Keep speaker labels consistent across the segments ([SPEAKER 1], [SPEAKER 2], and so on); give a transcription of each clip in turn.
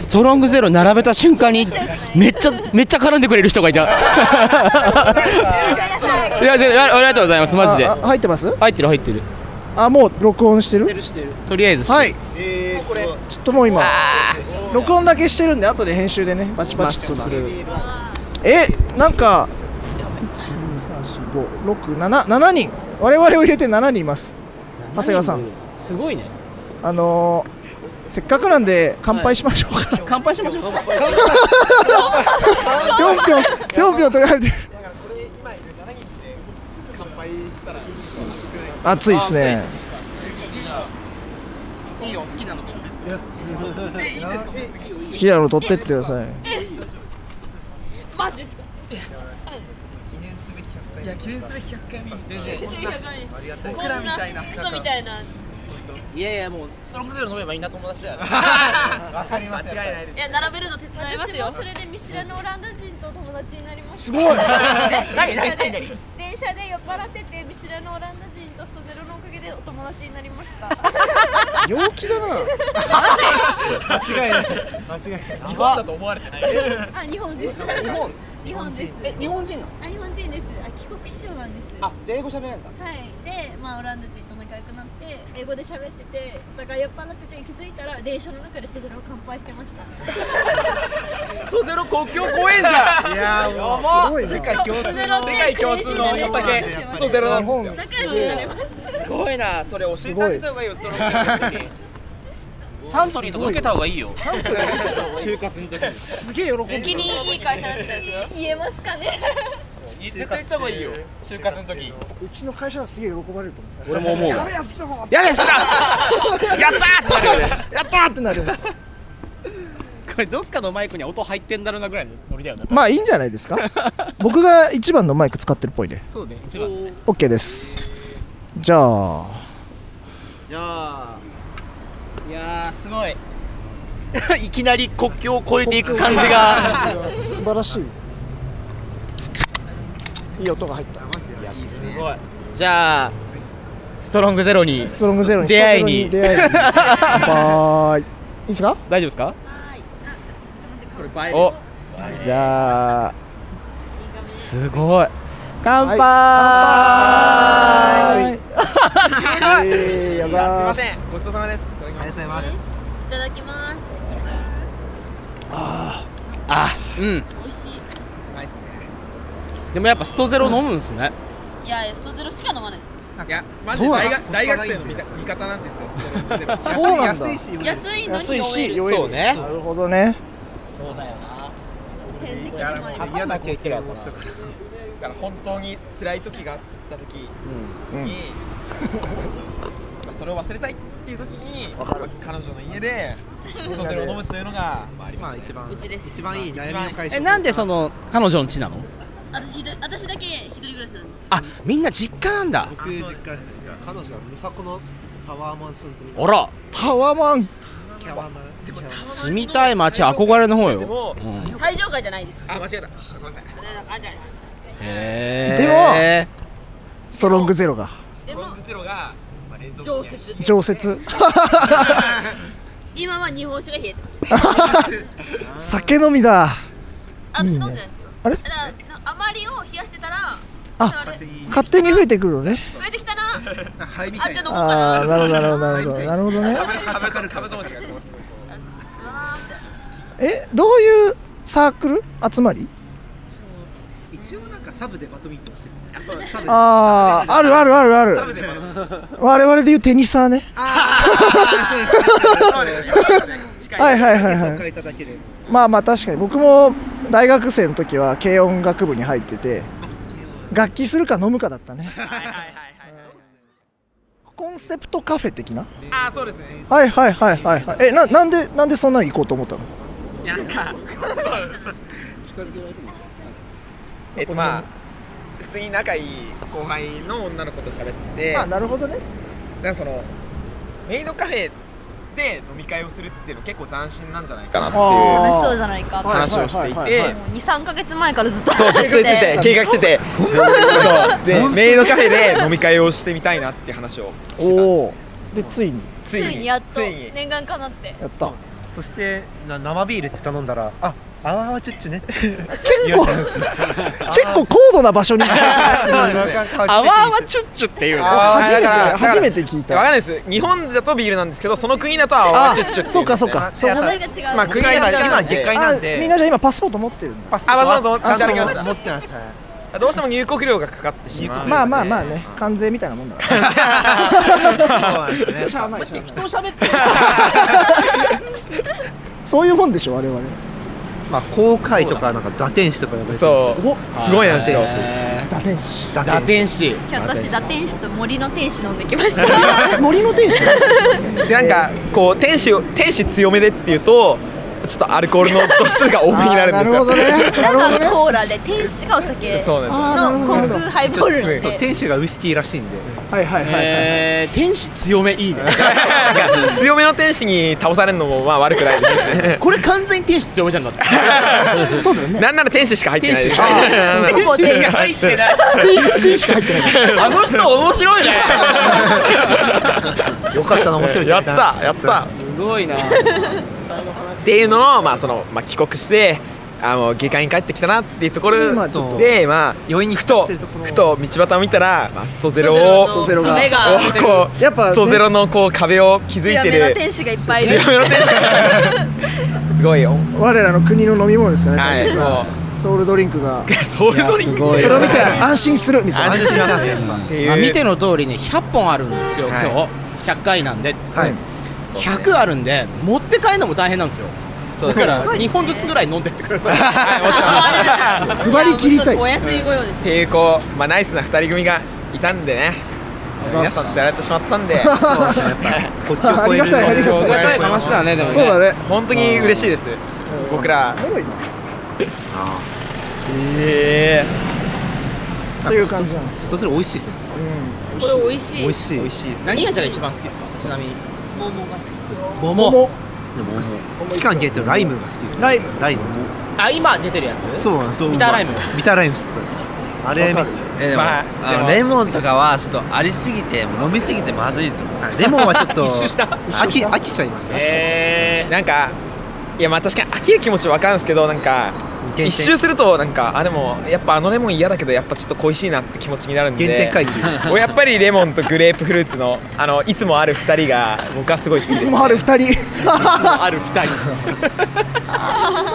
[SPEAKER 1] ストロングゼロ並べた瞬間にめっちゃめっちゃ絡んでくれる人がいたいや全然あありがとうございますマジで
[SPEAKER 2] ああ入ってます
[SPEAKER 1] 入ってる入ってる
[SPEAKER 2] あもう録音してる
[SPEAKER 1] とりあえず
[SPEAKER 2] はいちょっともう今録音だけしてるんで後で編集でねバチバチっとするえなんか1234567人我々を入れて7人います長谷川さん
[SPEAKER 1] すごいね
[SPEAKER 2] あのー、せっかくなんで乾杯しましょうか
[SPEAKER 1] 乾杯しましょう
[SPEAKER 2] ぴょんぴょんぴょんぴょん取られてる暑いですね
[SPEAKER 1] いいよ好きなのと思って
[SPEAKER 2] 好きなの取ってってください
[SPEAKER 3] 僕らみたいなクソみたいない
[SPEAKER 1] やいやもうストロングゼロ飲めばみんな友達だよ
[SPEAKER 3] いや並べるの手伝いますよ
[SPEAKER 4] 私もそれで見知らぬオランダ人と友達になりました
[SPEAKER 2] すごい
[SPEAKER 4] 電車で電車で酔っ払ってて見知らぬオランダ人とストゼロのおかげでお友達になりました
[SPEAKER 2] 陽気だな
[SPEAKER 1] 日本だと思われてない
[SPEAKER 4] あ日本です日本日本です
[SPEAKER 1] え日本人なの
[SPEAKER 4] あ日本人ですあ帰国子女なんです
[SPEAKER 1] あじゃあ英語喋れんだ
[SPEAKER 4] はいでまあオランダ人と仲良くなって英語で喋っててお互い酔っ払ってて気づいたら電車の中でストゼロを乾杯してました
[SPEAKER 5] トゼロ国境 公園じゃん。いやもうすごい世界共
[SPEAKER 4] ストゼロ
[SPEAKER 5] 世界共通のお酒ストゼロなんですよ。
[SPEAKER 4] 仲良しになりました
[SPEAKER 5] すごいな。それ教えてあげた方がいいよストロングゼロに。
[SPEAKER 1] サントリーとか受けた方がいいよ
[SPEAKER 2] すげえ喜んで
[SPEAKER 3] お気に入りいい会社だったんですよ
[SPEAKER 4] 言えますかね
[SPEAKER 5] 絶対した方がいいよ。就活の時。
[SPEAKER 2] うちの会社はすげえ喜ばれると思う
[SPEAKER 1] 俺も思う
[SPEAKER 2] ダメや月田さんは
[SPEAKER 1] やべ好きだ やったーってなるよね
[SPEAKER 2] やったーってなる
[SPEAKER 1] これどっかのマイクに音入ってんだろうなぐらいのノリだよね
[SPEAKER 2] まあいいんじゃない ですか僕が一番のマイク使ってるっぽいで
[SPEAKER 1] そうね一番
[SPEAKER 2] OK ですじゃあ
[SPEAKER 1] じゃあいやーすごい いきなり国境を越えていく感じ が
[SPEAKER 2] 素晴らしいいい音が入った
[SPEAKER 1] いやすごいじゃあストロングゼロに
[SPEAKER 2] ストロングゼロに
[SPEAKER 1] 出会いに
[SPEAKER 2] ストロングゼロに出会いに乾杯いいですか
[SPEAKER 1] 大丈夫ですか
[SPEAKER 4] はいあちょっと待って
[SPEAKER 5] これバイ
[SPEAKER 1] おじゃあすごい乾杯、
[SPEAKER 2] はい乾 杯えーやばー
[SPEAKER 5] す
[SPEAKER 2] す
[SPEAKER 5] いません。ごちそうさまです。ありがとうございます。
[SPEAKER 3] いただきます
[SPEAKER 1] あうん
[SPEAKER 3] 美味しい
[SPEAKER 5] ナイスね。
[SPEAKER 1] でもやっぱストゼロ飲むんですね
[SPEAKER 3] いやストゼロしか飲まないです
[SPEAKER 5] いや、マジで大学大学生の味方味方なんですよ。ストロングゼロ
[SPEAKER 2] そうなんだ
[SPEAKER 5] 安いし、
[SPEAKER 3] 安いの
[SPEAKER 2] 安
[SPEAKER 3] に
[SPEAKER 2] い
[SPEAKER 3] 酔え
[SPEAKER 2] し
[SPEAKER 3] る
[SPEAKER 2] 酔える
[SPEAKER 1] そうね
[SPEAKER 2] なるほどね
[SPEAKER 4] 点滴に
[SPEAKER 5] だか
[SPEAKER 4] もあり
[SPEAKER 5] ら
[SPEAKER 4] ます
[SPEAKER 5] 嫌な経験をしたからだから本当に辛い時があった時に、まあそれを忘れたいっていう時に彼女の家でソゼロを飲むというのが、まあ、あります、ね、一番
[SPEAKER 3] うちです
[SPEAKER 6] 一番いい悩みの解消
[SPEAKER 1] えなんでその彼女の地なの
[SPEAKER 3] 私ひどい私だけ一人暮らしなんですよ
[SPEAKER 1] あみんな実家なんだ
[SPEAKER 6] 僕実家です彼女は美佐子のタワーマンション住み
[SPEAKER 1] あら
[SPEAKER 2] タワマン
[SPEAKER 6] キャワマンキャワマン
[SPEAKER 1] 住みたい街憧れの方
[SPEAKER 5] で
[SPEAKER 1] よ、
[SPEAKER 5] も
[SPEAKER 1] うん、へ
[SPEAKER 3] 最上階じゃないです
[SPEAKER 5] あ間違えたすみません
[SPEAKER 3] あじゃない
[SPEAKER 1] え
[SPEAKER 2] ストロングゼロが
[SPEAKER 5] ストロングゼロが、まあ、冷蔵庫
[SPEAKER 3] 常
[SPEAKER 5] にある
[SPEAKER 3] 設
[SPEAKER 2] 常設
[SPEAKER 3] 今は日本酒が冷えてます
[SPEAKER 2] 酒飲みだ
[SPEAKER 3] あ
[SPEAKER 2] いいね
[SPEAKER 3] 飲んでないですよ
[SPEAKER 2] あれ
[SPEAKER 3] だからあまりを冷やしてたら
[SPEAKER 2] あ
[SPEAKER 3] あれ
[SPEAKER 6] 勝手に
[SPEAKER 2] 勝手に増えてくるのね
[SPEAKER 3] 増えてきたなあじゃ
[SPEAKER 6] 灰み
[SPEAKER 3] あ
[SPEAKER 6] た
[SPEAKER 3] 飲
[SPEAKER 6] い
[SPEAKER 3] もうか
[SPEAKER 6] な
[SPEAKER 3] な
[SPEAKER 2] ああなるほどなるほどなるほどね
[SPEAKER 5] カブカブカブトムシがこうすごい
[SPEAKER 3] あーみたいな
[SPEAKER 2] えどういうサークル集まり
[SPEAKER 6] 一応なんかサブでバドミントンしてるあそうサブで
[SPEAKER 2] あああるあるあるある
[SPEAKER 5] サブでまあ
[SPEAKER 2] 我々でいうテニサーね
[SPEAKER 5] そうですね近い
[SPEAKER 2] はいはいはい
[SPEAKER 6] お
[SPEAKER 2] はい
[SPEAKER 6] 買いいただける
[SPEAKER 2] まあまあ確かに僕も大学生の時は軽音楽部に入ってて楽器するか飲むかだったね
[SPEAKER 5] はいはいはいはい
[SPEAKER 2] コンセプトカフェ的な
[SPEAKER 5] あそうですね
[SPEAKER 2] はいはいはいはいはいえななんでなんでそんなの行こうと思ったの
[SPEAKER 5] いやなんかえっとまあ普通に仲いい後輩の女の子と喋ってて
[SPEAKER 2] あなるほどね
[SPEAKER 5] なんかそのメイドカフェで飲み会をするっていうの結構斬新なんじゃないかなっていう
[SPEAKER 2] あー
[SPEAKER 4] そうじゃないかも
[SPEAKER 5] 話をしてい
[SPEAKER 2] はいはいは
[SPEAKER 5] て
[SPEAKER 2] いは
[SPEAKER 4] う23ヶ月前からずっと
[SPEAKER 5] そうそう
[SPEAKER 4] 話
[SPEAKER 5] そう
[SPEAKER 4] して
[SPEAKER 5] 言
[SPEAKER 4] て
[SPEAKER 5] ってて計画しててそうでメイドカフェで飲み会をしてみたいなっていう話をしてたん
[SPEAKER 2] お
[SPEAKER 5] で
[SPEAKER 2] おでついに
[SPEAKER 5] す
[SPEAKER 4] ついにやっと
[SPEAKER 5] ついに
[SPEAKER 4] 念願かなって
[SPEAKER 2] やった
[SPEAKER 6] そしてな生ビールって頼んだらああわあわチュッチュね って
[SPEAKER 2] 結構結構高度な場所に
[SPEAKER 1] 泡はチュッチュっていうの
[SPEAKER 5] あー
[SPEAKER 2] 初めて
[SPEAKER 5] だから
[SPEAKER 2] 初めて聞い
[SPEAKER 5] わかん
[SPEAKER 2] た
[SPEAKER 5] ないです日本だとビールなんですけどその国だと青
[SPEAKER 2] あ
[SPEAKER 5] 々チュッチュってい
[SPEAKER 2] そうかそうか
[SPEAKER 4] 名前が違う。
[SPEAKER 5] まあ国が違
[SPEAKER 6] 今
[SPEAKER 5] う
[SPEAKER 6] 今
[SPEAKER 5] んで
[SPEAKER 6] 月会なんで
[SPEAKER 2] あみんなじゃあ今パスポート持ってるんだ
[SPEAKER 6] パスポート
[SPEAKER 5] あわざわざちゃんと
[SPEAKER 6] 持
[SPEAKER 5] 持って
[SPEAKER 6] 持ってますはい
[SPEAKER 5] どうしても入国料がかかってしまうので
[SPEAKER 2] まあまあまあね関税みたいなもんだ から
[SPEAKER 6] そうなんですね
[SPEAKER 2] し ゃあないしゃあない
[SPEAKER 1] 喋って
[SPEAKER 2] そういうもんでしょ我々
[SPEAKER 6] まあ公開とかなんか打天使とか呼ばれて
[SPEAKER 5] そう
[SPEAKER 2] すごっ
[SPEAKER 5] すごいなんですよ
[SPEAKER 2] 打天使
[SPEAKER 6] 打
[SPEAKER 1] 打
[SPEAKER 6] 天
[SPEAKER 1] 天使
[SPEAKER 4] 今日私、打天使と森の天使飲んできました。
[SPEAKER 2] え森の天使
[SPEAKER 5] でなんかこう天使を天使強めでっていうとちょっとアルコールの度数が多めになるんですよ
[SPEAKER 2] あーなるほどねなるほ
[SPEAKER 4] な
[SPEAKER 2] ど
[SPEAKER 4] んか
[SPEAKER 2] ね
[SPEAKER 4] コーラで天使がお酒の
[SPEAKER 5] そうなんですよ
[SPEAKER 2] あーなるほどな
[SPEAKER 4] 航
[SPEAKER 2] るほど
[SPEAKER 4] 空ハイボール
[SPEAKER 6] 使そう
[SPEAKER 4] で。
[SPEAKER 6] 天使がウイスキーらしいんで
[SPEAKER 2] はいはいはいはい
[SPEAKER 1] えー天使強めいいね
[SPEAKER 5] なんか強めの天使に倒されるのもまあ悪くないですよ ね
[SPEAKER 1] これ完全に天使強めじゃんだって
[SPEAKER 2] そうだよね
[SPEAKER 5] なんなら天使しか入ってないです
[SPEAKER 1] 天使
[SPEAKER 5] あー
[SPEAKER 1] 天使が入ってない
[SPEAKER 2] 救い救いしか入ってない
[SPEAKER 1] あの人面白いね
[SPEAKER 6] よかったな面白 い
[SPEAKER 5] やったやった
[SPEAKER 1] すごいな
[SPEAKER 5] っていうのをまあそのまあ帰国してあの下界に帰ってきたなっていうとこ
[SPEAKER 2] 今
[SPEAKER 5] ろ
[SPEAKER 2] ちょっと
[SPEAKER 5] でまあ
[SPEAKER 6] 余韻に
[SPEAKER 5] ふ
[SPEAKER 6] 浸っ
[SPEAKER 5] と
[SPEAKER 6] てるところ
[SPEAKER 5] ふと道端を見たらまあストゼロを
[SPEAKER 2] ストゼロが
[SPEAKER 3] 目が
[SPEAKER 5] をこう
[SPEAKER 2] やっぱね
[SPEAKER 5] ストゼロのこう壁を築い
[SPEAKER 4] 強
[SPEAKER 5] て
[SPEAKER 4] めの
[SPEAKER 5] る
[SPEAKER 4] 天使がいっぱいいる。
[SPEAKER 5] 強めの天使すごいよ
[SPEAKER 2] 我らの国の飲み物ですからね
[SPEAKER 5] は
[SPEAKER 2] 大
[SPEAKER 5] い
[SPEAKER 2] 切なソウルドリンクが
[SPEAKER 5] そういうのに
[SPEAKER 1] ご
[SPEAKER 2] それを見て安心するみたい
[SPEAKER 5] 安
[SPEAKER 2] な
[SPEAKER 5] 心しま
[SPEAKER 6] 安
[SPEAKER 5] す
[SPEAKER 6] 心
[SPEAKER 5] ね
[SPEAKER 6] します
[SPEAKER 5] っていう、
[SPEAKER 1] まあ、見ての通りね100本あるんですよ、
[SPEAKER 5] はい
[SPEAKER 1] 今日100回なんでっつって、
[SPEAKER 6] はい
[SPEAKER 1] 100あるんで持って帰るのも大変なんですよ
[SPEAKER 5] そう
[SPEAKER 1] だから2本ずつぐらい飲んでってください
[SPEAKER 5] はいもちろん
[SPEAKER 2] 配り切りたい
[SPEAKER 3] お安いご用です。
[SPEAKER 5] っていうこう、まあ、ナイスな二人組がいたんでね皆さんとやられてしまったんで
[SPEAKER 6] こっちを超えるの
[SPEAKER 2] ありがた いありがた
[SPEAKER 1] ありがたい話だねでもね
[SPEAKER 2] そうだね
[SPEAKER 5] 本当に嬉しいです僕ら
[SPEAKER 2] おもろいな
[SPEAKER 5] え
[SPEAKER 2] という感じなんです
[SPEAKER 6] そうする美味しいですね
[SPEAKER 2] うん
[SPEAKER 3] これ美味しい。
[SPEAKER 6] 美味しい
[SPEAKER 5] え美味しいです
[SPEAKER 1] 何味が一番好きですかちなみに
[SPEAKER 3] 桃が好き。
[SPEAKER 1] 桃
[SPEAKER 2] 桃
[SPEAKER 6] 期間限定のライムが好きです
[SPEAKER 2] ライム
[SPEAKER 6] ライム
[SPEAKER 1] あ今出てるやつ
[SPEAKER 6] そうなんです
[SPEAKER 1] ビターライム
[SPEAKER 6] ビターライムっすそうですあれ
[SPEAKER 7] えでも,、
[SPEAKER 5] まあ
[SPEAKER 7] あ、
[SPEAKER 5] で
[SPEAKER 7] の
[SPEAKER 5] も
[SPEAKER 7] レモンとかはちょっとありすぎてもう飲みすぎてまずいですよ
[SPEAKER 6] レモンはちょっと
[SPEAKER 1] 一周した
[SPEAKER 6] 飽き飽きちゃいました
[SPEAKER 1] え
[SPEAKER 5] なんかいやまあ確かに飽きる気持ちわかるんですけどなんか
[SPEAKER 6] 原点
[SPEAKER 5] 一周するとなんかあでもやっぱあのレモン嫌だけどやっぱちょっと恋しいなって気持ちになるんで
[SPEAKER 6] 原 点回帰
[SPEAKER 5] もうやっぱりレモンとグレープフルーツのあのいつもある二人が僕はすごい好き
[SPEAKER 2] い
[SPEAKER 5] です
[SPEAKER 2] つもある二人
[SPEAKER 1] ある2人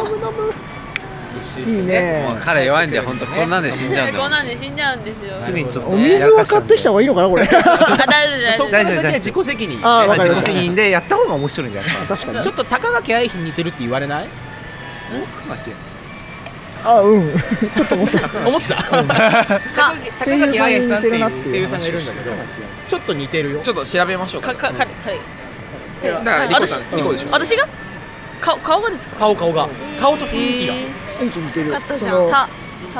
[SPEAKER 2] いい
[SPEAKER 7] もう
[SPEAKER 2] ね
[SPEAKER 7] 彼弱いんで本当こんなんで死んじゃうんだも
[SPEAKER 3] こ
[SPEAKER 7] ん
[SPEAKER 3] んなんで死んじゃうんですよ。
[SPEAKER 6] すぐにちょっ と
[SPEAKER 2] お水は買ってきた方がいいのかなこ れ
[SPEAKER 3] あ大丈夫大丈
[SPEAKER 1] そ
[SPEAKER 3] 夫
[SPEAKER 1] こから
[SPEAKER 6] 大
[SPEAKER 1] 先は
[SPEAKER 6] 丈夫大丈夫
[SPEAKER 1] 自己責任
[SPEAKER 2] あーわかり
[SPEAKER 6] 自
[SPEAKER 2] ま
[SPEAKER 6] 己
[SPEAKER 2] した
[SPEAKER 6] 責任でやった方が面白いんじゃないか
[SPEAKER 2] 確かに
[SPEAKER 1] ちょっと高垣愛妃に似てるって言われない
[SPEAKER 2] あうんちょっと思った
[SPEAKER 1] 思ってた 高垣
[SPEAKER 2] 声
[SPEAKER 1] 高
[SPEAKER 2] 優
[SPEAKER 1] 垣
[SPEAKER 2] さん
[SPEAKER 1] 愛
[SPEAKER 2] に
[SPEAKER 1] 妃
[SPEAKER 2] 似
[SPEAKER 1] さんって
[SPEAKER 2] てるなって
[SPEAKER 1] い
[SPEAKER 2] いうう
[SPEAKER 1] 声優さんがいるんだけどちょっと似てるよ
[SPEAKER 5] ちょっと調べましょう
[SPEAKER 3] かかか彼
[SPEAKER 5] だからリコさんリコでしょ
[SPEAKER 3] 私が顔顔がですか。
[SPEAKER 1] 顔顔が顔と雰囲気が
[SPEAKER 3] へ
[SPEAKER 2] 雰囲気似てる
[SPEAKER 4] カットじ
[SPEAKER 2] そ
[SPEAKER 4] ゃん
[SPEAKER 2] の
[SPEAKER 3] た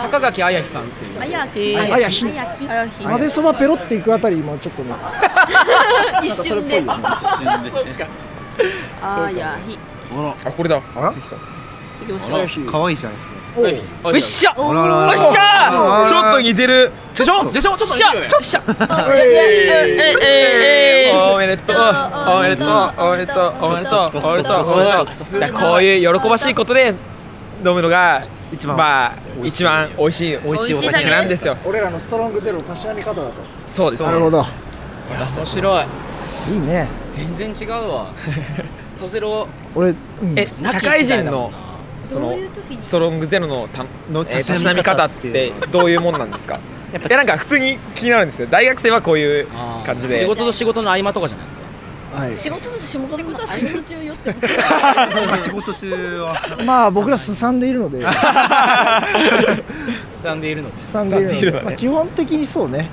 [SPEAKER 1] 高垣綾妃さんっていう
[SPEAKER 4] あやき。
[SPEAKER 3] へー
[SPEAKER 2] あやひ
[SPEAKER 4] あやひ。
[SPEAKER 3] あらひ
[SPEAKER 2] 混ぜそばペロっていくあたりもちょっとね
[SPEAKER 3] 一瞬で。あやひ。
[SPEAKER 5] あこれだ
[SPEAKER 6] あら
[SPEAKER 3] 行きましょう。
[SPEAKER 2] あやひ
[SPEAKER 6] 可愛いじゃないですか
[SPEAKER 2] おう
[SPEAKER 1] お
[SPEAKER 3] うっ
[SPEAKER 1] い
[SPEAKER 3] しゃ。
[SPEAKER 6] あ
[SPEAKER 3] う
[SPEAKER 6] ららら
[SPEAKER 3] っしゃ。
[SPEAKER 6] あら
[SPEAKER 5] ちょっと似てる
[SPEAKER 1] でしょでしょちょっと似
[SPEAKER 3] してゃ。
[SPEAKER 1] るよね
[SPEAKER 3] ちょっとしゃ。
[SPEAKER 2] え
[SPEAKER 3] えええ
[SPEAKER 5] おめでとうおめでとうおめでとうおめでとうおめでとうおめでとうだからこういう喜ばしいことで飲むのが
[SPEAKER 6] 一番
[SPEAKER 5] まあ一番美味しい美味しいお酒なんですよ
[SPEAKER 2] 俺らのストロングゼロのたしなみ方だと
[SPEAKER 5] そうです
[SPEAKER 2] なるほど
[SPEAKER 1] 面白い
[SPEAKER 2] いいね
[SPEAKER 1] 全然違うわストゼロ
[SPEAKER 2] 俺うん
[SPEAKER 5] え社会人のそ
[SPEAKER 4] どう
[SPEAKER 5] の
[SPEAKER 4] いう時に
[SPEAKER 5] ストロングゼロのた
[SPEAKER 6] の
[SPEAKER 5] えー
[SPEAKER 6] た
[SPEAKER 5] た
[SPEAKER 6] し
[SPEAKER 5] しな
[SPEAKER 6] なみ
[SPEAKER 5] み
[SPEAKER 6] 方
[SPEAKER 5] 方
[SPEAKER 6] っ
[SPEAKER 5] っててどういうもんなんですか
[SPEAKER 6] やっぱ
[SPEAKER 5] いやなんか普通に気になるんですよ大学生はこういう感じで
[SPEAKER 1] 仕事と仕事の合間とかじゃないですか
[SPEAKER 2] はい
[SPEAKER 3] 仕事と仕事
[SPEAKER 4] ってこと
[SPEAKER 3] の
[SPEAKER 4] は仕事中よってこと。
[SPEAKER 6] まあ仕事中は
[SPEAKER 2] まあ僕らすさんでいるので す
[SPEAKER 1] さんでいるのです
[SPEAKER 2] さんでいるの
[SPEAKER 5] すさんでい
[SPEAKER 2] で
[SPEAKER 5] るのね
[SPEAKER 2] まあ基本的にそうね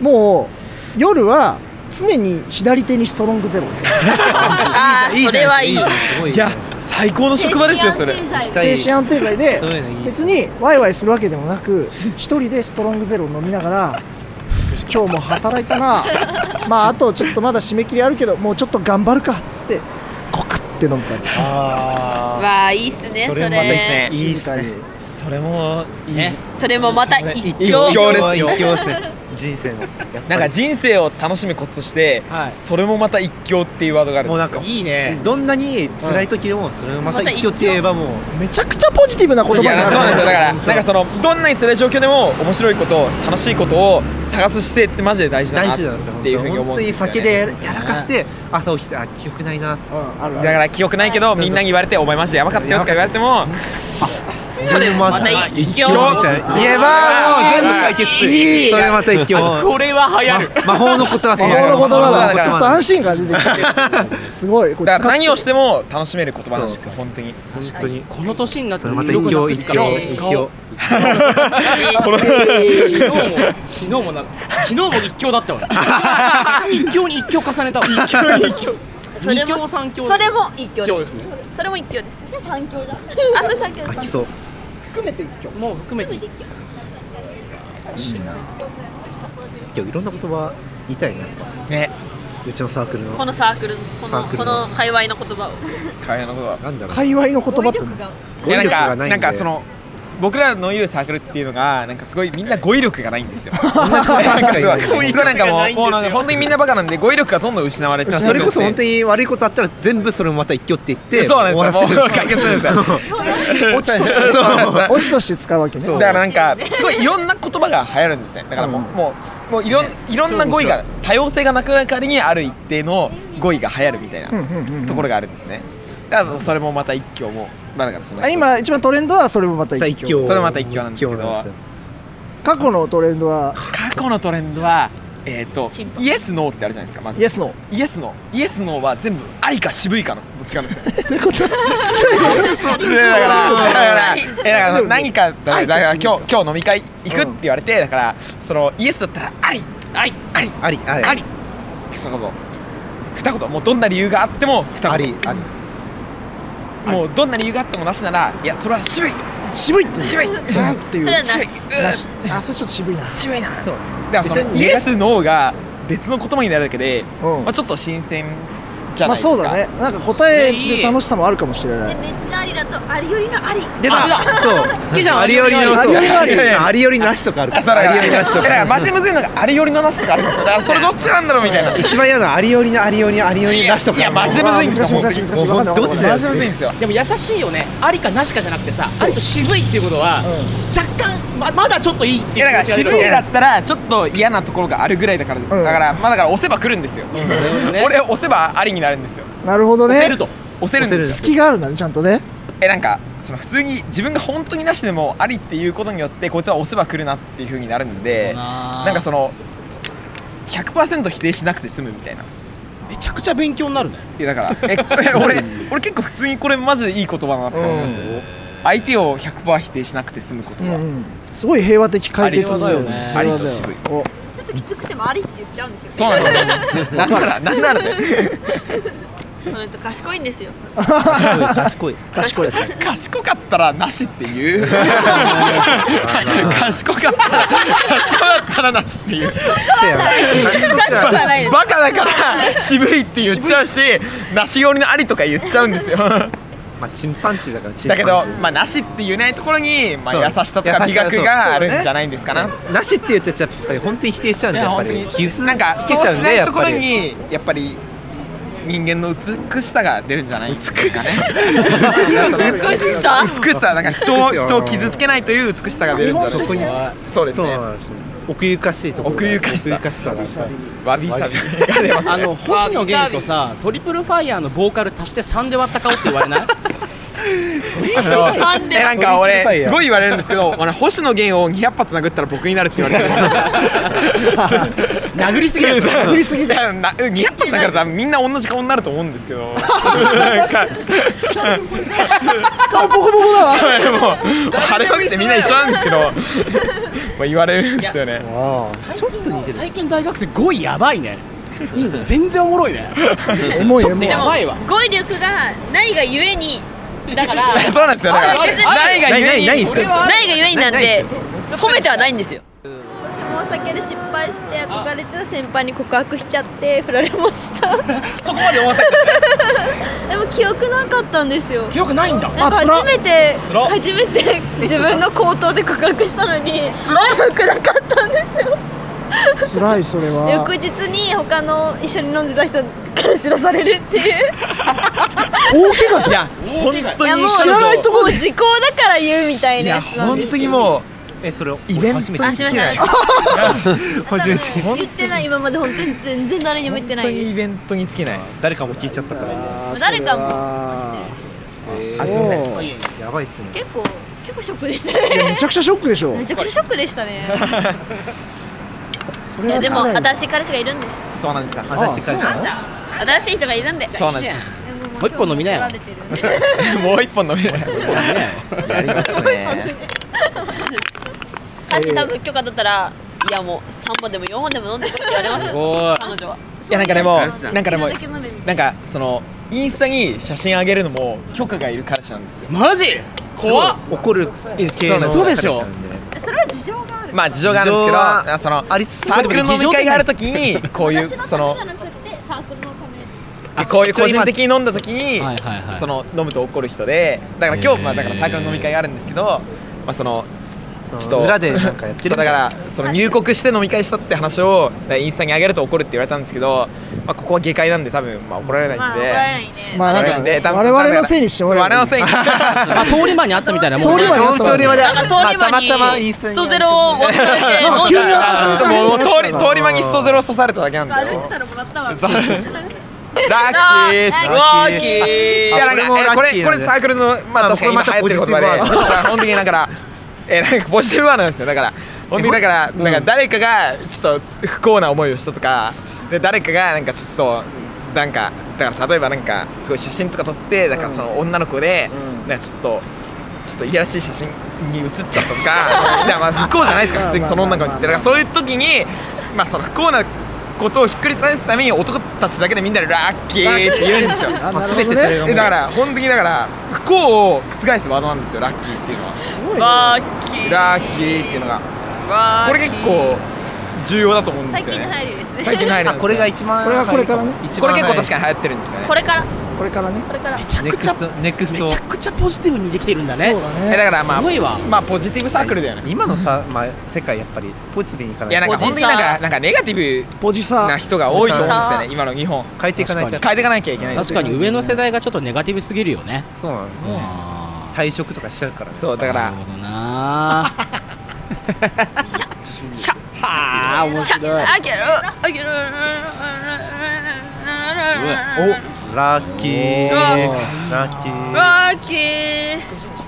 [SPEAKER 2] もう夜は常に左手にストロングゼロ
[SPEAKER 3] ああそれはいい。
[SPEAKER 6] すごい
[SPEAKER 5] いや最高の職場ですよそれ
[SPEAKER 4] 精神安定剤
[SPEAKER 2] 精神安定剤で
[SPEAKER 6] そういうのいいっす
[SPEAKER 2] 別にワイワイするわけでもなく一人でストロングゼロを飲みながら今日も働いたなまああとちょっとまだ締め切りあるけどもうちょっと頑張るかっつってコクって飲む感じ
[SPEAKER 6] あ
[SPEAKER 3] わあいいっすねそ
[SPEAKER 5] それもまた
[SPEAKER 3] れ。
[SPEAKER 5] いいっすね
[SPEAKER 6] いいっ
[SPEAKER 2] 静
[SPEAKER 6] す
[SPEAKER 2] かに
[SPEAKER 6] ね
[SPEAKER 5] それもいい
[SPEAKER 1] ね
[SPEAKER 3] それもまた
[SPEAKER 5] それ
[SPEAKER 3] 一
[SPEAKER 5] 一
[SPEAKER 3] 興。
[SPEAKER 5] 興ですよ
[SPEAKER 6] 一興ですね
[SPEAKER 1] 人生のやっぱり
[SPEAKER 5] なんか人生を楽しむコツとして、
[SPEAKER 1] はい
[SPEAKER 5] それもまた一興っていうワードがあるん
[SPEAKER 8] もう
[SPEAKER 5] で
[SPEAKER 8] なん
[SPEAKER 5] すよ
[SPEAKER 8] か
[SPEAKER 1] いいね
[SPEAKER 8] どんなに辛い時でもそれをまた一挙って言えばもう
[SPEAKER 2] めちゃくちゃポジティブな言葉
[SPEAKER 5] い
[SPEAKER 2] にな
[SPEAKER 5] や
[SPEAKER 2] る
[SPEAKER 5] そうなんですよだから
[SPEAKER 8] 本
[SPEAKER 5] なん
[SPEAKER 8] 当
[SPEAKER 5] かそのどんなに辛い状況でも面白いこと楽しいことを探す姿勢ってマジで大事だ
[SPEAKER 8] 大
[SPEAKER 5] な
[SPEAKER 8] 事なんですよ
[SPEAKER 5] っていうふうに思
[SPEAKER 8] 本
[SPEAKER 5] う
[SPEAKER 8] 当
[SPEAKER 5] ん
[SPEAKER 8] に
[SPEAKER 5] ですよ、ね、
[SPEAKER 8] 酒でやらかして朝起きてあ記憶ないな
[SPEAKER 2] うんあるある
[SPEAKER 5] だから記憶ないけどみんなに言われて「お前マジでやばかったよ」とか言われても
[SPEAKER 8] それま
[SPEAKER 9] また一
[SPEAKER 8] 言えばもう
[SPEAKER 5] たい
[SPEAKER 8] 全部解決するそれまた一挙
[SPEAKER 1] これは流行る
[SPEAKER 8] ま魔法の言葉
[SPEAKER 2] 魔法の言葉だちょっと安心感出てきてすごいこれ
[SPEAKER 5] だ
[SPEAKER 2] 使
[SPEAKER 5] から
[SPEAKER 2] っ
[SPEAKER 5] 何をしても楽しめる言葉なんですよ本当に
[SPEAKER 8] 本当に
[SPEAKER 1] この年になって
[SPEAKER 8] それまた一挙一挙一挙
[SPEAKER 5] この
[SPEAKER 1] 昨日も昨日もなんか昨日も一強だったわ一強に一強重ねたわ一強に一強
[SPEAKER 9] それ
[SPEAKER 1] 二強
[SPEAKER 9] も
[SPEAKER 1] 三強
[SPEAKER 9] それも一挙
[SPEAKER 1] 一強
[SPEAKER 9] で
[SPEAKER 1] ですすね
[SPEAKER 9] それも一挙です
[SPEAKER 3] それ三強だ
[SPEAKER 9] あそれ三挙
[SPEAKER 8] 書
[SPEAKER 9] で
[SPEAKER 8] き
[SPEAKER 9] す
[SPEAKER 8] そう
[SPEAKER 2] 含めて一挙
[SPEAKER 1] もう含めて
[SPEAKER 8] いいな今日いろんな言葉言いたいねやっぱ
[SPEAKER 5] ね
[SPEAKER 8] うちのサークルの
[SPEAKER 9] このサークルこ
[SPEAKER 8] サ
[SPEAKER 9] の
[SPEAKER 8] ーク
[SPEAKER 9] こ
[SPEAKER 8] ルの
[SPEAKER 9] の界隈の言葉を
[SPEAKER 5] 会話のことは
[SPEAKER 8] なんだろう
[SPEAKER 2] 界隈の言葉
[SPEAKER 3] 語
[SPEAKER 2] っ
[SPEAKER 3] 彙
[SPEAKER 2] て
[SPEAKER 3] 力が
[SPEAKER 5] い
[SPEAKER 8] 語彙
[SPEAKER 5] や
[SPEAKER 8] 力
[SPEAKER 5] な
[SPEAKER 8] が
[SPEAKER 5] んか
[SPEAKER 8] ないんで
[SPEAKER 5] なんかその僕らのいるサークルっていうのがなんかすごいみんな語彙力がないんですよ。なんかすご いすごいなんかもうもうなんか本当にみんなバカなんで語彙力がどんどん失われて
[SPEAKER 8] それこそ本当
[SPEAKER 5] に
[SPEAKER 8] に悪いことあったら全部それもまた一挙って言って
[SPEAKER 5] そうなんですよ。
[SPEAKER 8] 終
[SPEAKER 5] もう
[SPEAKER 8] わらせ
[SPEAKER 5] 解
[SPEAKER 8] る
[SPEAKER 5] 決するん ですよ。
[SPEAKER 2] 落ちとして
[SPEAKER 5] そうなんですよ
[SPEAKER 2] 落ちとして使うわけね
[SPEAKER 8] そう
[SPEAKER 5] だからなんかすごいいろんな言葉が流行るんですねだからもう,、
[SPEAKER 2] うん
[SPEAKER 5] もうもういろんいろんな語彙が多様性がなくなる代わりにある一定の語彙が流行るみたい
[SPEAKER 2] うんうんうんう
[SPEAKER 5] なんところがあるんですねだからそれもまた一挙もまあだからその
[SPEAKER 2] あ今一番トレンドはそれもまた
[SPEAKER 8] また
[SPEAKER 2] 一
[SPEAKER 8] 一
[SPEAKER 2] 挙
[SPEAKER 8] 挙
[SPEAKER 5] それまた一挙なんですけど
[SPEAKER 8] 一挙なんですよ
[SPEAKER 2] 過去のトレンドは
[SPEAKER 5] 過去のトレンドはえっ、と
[SPEAKER 9] チンポ
[SPEAKER 5] イエスノーってあるじゃないですかまず
[SPEAKER 2] イエスノ
[SPEAKER 5] イエスノーイエスノーは全部ありか渋いかのどっちかなんですよ
[SPEAKER 2] ーということ
[SPEAKER 5] だからだからえだから
[SPEAKER 2] でも
[SPEAKER 5] 何かだからだから
[SPEAKER 2] あ
[SPEAKER 5] 今
[SPEAKER 2] り
[SPEAKER 5] 日
[SPEAKER 2] か
[SPEAKER 5] 今日飲み会行くって言われて、だからそのイエスだったらありありあり
[SPEAKER 8] ありあり
[SPEAKER 5] あり二言二言もうどんな理由があっても二言
[SPEAKER 8] ありあり
[SPEAKER 5] もうどんな理由があってもなしならいやそれは渋い
[SPEAKER 2] 渋いって
[SPEAKER 5] 渋い
[SPEAKER 2] なんていう
[SPEAKER 9] それはなし
[SPEAKER 5] 渋いうん
[SPEAKER 2] なしあそれちょっと渋いな
[SPEAKER 5] 渋いな
[SPEAKER 8] そう
[SPEAKER 5] だからそのイエスノーが別の言葉になるだけで、
[SPEAKER 2] うん
[SPEAKER 5] まあ、ちょっと新鮮じゃ
[SPEAKER 2] まあ
[SPEAKER 5] ないですか
[SPEAKER 2] そうだねなんか答える楽しさもあるかもしれな
[SPEAKER 3] で
[SPEAKER 2] い
[SPEAKER 3] めっちゃありだとありよりのあり
[SPEAKER 1] 出た
[SPEAKER 8] そう
[SPEAKER 1] 好きじゃん
[SPEAKER 8] ありよりの
[SPEAKER 2] あ
[SPEAKER 8] そう
[SPEAKER 2] りよりのあ
[SPEAKER 5] り
[SPEAKER 8] ありよりなしとかある
[SPEAKER 5] あそれ
[SPEAKER 8] ありよりなしと
[SPEAKER 5] だか
[SPEAKER 8] から
[SPEAKER 5] マジむずいのがあれよりのなしとかあるんですよだからそれどっちなんだろうみたいな
[SPEAKER 8] 一番嫌なのはありよりのありよりのありよりなしとか
[SPEAKER 5] いやマジでむずいんですよ
[SPEAKER 2] 難しい難しい難しい
[SPEAKER 8] も
[SPEAKER 2] わ
[SPEAKER 8] う
[SPEAKER 2] かんない
[SPEAKER 8] どっちだ
[SPEAKER 5] マ
[SPEAKER 8] よ
[SPEAKER 5] ジむずいんですよ
[SPEAKER 1] でも優しいよねありかなしかじゃなくてさありと渋いっていうことは、若干ままだちょっといいっ
[SPEAKER 5] い
[SPEAKER 1] てい
[SPEAKER 5] や
[SPEAKER 1] う
[SPEAKER 5] だから
[SPEAKER 1] 気持ち
[SPEAKER 5] 渋
[SPEAKER 1] が
[SPEAKER 5] いだったらちょっと嫌なところがあるぐらいだから、だからまあだから押せば来るんですよ、
[SPEAKER 1] うんね
[SPEAKER 5] 俺押せばありになるんですよ
[SPEAKER 2] なるほど
[SPEAKER 1] 出
[SPEAKER 2] ね
[SPEAKER 1] ると
[SPEAKER 5] 押せるんですよ
[SPEAKER 2] 隙があるんだねちゃんとね
[SPEAKER 5] えなんかその普通に自分が本当になしでもありっていうことによってこいつは押せば来るなっていう風になるんで
[SPEAKER 1] な
[SPEAKER 5] なんかその100%否定しなくて済むみたいな
[SPEAKER 1] めちゃくちゃ勉強になるね
[SPEAKER 5] いやだからえこれ俺俺結構普通にこれマジでいい言葉だなって思いますよ、相手を100%否定しなくて済むこと
[SPEAKER 2] うん
[SPEAKER 5] は、
[SPEAKER 2] うんすごい平和的解決
[SPEAKER 1] ありよね
[SPEAKER 5] ありと渋い
[SPEAKER 2] お
[SPEAKER 3] ちょっときつくてもありって言っちゃうんですよ
[SPEAKER 5] そうなんですよなんならなんならね
[SPEAKER 9] うんと賢いんですよ
[SPEAKER 8] 賢い
[SPEAKER 2] 賢い
[SPEAKER 5] 賢かったらなしっていう賢かったら賢かったらなしっていう
[SPEAKER 8] 賢
[SPEAKER 9] 賢くはないです
[SPEAKER 5] バカだから渋いって言っちゃうしなし寄りのありとか言っちゃうんですよ
[SPEAKER 8] まあチンパンジーだからチンパ
[SPEAKER 5] だ
[SPEAKER 8] ンジ
[SPEAKER 5] け
[SPEAKER 8] ー
[SPEAKER 5] どまあなしって言えないところにま
[SPEAKER 8] そう
[SPEAKER 5] あ優しさと
[SPEAKER 8] 優しさ
[SPEAKER 5] か美学があるんじゃないんですかな
[SPEAKER 8] なしって言ってちゃやっぱり本当に否定しちゃうんでやっぱり傷
[SPEAKER 5] なんか
[SPEAKER 8] つ
[SPEAKER 5] そ
[SPEAKER 8] け
[SPEAKER 5] う
[SPEAKER 8] ちゃう
[SPEAKER 5] し
[SPEAKER 8] ん
[SPEAKER 5] な
[SPEAKER 8] で
[SPEAKER 5] い
[SPEAKER 8] やっ
[SPEAKER 5] とこ
[SPEAKER 8] ぱ
[SPEAKER 5] ろ
[SPEAKER 8] り
[SPEAKER 5] にやっぱり人間の美しさが出るんじゃないですかね
[SPEAKER 9] 美しさ
[SPEAKER 5] 美しさなんか人を
[SPEAKER 8] 美しいよ
[SPEAKER 5] 人を傷つけないという美しさが出るんじゃない
[SPEAKER 8] そこに
[SPEAKER 5] そうです
[SPEAKER 8] そう
[SPEAKER 5] ね
[SPEAKER 8] なんですよ奥ゆかしいところ
[SPEAKER 5] 奥ゆかしさ
[SPEAKER 8] 奥さだったり
[SPEAKER 5] わびさびが出ますね
[SPEAKER 1] あ の星野源とさトリプルファイヤーのボーカル足して3で割った顔って言われない
[SPEAKER 5] あのえなんか
[SPEAKER 8] トリプルファ
[SPEAKER 5] 俺
[SPEAKER 8] イヤー
[SPEAKER 5] すごい言われるんですけどあの星野源を200発殴ったら僕になるって言われて る殴りすぎです殴りすぎだよな200発だからさみんな同じ顔になると思うんですけ どなんか
[SPEAKER 2] 顔ボコボコだわ
[SPEAKER 5] でも晴れまくってみんな一緒なんです けどまあ言われるんですよね
[SPEAKER 8] あ
[SPEAKER 1] ちょっと似てる最近大学生語彙やばいね全然おもろいね
[SPEAKER 2] エモい
[SPEAKER 1] ち
[SPEAKER 2] エ
[SPEAKER 1] ょっ
[SPEAKER 2] モ
[SPEAKER 1] と
[SPEAKER 2] い
[SPEAKER 1] やばいわ
[SPEAKER 9] 語彙力がないがゆえにだから
[SPEAKER 5] そうなんですよだから
[SPEAKER 9] あれ別に
[SPEAKER 5] ないがゆえ
[SPEAKER 8] ない
[SPEAKER 5] に
[SPEAKER 8] ないない
[SPEAKER 5] 俺は
[SPEAKER 9] ないがゆえになんで褒めてはないんですよ
[SPEAKER 3] 私もお酒で失敗して憧れてた先輩に告白しちゃって振られました
[SPEAKER 5] そこまで思わせて
[SPEAKER 3] でも記憶なかったんですよ
[SPEAKER 1] 記憶ないんだ
[SPEAKER 3] なんか
[SPEAKER 2] あつら
[SPEAKER 3] 初めて
[SPEAKER 1] ら
[SPEAKER 3] 初 めて自分の口頭で告白したのに記憶なかったんですよ
[SPEAKER 2] 辛いそれは
[SPEAKER 3] 翌日に他の一緒に飲んでた人から知らされるっていう
[SPEAKER 2] 大怪我じゃん
[SPEAKER 5] いや本当に
[SPEAKER 3] もう
[SPEAKER 5] 知
[SPEAKER 2] 知らないとこで
[SPEAKER 3] もう時効だから言うみたい
[SPEAKER 5] い
[SPEAKER 3] なや
[SPEAKER 5] や
[SPEAKER 3] つなん
[SPEAKER 5] 本
[SPEAKER 3] です
[SPEAKER 5] 当にも
[SPEAKER 8] えそれを
[SPEAKER 5] うイベントに尽
[SPEAKER 8] 初め
[SPEAKER 5] き
[SPEAKER 8] て
[SPEAKER 5] な
[SPEAKER 3] あすいません
[SPEAKER 5] い
[SPEAKER 8] 初めて
[SPEAKER 3] 言ってない今まで本当に全然誰にも言って
[SPEAKER 5] 本
[SPEAKER 3] な
[SPEAKER 5] 当
[SPEAKER 3] い
[SPEAKER 5] にイ
[SPEAKER 3] です
[SPEAKER 5] ベントに尽きない
[SPEAKER 8] 誰かも聞いちゃったから
[SPEAKER 2] あー
[SPEAKER 3] 誰かも
[SPEAKER 2] そ
[SPEAKER 8] あ
[SPEAKER 2] れ
[SPEAKER 8] すいません
[SPEAKER 2] はあ
[SPEAKER 1] い
[SPEAKER 8] やばいっすね
[SPEAKER 3] 結構結構ショックでしたね
[SPEAKER 2] そういやめちゃくちゃショックでしょ
[SPEAKER 3] めちゃくちゃショックでしたね
[SPEAKER 2] そ
[SPEAKER 10] い
[SPEAKER 2] れ
[SPEAKER 10] や
[SPEAKER 2] は
[SPEAKER 10] でも
[SPEAKER 2] 辛いわ
[SPEAKER 10] 私彼氏がいるんで
[SPEAKER 5] そうなんですよ
[SPEAKER 2] あ
[SPEAKER 8] 話しっかりし
[SPEAKER 2] そう
[SPEAKER 8] た
[SPEAKER 2] なの
[SPEAKER 10] 新しい人がいるんで
[SPEAKER 5] そうなんですよ
[SPEAKER 1] もう一本飲みなよ
[SPEAKER 3] 取られてるんで
[SPEAKER 5] もう一本飲みない
[SPEAKER 11] やりますね
[SPEAKER 10] 彼氏多分許可取ったらいやもう三本でも四本でも飲んでこいって言われます
[SPEAKER 1] す
[SPEAKER 10] よ
[SPEAKER 1] ごい
[SPEAKER 10] 彼女はい
[SPEAKER 5] やなんかでも
[SPEAKER 3] そう
[SPEAKER 5] なんかでも
[SPEAKER 3] 好きなだけ飲めみたいな
[SPEAKER 5] なんかそのインスタに写真あげるのも許可がいる彼氏なんですよ
[SPEAKER 1] マジ怖っ
[SPEAKER 8] 怒る系の
[SPEAKER 5] そうでしょ
[SPEAKER 3] それは事情がある
[SPEAKER 5] まあ事情があるんですけ
[SPEAKER 8] 事情は
[SPEAKER 5] どその
[SPEAKER 8] ありつつ
[SPEAKER 5] サークルの飲み会があるときにこういう
[SPEAKER 3] 私の
[SPEAKER 5] そ
[SPEAKER 3] ため
[SPEAKER 5] の
[SPEAKER 3] じゃなくってサークルのため
[SPEAKER 5] こういう個人的に飲んだときに
[SPEAKER 1] はいはいはい
[SPEAKER 5] その飲むと怒る人でだから今日まあだからサークルの飲み会があるんですけどまあその
[SPEAKER 8] ち
[SPEAKER 5] ち
[SPEAKER 8] ょ
[SPEAKER 5] ょっ
[SPEAKER 8] っと
[SPEAKER 5] と
[SPEAKER 8] 裏でなんかやって
[SPEAKER 5] そ
[SPEAKER 8] る
[SPEAKER 5] うだからその入国して飲み会したって話をだからインスタに上げると怒るって言われたんですけど、まあ、ここは下界なんで多分まあ怒られないんで、
[SPEAKER 3] まあ怒られないね
[SPEAKER 2] まあな
[SPEAKER 5] 怒ら
[SPEAKER 2] ん
[SPEAKER 5] れないんで
[SPEAKER 2] か
[SPEAKER 5] 多分
[SPEAKER 2] 我々のせいにしても
[SPEAKER 5] 我
[SPEAKER 2] らえばい
[SPEAKER 5] 々の
[SPEAKER 2] い
[SPEAKER 5] せいに
[SPEAKER 1] あ通り魔にあったみたいなもん
[SPEAKER 2] 通り魔にあった
[SPEAKER 8] 通りまで
[SPEAKER 10] なんか通り
[SPEAKER 8] まあ
[SPEAKER 10] 魔
[SPEAKER 8] たまたまイ
[SPEAKER 10] に
[SPEAKER 8] ンスタ
[SPEAKER 10] ス
[SPEAKER 8] に
[SPEAKER 10] トゼロを持ってきて
[SPEAKER 2] なんか急に渡された
[SPEAKER 5] もうも
[SPEAKER 2] 変
[SPEAKER 5] う通
[SPEAKER 2] なやつだ
[SPEAKER 5] り
[SPEAKER 2] な
[SPEAKER 5] 通り魔にストゼロ刺されただけなん
[SPEAKER 3] なん
[SPEAKER 5] です
[SPEAKER 3] か歩いて
[SPEAKER 5] よ
[SPEAKER 3] たらもらったわみ
[SPEAKER 5] そ
[SPEAKER 3] た
[SPEAKER 5] う
[SPEAKER 3] いな
[SPEAKER 10] ラッキー
[SPEAKER 5] ラッキーラッキ
[SPEAKER 10] ラッキー
[SPEAKER 5] いやなん
[SPEAKER 8] あこ
[SPEAKER 5] か
[SPEAKER 8] れも
[SPEAKER 5] えこ
[SPEAKER 8] ラ
[SPEAKER 5] れこ
[SPEAKER 8] ッキーなんで
[SPEAKER 5] れサークルのまあ
[SPEAKER 8] あ
[SPEAKER 5] 確かに今流行ってる言葉で
[SPEAKER 8] これまたポジティブワード
[SPEAKER 5] だから本当になんかえなんかポジティブワードなんですよだから本当にだからなんか誰かがちょっと不幸な思いをしたとかで誰かがなんかちょっとなんかだから例えばなんかすごい写真とか撮ってだからその女の子で
[SPEAKER 2] うん
[SPEAKER 5] なんかちょっと。ちょっといやらしい写真に写っちゃったとかいやまあ不幸じゃないですか普通にその女の子に言ってだからそういう時にまあその不幸なことをひっくり返すために男たちだけでみんなでラッキーって言うんですよ
[SPEAKER 2] あ
[SPEAKER 8] ま
[SPEAKER 2] な
[SPEAKER 8] あ
[SPEAKER 2] るほど
[SPEAKER 8] 全てそれが
[SPEAKER 2] ね
[SPEAKER 5] えだから本当にだから不幸を覆すワードなんですよラッキーっていうのは
[SPEAKER 2] すごい
[SPEAKER 10] ラッキ
[SPEAKER 2] ね
[SPEAKER 10] ー
[SPEAKER 5] ラッキーっていうのが
[SPEAKER 10] ラッキー
[SPEAKER 5] これ結構重要だと思うんで
[SPEAKER 3] 最
[SPEAKER 5] すよ
[SPEAKER 3] 近
[SPEAKER 5] ね
[SPEAKER 3] の流行りですね
[SPEAKER 5] 最近の流行りな
[SPEAKER 8] あ
[SPEAKER 5] んですよ
[SPEAKER 8] これが一番
[SPEAKER 2] これがこれからね
[SPEAKER 8] 一
[SPEAKER 5] こ
[SPEAKER 8] 番
[SPEAKER 5] れ結構確かに流行ってるんですよね
[SPEAKER 10] これから
[SPEAKER 2] これからね
[SPEAKER 10] これから
[SPEAKER 8] ネクストネクス
[SPEAKER 1] めちゃ
[SPEAKER 8] ト
[SPEAKER 1] くちゃポジティブにできてるんだね
[SPEAKER 2] そうだね
[SPEAKER 5] えだからまあ
[SPEAKER 1] すごいわ
[SPEAKER 5] まあポジティブサークルだよね
[SPEAKER 8] 今のさまあ世界やっぱりポジティブにいかない
[SPEAKER 5] いやなんか本当になんかなんかネガティ
[SPEAKER 2] ポジサ
[SPEAKER 5] ブな
[SPEAKER 2] ー
[SPEAKER 5] 人が多いと思うんですよね今の日本
[SPEAKER 8] 変えていかないと
[SPEAKER 5] 変えていかなきゃいけないです
[SPEAKER 1] 確かに上の世代がちょっとネガティブすぎるよね
[SPEAKER 8] そうなんですね
[SPEAKER 1] あ
[SPEAKER 8] 退職とかしちゃうからね
[SPEAKER 5] そうだか
[SPEAKER 1] な
[SPEAKER 5] ら
[SPEAKER 1] るほど なあ面
[SPEAKER 10] シャ
[SPEAKER 1] 白い
[SPEAKER 10] あげるあげる
[SPEAKER 8] おラッキーラッキー
[SPEAKER 10] ラッキー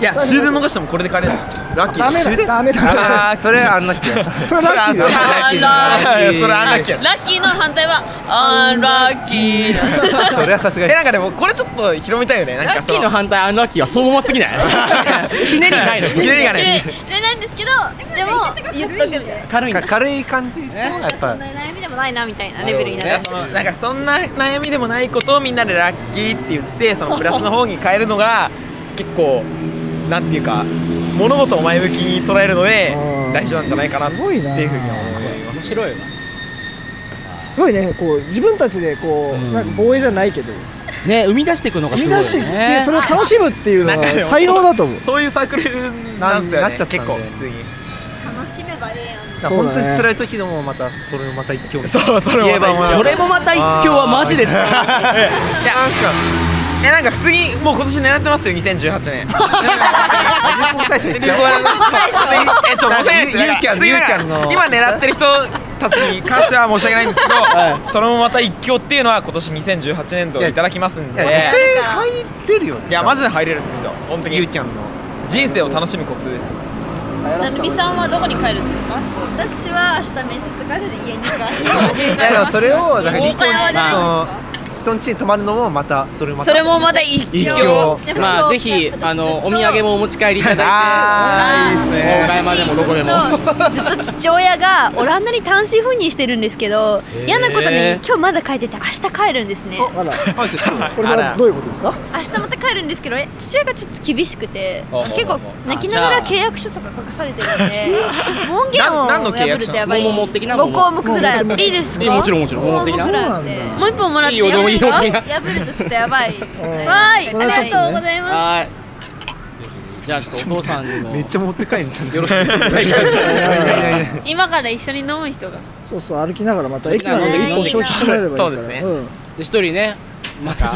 [SPEAKER 5] いや終電逃してもこれで帰れるラッキー
[SPEAKER 2] ダメだダメだ
[SPEAKER 5] あー
[SPEAKER 8] それあんなっけ
[SPEAKER 2] それはラッキーだ
[SPEAKER 5] そ
[SPEAKER 2] よ
[SPEAKER 5] れはラッキーじゃないそれはラッキー
[SPEAKER 10] ラッキーの反対はアンラッキー
[SPEAKER 8] それはさすが
[SPEAKER 5] え
[SPEAKER 8] に
[SPEAKER 5] なんかでもこれちょっと広めたいよねなん
[SPEAKER 1] ラ
[SPEAKER 5] か
[SPEAKER 1] ッキ
[SPEAKER 5] そ
[SPEAKER 1] ー
[SPEAKER 5] の
[SPEAKER 1] の反対あのラッキーはそう重すぎない ひねりないの
[SPEAKER 5] ひねりが
[SPEAKER 10] で
[SPEAKER 5] ね
[SPEAKER 10] でないんですけどでも言っとくみたいな
[SPEAKER 1] 軽いんだ
[SPEAKER 8] か軽い感じとやっ
[SPEAKER 3] そ
[SPEAKER 8] ぱ
[SPEAKER 3] んな悩みでもないなみたいなレベルになる
[SPEAKER 5] なんかそのなんかそんな悩みでもないことをみんなでラッキーって言ってそのプラスの方に変えるのが 結構なんていうか物事を前向きに捉えるので
[SPEAKER 2] うん
[SPEAKER 5] 大事なんじゃないかなって
[SPEAKER 2] すごいな
[SPEAKER 5] いうふうには思います
[SPEAKER 1] 面白いわ
[SPEAKER 2] すごいねこう自分たちでこ
[SPEAKER 1] う
[SPEAKER 2] うんなんか防衛じゃないけど
[SPEAKER 1] ね生み出していくのが
[SPEAKER 2] 生
[SPEAKER 1] す
[SPEAKER 2] み
[SPEAKER 1] ごい
[SPEAKER 2] 出して
[SPEAKER 1] よ
[SPEAKER 2] いって
[SPEAKER 1] ね
[SPEAKER 2] それを楽しむっていうの
[SPEAKER 5] なん
[SPEAKER 2] は
[SPEAKER 5] かでも
[SPEAKER 2] 才能だと思う
[SPEAKER 5] そういうサークルなんですよね
[SPEAKER 8] ななっちゃったん
[SPEAKER 5] 結
[SPEAKER 8] だよ
[SPEAKER 5] 構普通に
[SPEAKER 3] 楽しめばええやんみたいな
[SPEAKER 2] そうだね
[SPEAKER 8] 本当に辛い時でもまたそれをまた一挙
[SPEAKER 5] そうそれも
[SPEAKER 8] 言えばもう
[SPEAKER 1] それもまた一挙はマジで
[SPEAKER 5] いやえなんか普通にもう今年狙ってますよ2018年
[SPEAKER 8] 流行大賞い っち
[SPEAKER 5] 流行
[SPEAKER 8] ゃう
[SPEAKER 5] 語大賞えちょっと申し訳ないです
[SPEAKER 8] ゆゆうきゃん
[SPEAKER 5] だから
[SPEAKER 8] ゆうきゃんの
[SPEAKER 5] 今狙ってる人たちに関しては申し訳ないんですけど、それもまた一強っていうのは今年2018年度いただきますん
[SPEAKER 8] い
[SPEAKER 5] で
[SPEAKER 8] や
[SPEAKER 5] い
[SPEAKER 8] 絶
[SPEAKER 5] や
[SPEAKER 8] 対入れるよね
[SPEAKER 5] マジで入れるんですよ本当
[SPEAKER 8] ゆう
[SPEAKER 5] に
[SPEAKER 8] きゃんの
[SPEAKER 5] 人生を楽しむコツですよ
[SPEAKER 10] なるみさんはどこに帰るんですか
[SPEAKER 3] 私は明日面接があるので家に帰る
[SPEAKER 8] いやでもそれをだから
[SPEAKER 10] 豪快は出ないんですか
[SPEAKER 8] その人ん家に泊まるのもまたそれまた
[SPEAKER 10] それもまた一
[SPEAKER 8] 一
[SPEAKER 10] 挙
[SPEAKER 8] 挙
[SPEAKER 1] まあぜひあのお土産もお持ち帰りいただ
[SPEAKER 8] あーいいです
[SPEAKER 1] いて
[SPEAKER 8] ね
[SPEAKER 1] 大岡山でもどこでも
[SPEAKER 3] ずっと父親がオランダに単身赴任してるんですけど
[SPEAKER 1] へー
[SPEAKER 3] 嫌なことに今日まだ帰ってて明日帰るんですね
[SPEAKER 2] あら
[SPEAKER 8] あちょっと
[SPEAKER 2] これはどういうことですか
[SPEAKER 3] 明日また帰るんですけどえ父親がちょっと厳しくて
[SPEAKER 5] あ
[SPEAKER 3] 結構泣きながら契約書とか書かされてるんで門限を
[SPEAKER 5] な何の契
[SPEAKER 3] 破
[SPEAKER 5] 約
[SPEAKER 3] る
[SPEAKER 5] 書
[SPEAKER 3] とやばい
[SPEAKER 1] 桃持ってきな
[SPEAKER 3] 5項目ぐらいあっ
[SPEAKER 2] 桃
[SPEAKER 3] ていいですか
[SPEAKER 1] えもちろんもちろん
[SPEAKER 3] 5
[SPEAKER 1] 桃持
[SPEAKER 3] 項
[SPEAKER 1] ってき
[SPEAKER 3] 目
[SPEAKER 1] な
[SPEAKER 3] ぐらいあって
[SPEAKER 2] そうなんだ
[SPEAKER 10] もう一本もらって
[SPEAKER 1] いいよでもいいよ
[SPEAKER 10] やめるか
[SPEAKER 1] いいよ
[SPEAKER 3] 破るとちょっとやばいみたいな
[SPEAKER 2] うん
[SPEAKER 10] わーい
[SPEAKER 2] それはちょ
[SPEAKER 10] あ
[SPEAKER 2] っとね
[SPEAKER 10] りがとうござい
[SPEAKER 1] いて
[SPEAKER 10] ま
[SPEAKER 1] はい
[SPEAKER 10] す
[SPEAKER 1] じゃあちょっとお父さんにも
[SPEAKER 6] めっちゃ持って帰んじゃん
[SPEAKER 1] よろしくお願 いし
[SPEAKER 3] 今から一緒に飲む人が
[SPEAKER 2] そうそう歩きながらまた駅ま
[SPEAKER 1] 歩きな
[SPEAKER 2] で
[SPEAKER 1] がら
[SPEAKER 2] 一本消費してもらえればいいから
[SPEAKER 5] そうですね
[SPEAKER 2] うん
[SPEAKER 1] で一人ねまた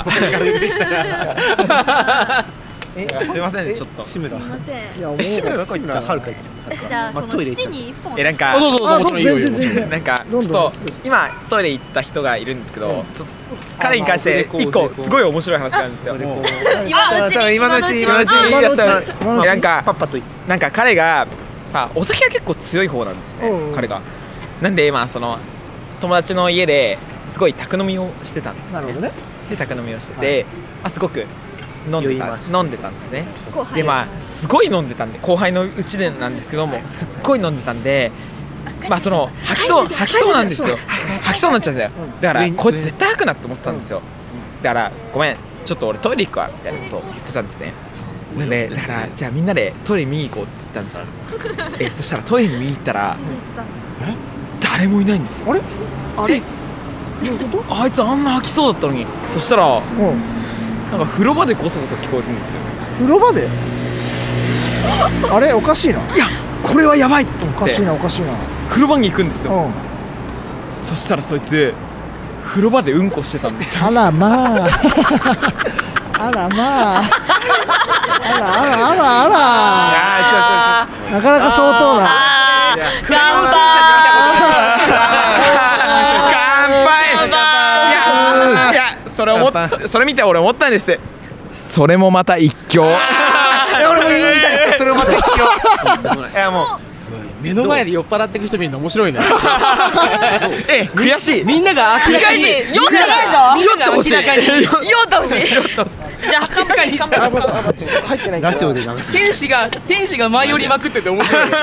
[SPEAKER 5] すいませんねちょっと
[SPEAKER 6] 志村
[SPEAKER 4] すいません
[SPEAKER 2] いやおも
[SPEAKER 5] え志村
[SPEAKER 2] ろ
[SPEAKER 5] ど
[SPEAKER 2] か
[SPEAKER 5] こ
[SPEAKER 2] っ
[SPEAKER 5] 行った
[SPEAKER 6] 志村はるか行っちゃ った
[SPEAKER 4] じゃあ
[SPEAKER 6] ま
[SPEAKER 4] そ
[SPEAKER 6] あ
[SPEAKER 4] の
[SPEAKER 6] トイレ行っち
[SPEAKER 4] 父
[SPEAKER 6] ゃった
[SPEAKER 4] に一本
[SPEAKER 5] えなん
[SPEAKER 1] あどう
[SPEAKER 5] か
[SPEAKER 1] ぞどう
[SPEAKER 2] あ
[SPEAKER 1] ぞもちろんいいよ
[SPEAKER 2] どう全然全然
[SPEAKER 5] なんかちょ
[SPEAKER 2] どんどん
[SPEAKER 5] っと
[SPEAKER 2] どうぞ
[SPEAKER 5] 今トイレ行った人がいるんですけどちょっと彼に関して一個すごい面白い話があるんですよ
[SPEAKER 1] もう
[SPEAKER 3] 今のうちに
[SPEAKER 6] 今のうちに
[SPEAKER 5] 今のうちに言い出したら
[SPEAKER 2] 今のうちに
[SPEAKER 5] なんか
[SPEAKER 6] パッパと行っ
[SPEAKER 5] なんか彼が、まあ、お酒は結構強い方なんですね、
[SPEAKER 2] うんうん
[SPEAKER 5] 彼がなんでまあその友達の家ですごい宅飲みをしてたんです
[SPEAKER 2] なるほどね
[SPEAKER 5] で宅飲みをしてて、まあ、すごく飲ん
[SPEAKER 6] 酔
[SPEAKER 5] で
[SPEAKER 6] い
[SPEAKER 5] た
[SPEAKER 6] ました
[SPEAKER 5] 飲んでたんですね
[SPEAKER 4] 後輩
[SPEAKER 5] でまあすごい飲んでたんで後輩のうちでなんですけどもすっごい飲んでたんでまあその吐きそう吐きそうなんですよ吐きそうになっちゃうんだよ
[SPEAKER 2] うん
[SPEAKER 5] だか
[SPEAKER 6] 上
[SPEAKER 5] ら
[SPEAKER 6] に
[SPEAKER 5] こいつ絶対吐くなって思ってたんですよだからごめんちょっと俺トイレ行くわみたいなことを言ってたんですねなんでだからじゃあみんなでトイレ見に行こうって言ったんですよえそしたらトイレに見に行ったら誰もいないんですよあれあれあいつあんな吐きそうだったのにそしたら
[SPEAKER 2] うん
[SPEAKER 5] なんか風呂場でゴソゴソ聞こえるんですよ
[SPEAKER 2] 風呂場であれおかしいない
[SPEAKER 5] やこれはやばいと
[SPEAKER 2] お
[SPEAKER 5] 思っ
[SPEAKER 2] か
[SPEAKER 5] て
[SPEAKER 2] しいなおかしいな
[SPEAKER 5] 風呂場に行くんですよ
[SPEAKER 2] うん
[SPEAKER 5] そしたらそいつ風呂場でうんこしてたんですよ
[SPEAKER 2] あらまああらまああらあらあらあ
[SPEAKER 5] あ
[SPEAKER 2] らなかなか相当な
[SPEAKER 3] あー乾杯
[SPEAKER 5] 乾杯いやいやそれ思っ
[SPEAKER 6] 乾
[SPEAKER 5] それ見て俺思ったんですそれもまた一興
[SPEAKER 6] 俺も言いたいそれをまた行きよ ういやもう
[SPEAKER 1] すごい目の前で酔っ払っていく人見るの面白いね
[SPEAKER 5] ええ悔しい
[SPEAKER 1] みんなが明らか
[SPEAKER 3] 悔
[SPEAKER 1] に
[SPEAKER 3] しい酔ってねえぞ
[SPEAKER 5] 酔ってほし
[SPEAKER 1] 明
[SPEAKER 5] い
[SPEAKER 1] らかに
[SPEAKER 5] 酔っ
[SPEAKER 3] 酔ってほしい じゃあ乾杯乾杯
[SPEAKER 2] 入ってないか
[SPEAKER 6] ラ
[SPEAKER 2] ら
[SPEAKER 6] ジオで流 す
[SPEAKER 1] 天使が天使が舞い降りまくってて面白い
[SPEAKER 2] じゃ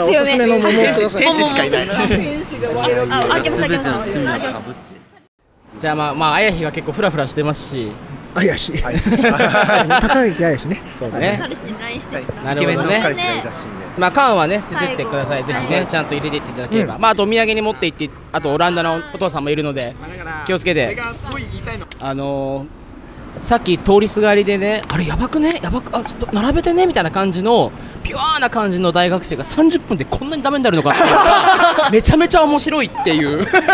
[SPEAKER 2] あおすすめの桃をください
[SPEAKER 1] 天使しかいない
[SPEAKER 4] あ開けました開けま
[SPEAKER 7] 全ての
[SPEAKER 4] し
[SPEAKER 7] 罪
[SPEAKER 4] た
[SPEAKER 7] が
[SPEAKER 4] あ
[SPEAKER 7] かぶって
[SPEAKER 1] じゃあまあまあ綾日は結構フラフラしてますし
[SPEAKER 2] あやひ高雪あやひね
[SPEAKER 6] そうだ
[SPEAKER 1] ね
[SPEAKER 4] 彼氏に LINE してきた
[SPEAKER 1] な
[SPEAKER 6] イ
[SPEAKER 1] る
[SPEAKER 6] ケ
[SPEAKER 1] ほ
[SPEAKER 6] メン
[SPEAKER 1] ど
[SPEAKER 6] の
[SPEAKER 1] ね
[SPEAKER 6] 彼氏がいるらしいんで
[SPEAKER 1] まあ缶はね捨ててってくださいぜ
[SPEAKER 4] 最後
[SPEAKER 1] ひね
[SPEAKER 4] はい
[SPEAKER 1] ちゃんと入れてっていただければ、まああとお土産に持って行ってあとオランダのお父さんもいるので気をつけてあのー、さっき通りすがりでねあれやばくねやばくあちょっと並べてねみたいな感じのピュアな感じの大学生が30分でこんなにダメになるのかっていうのがめちゃめちゃ面白いっていう
[SPEAKER 4] もともと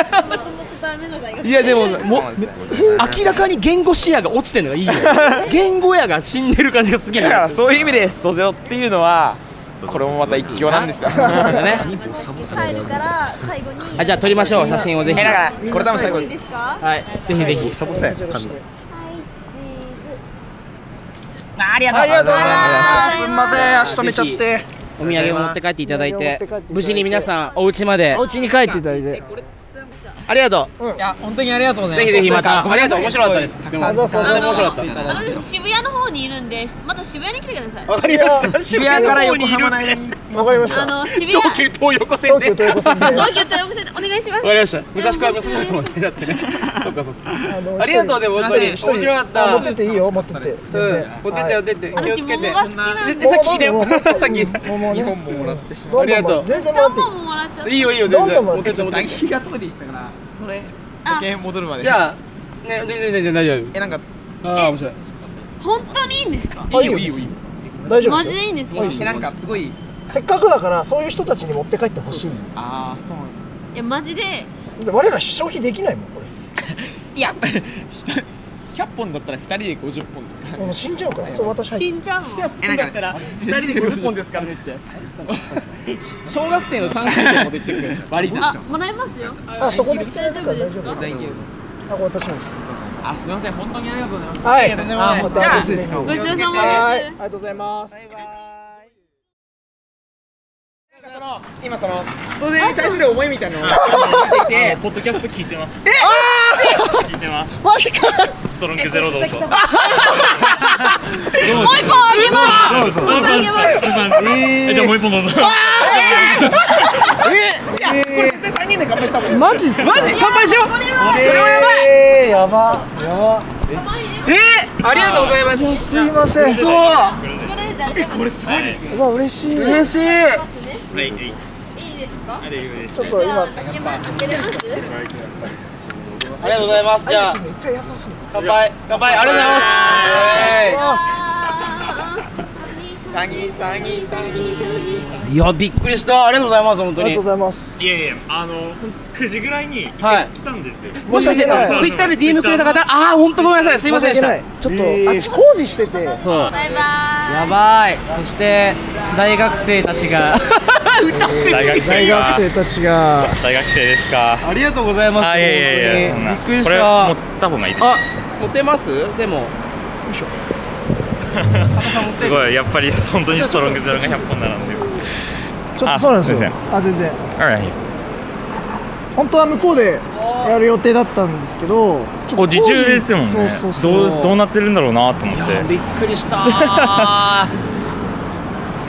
[SPEAKER 4] ダメな大学
[SPEAKER 1] いやでもも明らかに言語視野が落ちてるのがいいよ言語野が死んでる感じがすげえ
[SPEAKER 5] だから
[SPEAKER 1] な
[SPEAKER 5] そういう意味でソゼロっていうのはこれもまた一興なんですよ
[SPEAKER 1] そうだね
[SPEAKER 4] 帰るから最後に
[SPEAKER 1] あじゃあ撮りましょう写真をぜひ
[SPEAKER 5] えだからこれ多分最後です
[SPEAKER 4] いいですかは
[SPEAKER 1] はいぜひぜひ
[SPEAKER 6] サボさや髪
[SPEAKER 4] いチーズ
[SPEAKER 3] ありがとうありがとうございますすんません
[SPEAKER 1] 足止めちゃってお土産を持って帰っていただい
[SPEAKER 2] お土産持ってて帰っていただいて
[SPEAKER 1] 無事に皆さんお家まで
[SPEAKER 2] お家に帰っていただいて
[SPEAKER 1] ありがと
[SPEAKER 5] いや本当にありがとうござ
[SPEAKER 1] うぜ
[SPEAKER 5] い
[SPEAKER 1] ひぜひまたありがとう面白かったですす
[SPEAKER 2] んそうそう
[SPEAKER 1] とても面白かっ
[SPEAKER 3] 私渋谷の方にいるんでまた渋谷に来てください
[SPEAKER 1] たわかりました渋
[SPEAKER 5] 渋谷から横
[SPEAKER 1] にいる
[SPEAKER 5] 浜の間に
[SPEAKER 2] わかりました
[SPEAKER 3] あの渋谷
[SPEAKER 1] 東急東横
[SPEAKER 2] 東
[SPEAKER 1] 線で
[SPEAKER 2] 京東横線で
[SPEAKER 3] 東京豊岡線でお願いします
[SPEAKER 1] わかりました武蔵小山武蔵小山もね だってねそっかそっかありがとうでも本当に面
[SPEAKER 2] 一人
[SPEAKER 1] 白か
[SPEAKER 2] あ
[SPEAKER 1] った
[SPEAKER 2] 持ってっていいよ持ってって全
[SPEAKER 1] うん
[SPEAKER 2] 然
[SPEAKER 1] 持ってって持
[SPEAKER 2] は
[SPEAKER 1] ってって気を
[SPEAKER 3] 私
[SPEAKER 1] つけ
[SPEAKER 3] 桃
[SPEAKER 1] て
[SPEAKER 3] が好きなんで
[SPEAKER 1] 絶対先聞いて
[SPEAKER 2] もうもうもう
[SPEAKER 1] 先聞いて
[SPEAKER 2] いもうもうね
[SPEAKER 5] 日本ももらってしま
[SPEAKER 2] どんどん
[SPEAKER 1] ありがとう
[SPEAKER 2] 全然
[SPEAKER 3] 3
[SPEAKER 2] 持って
[SPEAKER 3] 本ももらっちゃった
[SPEAKER 1] いいよいいよ
[SPEAKER 2] ど
[SPEAKER 1] 全
[SPEAKER 2] んど
[SPEAKER 1] 然
[SPEAKER 2] ん持
[SPEAKER 1] 持
[SPEAKER 2] っ
[SPEAKER 1] ってて
[SPEAKER 2] っ
[SPEAKER 1] って持ってって
[SPEAKER 5] がトイレ行ったからそれ
[SPEAKER 3] あ
[SPEAKER 5] け戻るまで
[SPEAKER 1] じゃあね全然全然大丈
[SPEAKER 5] えなんか
[SPEAKER 1] 夫ああ面白い
[SPEAKER 3] 本当にいいんですか
[SPEAKER 2] はい
[SPEAKER 5] いよいいよいいよ
[SPEAKER 2] 大丈夫
[SPEAKER 3] マ
[SPEAKER 2] で
[SPEAKER 3] ジ
[SPEAKER 2] すよ
[SPEAKER 3] でいいんですか
[SPEAKER 5] えなんかすごい
[SPEAKER 2] せっかくだからそういう人たちに持って帰ってほしい
[SPEAKER 5] ああそうなんですね
[SPEAKER 3] いやマジで
[SPEAKER 2] で我ら消費できないもんこれ
[SPEAKER 5] いや100本だったら2人で50本ですから
[SPEAKER 2] もう死んじゃうからそう私入って
[SPEAKER 3] 死んじゃうの
[SPEAKER 5] えなんか
[SPEAKER 1] 二人で50本ですからねって小学生の3歳生のこと言ってるけど
[SPEAKER 5] 割り
[SPEAKER 3] あ
[SPEAKER 5] 算
[SPEAKER 3] もらえますよ
[SPEAKER 2] あそこで捨てられるから大丈夫ですあこれ私のです
[SPEAKER 5] あすいません本当にありがとうございました
[SPEAKER 2] はい
[SPEAKER 5] あもう
[SPEAKER 2] じゃあ
[SPEAKER 5] 大丈夫ですか
[SPEAKER 3] ごちそうさま
[SPEAKER 2] はいあ
[SPEAKER 3] です
[SPEAKER 2] りがとうございます
[SPEAKER 5] 今そのそれに対する思いみたいなのを聞いて
[SPEAKER 12] ポッドキャスト聞いてます。聞いてます。
[SPEAKER 2] マジか
[SPEAKER 12] ストロングゼロどうぞ。
[SPEAKER 3] もう一本あげます
[SPEAKER 12] どうぞ
[SPEAKER 3] あげます
[SPEAKER 12] えじゃあもう一本どうぞ。
[SPEAKER 5] これ絶対3人で乾杯したもん
[SPEAKER 2] マジっすマジ
[SPEAKER 1] 乾杯しよう
[SPEAKER 2] えーやばやば
[SPEAKER 1] えー、ありがとうございます
[SPEAKER 2] すいませんそう
[SPEAKER 4] これ大丈夫
[SPEAKER 2] うわ嬉しい
[SPEAKER 1] 嬉しい
[SPEAKER 4] いいですか
[SPEAKER 2] ちょっと今
[SPEAKER 4] 開けま開けれます
[SPEAKER 1] ありがとうございますじゃあ
[SPEAKER 2] めっちゃ優しい
[SPEAKER 1] 乾杯乾杯ありがとうございます
[SPEAKER 2] あ
[SPEAKER 4] あー
[SPEAKER 5] サギサギサギ
[SPEAKER 1] いやびっくりしたありがとうございます本当
[SPEAKER 2] ありが
[SPEAKER 1] に
[SPEAKER 2] とうございます
[SPEAKER 12] いやいやあの9時ぐらいに一
[SPEAKER 1] は
[SPEAKER 12] 回
[SPEAKER 1] い
[SPEAKER 12] 来たんですよ、
[SPEAKER 1] もしかして
[SPEAKER 2] 申し訳ない
[SPEAKER 1] ツイッターで DM くれた方ああ本当ごめんなさいすいませんでし
[SPEAKER 2] 申
[SPEAKER 1] た
[SPEAKER 2] 訳ないちょっと、あっち工事してて
[SPEAKER 1] そう
[SPEAKER 3] バイバ
[SPEAKER 1] やばいそして大学生たちが歌って
[SPEAKER 12] 大学
[SPEAKER 2] 大
[SPEAKER 12] 生
[SPEAKER 2] 学
[SPEAKER 12] か
[SPEAKER 2] 生たちが
[SPEAKER 12] 大学生ですか
[SPEAKER 1] ありがとうございます
[SPEAKER 12] あいやいやいやそん
[SPEAKER 1] 本当に
[SPEAKER 12] な
[SPEAKER 1] びっくりし
[SPEAKER 12] これ
[SPEAKER 1] た
[SPEAKER 12] 持った方がいいです
[SPEAKER 1] あ持てますでもよいしょ高さん持て
[SPEAKER 12] す
[SPEAKER 1] る
[SPEAKER 12] ごいやっぱり本当にストロングゼロが100本並んでる
[SPEAKER 2] ちょっとそうなんです
[SPEAKER 12] あすい
[SPEAKER 2] よ
[SPEAKER 12] ま
[SPEAKER 2] あ全然
[SPEAKER 12] あらいい
[SPEAKER 2] 本当は向こうでやる予定だったんですけどちょ
[SPEAKER 12] こ
[SPEAKER 2] っと工
[SPEAKER 12] う
[SPEAKER 2] 事
[SPEAKER 12] 自重ですもんね
[SPEAKER 2] そうそうそう
[SPEAKER 12] どうどうなってるんだろうなと思っ
[SPEAKER 1] い
[SPEAKER 12] て
[SPEAKER 1] やびっくりした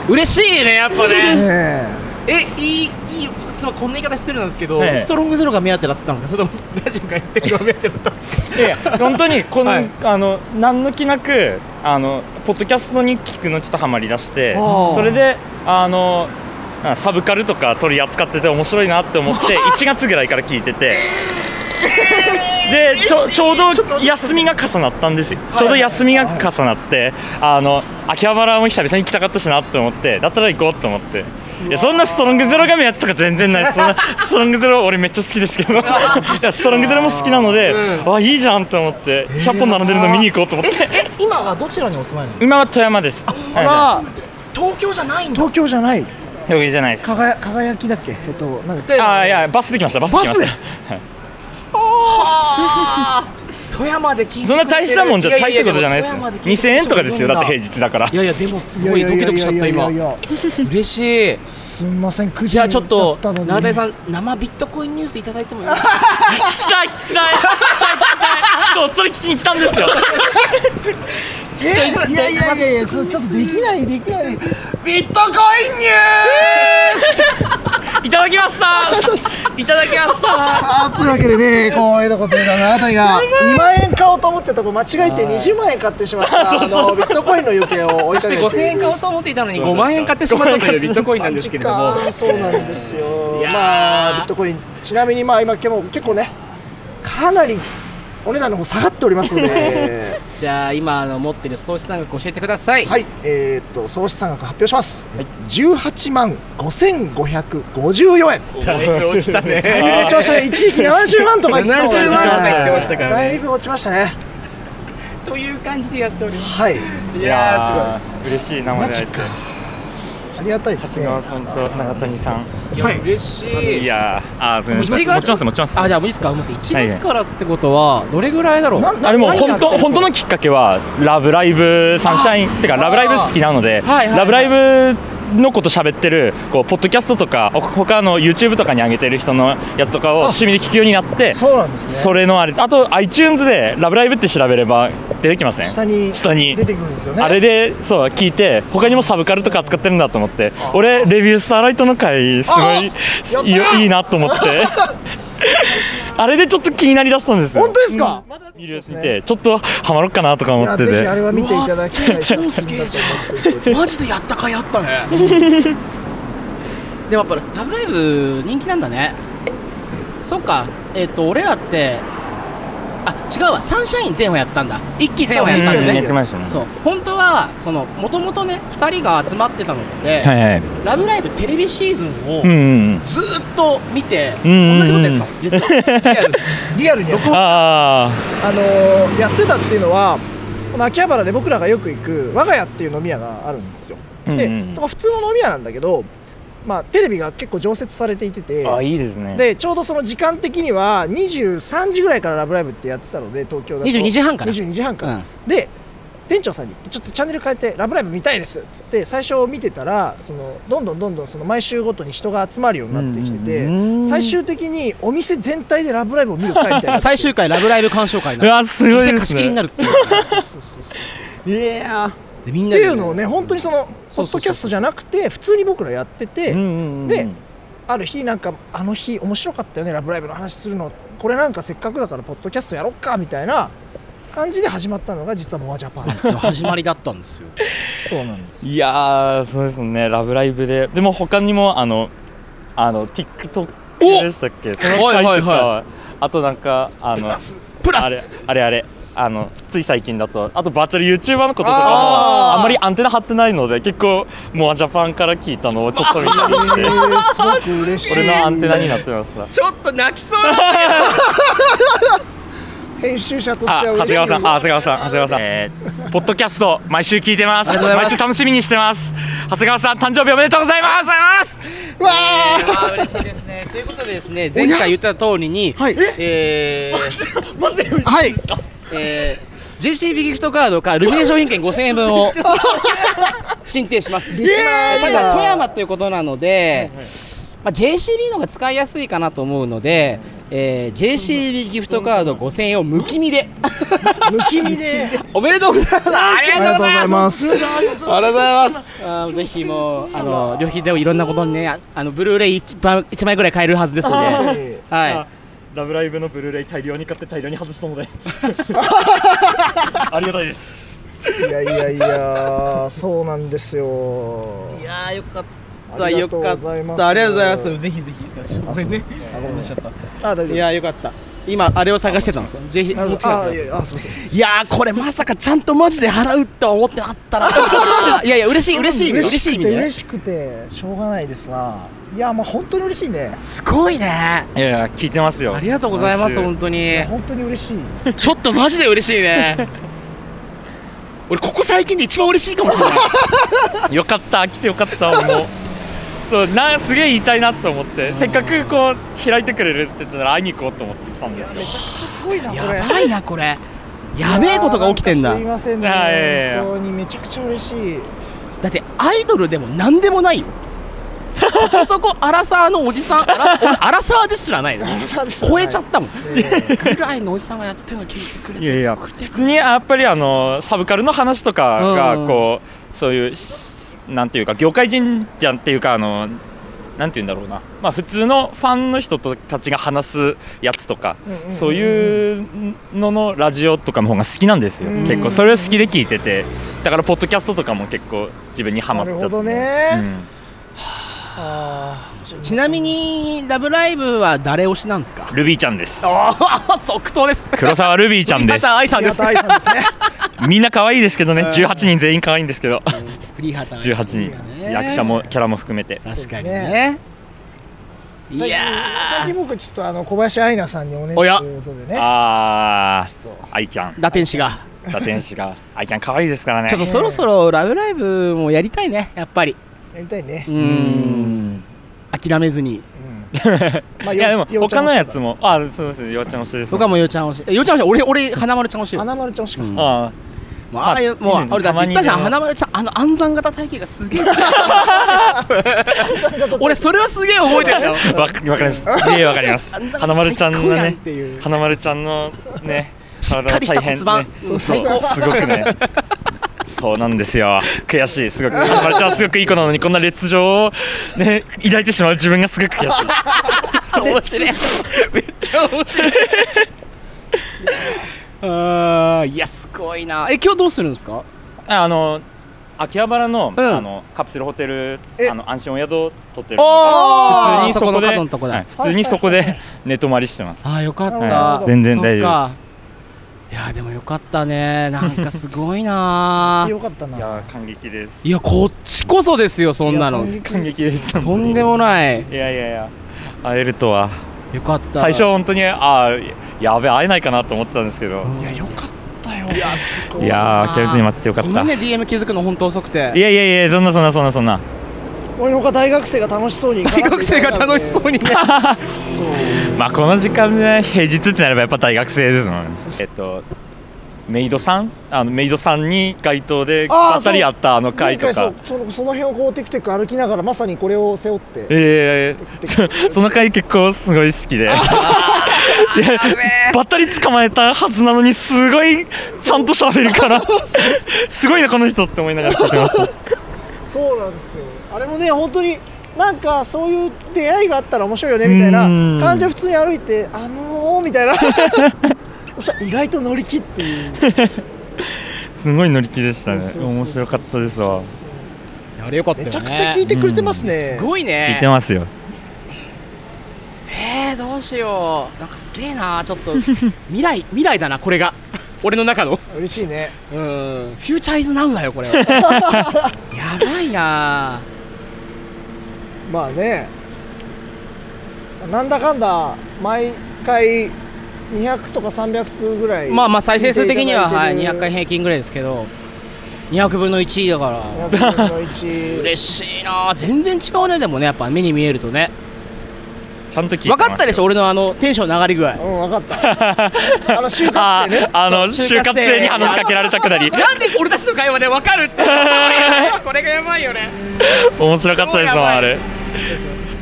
[SPEAKER 1] 嬉しいねやっぱ ね
[SPEAKER 2] ね
[SPEAKER 1] えいいいいそうこんな言い方してるんですけど、
[SPEAKER 12] ええ
[SPEAKER 1] ストロングゼロが目当てだったんですかそれともラジオが言ってるのが目当てだったんですか
[SPEAKER 12] いやいや本当にこの、
[SPEAKER 1] はい
[SPEAKER 12] あの何の気なくあのポッドキャストに聞くのちょっとハマりだして
[SPEAKER 2] あー
[SPEAKER 12] それであのあサブカルとか取り扱ってて面白いなって思って1月ぐらいから聞いてて。でちょちょうど休みが重なったんですよ、ちょうど休みが重なって、あの秋葉原も久々に行きたかったしなと思って、だったら行こうと思って、いやそんなストロングゼロが目立つとか全然な いです、そんなストロングゼロ、俺めっちゃ好きですけど、いやストロングゼロも好きなので、あいいじゃんと思って、100本並んでるの見に行こうと思って、
[SPEAKER 1] え今はどちらにお住まいなの
[SPEAKER 12] 今は富山です、
[SPEAKER 2] え
[SPEAKER 12] は
[SPEAKER 2] あら東京じゃない東京じゃない
[SPEAKER 12] い表現じゃないです。
[SPEAKER 2] 輝輝きだっけえっとなんか
[SPEAKER 12] あーいやバスで来ましたバスで来ました
[SPEAKER 1] 富山で聞いてくれてる
[SPEAKER 12] そんな大したもんじゃ
[SPEAKER 1] いや
[SPEAKER 12] 大
[SPEAKER 1] い
[SPEAKER 12] した
[SPEAKER 1] や
[SPEAKER 12] ことじゃないです
[SPEAKER 1] も
[SPEAKER 12] よ
[SPEAKER 1] 富山聞て
[SPEAKER 12] 2000円とかですよだって
[SPEAKER 1] く
[SPEAKER 12] 平
[SPEAKER 1] れてるん
[SPEAKER 12] 日だから
[SPEAKER 1] いやいやでもすごいドキドキしちゃった今
[SPEAKER 2] いやいやいやいや
[SPEAKER 1] 嬉しい
[SPEAKER 2] すんません9時
[SPEAKER 1] じゃあちょっと
[SPEAKER 2] だたのに
[SPEAKER 1] 永谷さん生ビットコインニュースいただいてもいいですか
[SPEAKER 12] 聞きたい聞きたい聞きたい聞きたいそうそれ聞きに来たんですよ
[SPEAKER 2] えいやいやいやいやちょっとできないできない
[SPEAKER 12] いただきましたいただきました
[SPEAKER 2] あーというわけでね、こう江戸小手さんのあたりが2万円買おうと思ってたとこ間違えて20万円買ってしま ったあのビットコインの行方を追い
[SPEAKER 1] そ
[SPEAKER 2] か
[SPEAKER 1] し
[SPEAKER 2] けて
[SPEAKER 1] て5000円買おうと思っていたのに5万円買ってしまったというビットコインなんで すけれども
[SPEAKER 2] マジかそうなんですよ
[SPEAKER 1] いやー
[SPEAKER 2] まあビットコインちなみにまあ今今日も結構ねかなりお値段の方下がっておりますの で
[SPEAKER 1] じゃあ今あの持ってる総資産額教えてください、
[SPEAKER 2] はいえー、っと総資産額発表します、18万5554円
[SPEAKER 12] 落ちた
[SPEAKER 2] だ
[SPEAKER 12] ね
[SPEAKER 2] いぶ落ちましたね一時期70万とか言ってたもんね
[SPEAKER 1] 70万とか言ってましたからね
[SPEAKER 2] だいぶ落ちましたね
[SPEAKER 1] という感じでやっております
[SPEAKER 2] はい
[SPEAKER 1] い
[SPEAKER 12] い
[SPEAKER 1] や
[SPEAKER 12] やー嬉しい生
[SPEAKER 2] マ
[SPEAKER 12] で会
[SPEAKER 2] ジ
[SPEAKER 12] えて
[SPEAKER 2] かありがたいで
[SPEAKER 12] 長
[SPEAKER 2] す
[SPEAKER 12] 谷
[SPEAKER 2] ね
[SPEAKER 12] 川さんと長谷さん
[SPEAKER 1] ーすごいいや、
[SPEAKER 2] はい
[SPEAKER 1] 嬉しい
[SPEAKER 12] いやーあーすみません
[SPEAKER 1] 1
[SPEAKER 12] 持ちます持ちます
[SPEAKER 1] あじゃあもういいですかもういいです
[SPEAKER 12] は
[SPEAKER 1] 1
[SPEAKER 12] い
[SPEAKER 1] 月からってことはどれぐらいだろう
[SPEAKER 2] な
[SPEAKER 1] は
[SPEAKER 2] な
[SPEAKER 12] あでも
[SPEAKER 2] 何や
[SPEAKER 12] 本
[SPEAKER 2] ってる
[SPEAKER 12] 当本当のきっかけは「ラブライブサンシャイン」ってか「ラブライブ」好きなの
[SPEAKER 1] は
[SPEAKER 12] で「
[SPEAKER 1] いはいはい
[SPEAKER 12] ラブライブ」のこと喋ってるこうポッドキャストとかほ他の YouTube とかに上げてる人のやつとかを趣味で聞くようになって
[SPEAKER 2] そうなんですね
[SPEAKER 12] それのあれあと iTunes で「ラブライブ」って調べれば出てきません
[SPEAKER 2] 下に
[SPEAKER 12] 下に
[SPEAKER 2] 出てくるんですよね
[SPEAKER 12] あれでそう聞いて他にもサブカルとか扱ってるんだと思って俺レビュースターライトの回すごいいいいいなと思ってあれでちょっと気になりだしたんですよ
[SPEAKER 2] 本当ですか、
[SPEAKER 12] 見る見てちょっとハマろっかなとか思
[SPEAKER 2] い
[SPEAKER 12] っ
[SPEAKER 2] や
[SPEAKER 12] て
[SPEAKER 2] ぜひあ
[SPEAKER 12] て
[SPEAKER 2] れは見ていただきたい
[SPEAKER 1] 超すげえじ
[SPEAKER 2] ゃ
[SPEAKER 1] マジでやったかやったねでもやっぱ「ラブライブ!」人気なんだねそっかえっ、と俺らってあ違うわサンシャイン前後やったんだ一期前後やったんだ
[SPEAKER 12] うん
[SPEAKER 1] ね
[SPEAKER 12] やってましたね
[SPEAKER 1] そう本当はそのもともとね2人が集まってたのって「
[SPEAKER 12] はいはい
[SPEAKER 1] ラブライブ!」テレビシーズンを
[SPEAKER 12] うんうん
[SPEAKER 1] ずーっと見て、
[SPEAKER 12] うんうんうん
[SPEAKER 1] 同じことやってたの実はリ アルで
[SPEAKER 2] んリアルにやって
[SPEAKER 12] あ
[SPEAKER 2] あのーやってたっていうのはこの秋葉原で僕らがよく行く我が家っていう飲み屋があるんですよ、
[SPEAKER 12] うんう
[SPEAKER 2] で
[SPEAKER 12] ん
[SPEAKER 2] そこ普通の飲み屋なんだけどまあテレビが結構常設されていてて
[SPEAKER 12] ああいいですね
[SPEAKER 2] でちょうどその時間的には23時ぐらいから「ラブライブ!」ってやってたので東京だと
[SPEAKER 1] 22時半から
[SPEAKER 2] 22時半から、
[SPEAKER 1] うん
[SPEAKER 2] で店長さんに「ちょっとチャンネル変えて『ラブライブ!』見たいです」っつって最初見てたらそのどんどんどんどんその毎週ごとに人が集まるようになってきてて、
[SPEAKER 12] うん
[SPEAKER 2] 最終的にお店全体で「ラブライブ!」を見る会みたい な
[SPEAKER 1] 最終回「ラブライブ!」鑑賞会に
[SPEAKER 12] う
[SPEAKER 1] なる
[SPEAKER 12] わすごい
[SPEAKER 1] 店
[SPEAKER 12] で
[SPEAKER 1] 貸
[SPEAKER 12] す
[SPEAKER 1] し切りにな
[SPEAKER 12] ね
[SPEAKER 1] るっていう
[SPEAKER 2] そうそうそうそう
[SPEAKER 12] いや
[SPEAKER 1] でみん
[SPEAKER 2] っ
[SPEAKER 1] な
[SPEAKER 2] てい
[SPEAKER 1] で
[SPEAKER 2] うのをね本当にそのポ
[SPEAKER 1] そうそうそう
[SPEAKER 2] ッドキャストじゃなくて普通に僕らやってて、である日なんかあの日面白かったよね「ラブライブ!」の話するのこれなんかせっかくだからポッドキャストやろっかみたいな感じで始まったのが実はモアジャパン
[SPEAKER 1] の始まりだったんですよ
[SPEAKER 2] そうなんです
[SPEAKER 12] いやーそうですね「ラブライブで」でも他にもあのあの TikTok でしたっけその回とか
[SPEAKER 1] はいはいは
[SPEAKER 12] あとなんかあの
[SPEAKER 1] プラ
[SPEAKER 12] あれ
[SPEAKER 1] ス
[SPEAKER 12] あれあれあのつい最近だとあとバーチャル YouTuber のこととかも
[SPEAKER 2] あー
[SPEAKER 12] あんまりアンテナ張ってないので結構モアジャパンから聞いたのをちょっと見たりし
[SPEAKER 2] えー、
[SPEAKER 12] て
[SPEAKER 2] すごく嬉しい
[SPEAKER 12] 俺のアンテナになってました
[SPEAKER 7] ちょっと泣きそうな
[SPEAKER 2] 編集者とし
[SPEAKER 12] あ、
[SPEAKER 2] ては嬉
[SPEAKER 12] 長
[SPEAKER 2] し
[SPEAKER 12] 谷
[SPEAKER 2] い
[SPEAKER 12] 川さん、あ長谷川さん、長谷川さん、えー、ポッドキャスト毎週聞いてます。
[SPEAKER 1] りがとうございま
[SPEAKER 12] 毎
[SPEAKER 1] す
[SPEAKER 12] 週楽しみにしてます。長谷川さん、誕生日おめでとうございます。
[SPEAKER 2] うわー
[SPEAKER 1] あー嬉しいですね。ということでですね、前回言った通りに、
[SPEAKER 2] はい
[SPEAKER 1] えー
[SPEAKER 12] マジで嬉しい
[SPEAKER 2] はい
[SPEAKER 1] えー、JCB ギフトカードかルミネ商品券5000円分 を申請します。ただ富山ということなので、まあ、JCB の方が使いやすいかなと思うので、えー、JCB ギフトカード5000円を無気味で
[SPEAKER 2] むきみで
[SPEAKER 1] おめでとうございます。あり
[SPEAKER 2] あり
[SPEAKER 1] が
[SPEAKER 2] がと
[SPEAKER 1] とう
[SPEAKER 2] うご
[SPEAKER 1] ござ
[SPEAKER 2] ざ
[SPEAKER 1] い
[SPEAKER 2] い
[SPEAKER 1] ます。
[SPEAKER 2] ます
[SPEAKER 1] ありがとうございます。あーぜひもうあの旅費でもいろんなことにね、ああのブルーレイ一番一枚ぐらい買えるはずですので、はい。
[SPEAKER 12] ラブライブのブルーレイ大量に買って大量に外したので。ありがたいです。
[SPEAKER 2] いやいやいやそうなんですよ
[SPEAKER 1] いやーよかっ
[SPEAKER 2] あ
[SPEAKER 1] た
[SPEAKER 2] りが
[SPEAKER 1] よ
[SPEAKER 2] とう
[SPEAKER 1] か
[SPEAKER 2] ご
[SPEAKER 1] っ
[SPEAKER 2] ざいます
[SPEAKER 1] たありがとうございますぜひぜひすいませんごめんね
[SPEAKER 2] あごめんなさいあ大丈夫
[SPEAKER 1] いやーよかった今あれを探してたんですよぜひ
[SPEAKER 2] なるほど
[SPEAKER 1] あ
[SPEAKER 2] あいやいやあすいません
[SPEAKER 1] いやーこれまさかちゃんとマジで払うとは思ってなかっ たないやいや嬉しい嬉しい嬉しい
[SPEAKER 2] く
[SPEAKER 1] み
[SPEAKER 2] て
[SPEAKER 1] たいな
[SPEAKER 2] 嬉しくてしょうがないですないやまあ本当に嬉しいね
[SPEAKER 1] すごいね
[SPEAKER 12] いやいや、聞いてますよ。
[SPEAKER 1] ありがとうございます本当に
[SPEAKER 2] 本当に嬉しい
[SPEAKER 1] ちょっとマジで嬉しいね俺ここ最近で一番嬉しいかもしれない
[SPEAKER 12] よかった、来てよかった、もう。そうなすげえ言いたいなと思って、せっかくこう開いてくれるって言ったら会いに行こうと思って来たんですよ
[SPEAKER 2] めちゃくちゃすごいなこれ
[SPEAKER 1] やばいなこれやべえことが起きてんだ
[SPEAKER 2] いやーなかすいませんね
[SPEAKER 12] あーいやいや
[SPEAKER 2] 本当にめちゃくちゃ嬉しい
[SPEAKER 1] だってアイドルでも何でもないよそこそこアラサーのおじさんアラ俺アラ サーですらないの超えちゃったもんぐらいのおじさんがやってるの聞いてくれて
[SPEAKER 12] いやいや普通にやっぱりあのサブカルの話とか
[SPEAKER 1] うんう
[SPEAKER 12] が
[SPEAKER 1] ん
[SPEAKER 12] こう、そういうしなんていうか業界人じゃんっていうかあのなんていうんだろうなまあ普通のファンの人たちが話すやつとか、そういうののラジオとかの方が好きなんですよ、
[SPEAKER 2] うん
[SPEAKER 12] 結構それを好きで聞いててだからポッドキャストとかも結構自分にはま
[SPEAKER 2] な
[SPEAKER 12] っちゃ
[SPEAKER 2] る
[SPEAKER 12] って
[SPEAKER 2] ほど
[SPEAKER 12] う
[SPEAKER 2] ね
[SPEAKER 12] ん
[SPEAKER 2] あー
[SPEAKER 1] ちなみに「ラブライブ!」は誰推しなんです か
[SPEAKER 12] ルビーちゃんです
[SPEAKER 1] ああ即答です
[SPEAKER 12] 黒沢ルビーちゃんで
[SPEAKER 1] 栗
[SPEAKER 12] す
[SPEAKER 1] 畑愛さんです
[SPEAKER 2] 平田愛さんですね
[SPEAKER 12] みんな可愛いですけどね18人全員可愛いんですけど
[SPEAKER 1] 栗畑愛さん
[SPEAKER 12] 18人役者もキャラも含めて
[SPEAKER 1] 確かにね
[SPEAKER 2] ね
[SPEAKER 1] いや
[SPEAKER 2] 最近僕ちょっとあの小林愛菜さんにおね
[SPEAKER 1] おや
[SPEAKER 2] ということでね
[SPEAKER 12] ああ
[SPEAKER 2] ちょっと
[SPEAKER 12] アイキャン
[SPEAKER 1] ー打天使が
[SPEAKER 12] 打天使が アイキャン可愛いですからね
[SPEAKER 1] ちょっとそろそろ「ラブライブ!」もやりたいねやっぱり
[SPEAKER 2] やりたいね
[SPEAKER 1] うーん諦めずに
[SPEAKER 2] まあ
[SPEAKER 12] いやでも
[SPEAKER 2] よ
[SPEAKER 12] 他のやつもあすみませんようちゃん推しです
[SPEAKER 1] 僕はもうようちゃん推しようちゃん推し俺俺花丸ちゃん推しよ
[SPEAKER 2] 花丸ちゃん欲しかっ
[SPEAKER 1] う
[SPEAKER 2] た
[SPEAKER 1] んもう
[SPEAKER 12] あ
[SPEAKER 1] ああいう
[SPEAKER 12] まあ
[SPEAKER 1] もう
[SPEAKER 12] い
[SPEAKER 1] 俺
[SPEAKER 12] いね
[SPEAKER 1] だって言ったじゃん
[SPEAKER 12] たまにね
[SPEAKER 1] 花丸ちゃんあの暗算型体型がすげえ好き俺それはすげえ覚えてるんだ よ
[SPEAKER 12] あわわかりますすげえわかります
[SPEAKER 1] 暗算型
[SPEAKER 12] 花丸ちゃんの
[SPEAKER 1] 最高や
[SPEAKER 12] ね
[SPEAKER 1] っていう
[SPEAKER 12] 花丸ちゃんのねし
[SPEAKER 1] っかり した骨盤
[SPEAKER 12] そうすごくねそうなんですよ悔しいすごく花丸ちゃんはすごくいい子なのにこんな劣情をね抱いてしまう自分がすごく悔しい
[SPEAKER 1] 面白いめっちゃ面白いあーいやすごいなえ今日どうするんですか
[SPEAKER 12] ああの秋葉原の,、
[SPEAKER 1] うん
[SPEAKER 12] あのカプセルホテル
[SPEAKER 2] え
[SPEAKER 12] あの安心お宿取ってる
[SPEAKER 1] あー
[SPEAKER 12] 普通にそこで
[SPEAKER 1] あそこの角のとこだ
[SPEAKER 12] はい普通にそこで 寝泊まりしてます、
[SPEAKER 1] あーよかっ
[SPEAKER 2] なるほ
[SPEAKER 1] た
[SPEAKER 2] ど
[SPEAKER 12] 全然大丈夫
[SPEAKER 1] そっかいやでもよかったねなんかすご いな
[SPEAKER 2] よかった
[SPEAKER 12] い
[SPEAKER 2] な
[SPEAKER 12] やー感激です
[SPEAKER 1] いやこっちこそですよそんなの
[SPEAKER 2] いや
[SPEAKER 12] 感激です本当
[SPEAKER 1] と
[SPEAKER 12] に
[SPEAKER 1] んでもない
[SPEAKER 12] いやいやいや会えるとは
[SPEAKER 1] よかった
[SPEAKER 12] 最初本当にあーやべえ会えないかなと思ってたんですけど、
[SPEAKER 1] ん
[SPEAKER 2] いやよかったよ
[SPEAKER 12] いやー諦めずに待ってよかっ
[SPEAKER 1] ご
[SPEAKER 12] た
[SPEAKER 1] めん
[SPEAKER 12] い
[SPEAKER 1] ね DM 気づくの本当遅くて
[SPEAKER 12] やいやいやそんなそんなそんなそんな
[SPEAKER 2] 俺のほか大学生が楽しそうに
[SPEAKER 1] 大学生が楽しそうにね
[SPEAKER 12] まあこの時間ね平日ってなればやっぱ大学生ですもんねえっとメイドさんあのメイドさんに街頭で
[SPEAKER 2] あー
[SPEAKER 12] ばったり
[SPEAKER 2] そう
[SPEAKER 12] 会ったあの会
[SPEAKER 2] 前回
[SPEAKER 12] と
[SPEAKER 2] そ
[SPEAKER 12] か
[SPEAKER 2] うそのその辺をこうテクテク歩きながらまさにこれを背負って
[SPEAKER 12] ええそその回結構すごい好きでいやばったり捕まえたはずなのにすごいちゃんと喋るからすごいなこの人って思いながら聞いてました
[SPEAKER 2] そうなんですよあれもね本当になんかそういう出会いがあったら面白いよねみたいな
[SPEAKER 12] うん
[SPEAKER 2] 感じで普通に歩いてあのーみた いなそしたら意外と乗り気っていう
[SPEAKER 12] すごい乗り気でしたね
[SPEAKER 2] そうそうそう
[SPEAKER 12] 面白かったですわ
[SPEAKER 1] あれよかったよ
[SPEAKER 2] め
[SPEAKER 1] ね
[SPEAKER 2] ちゃくちゃ聞いてくれてますね
[SPEAKER 1] すごいね
[SPEAKER 12] 聞いてますよ
[SPEAKER 1] えー、どうしようなんかすげえなちょっと未来未来だなこれが俺の中の
[SPEAKER 2] 嬉しいね
[SPEAKER 1] うんフューチャーイズナウだよこれはやばいな
[SPEAKER 2] まあねなんだかんだ毎回200とか300ぐらい
[SPEAKER 1] まあまあ再生数的には、はい、
[SPEAKER 2] 見ていた
[SPEAKER 1] 200
[SPEAKER 2] だ
[SPEAKER 1] 回
[SPEAKER 2] いてる
[SPEAKER 1] 平均ぐらいですけど200分の1だから
[SPEAKER 2] 200分の1
[SPEAKER 1] 嬉しいな全然違うねでもねやっぱ目に見えるとね
[SPEAKER 12] ちゃんと聞いて
[SPEAKER 1] 分かったでし
[SPEAKER 12] ょ
[SPEAKER 1] ょ俺のあのテンションの上がり具合
[SPEAKER 2] うん分かったあの就
[SPEAKER 12] あ
[SPEAKER 2] 活生ね
[SPEAKER 12] ーあの
[SPEAKER 1] そう
[SPEAKER 12] 就活生に話しかけられたくなり
[SPEAKER 1] なんで俺たちの会話で分かるってこれがやばいよね
[SPEAKER 12] 面白かったですもんあれ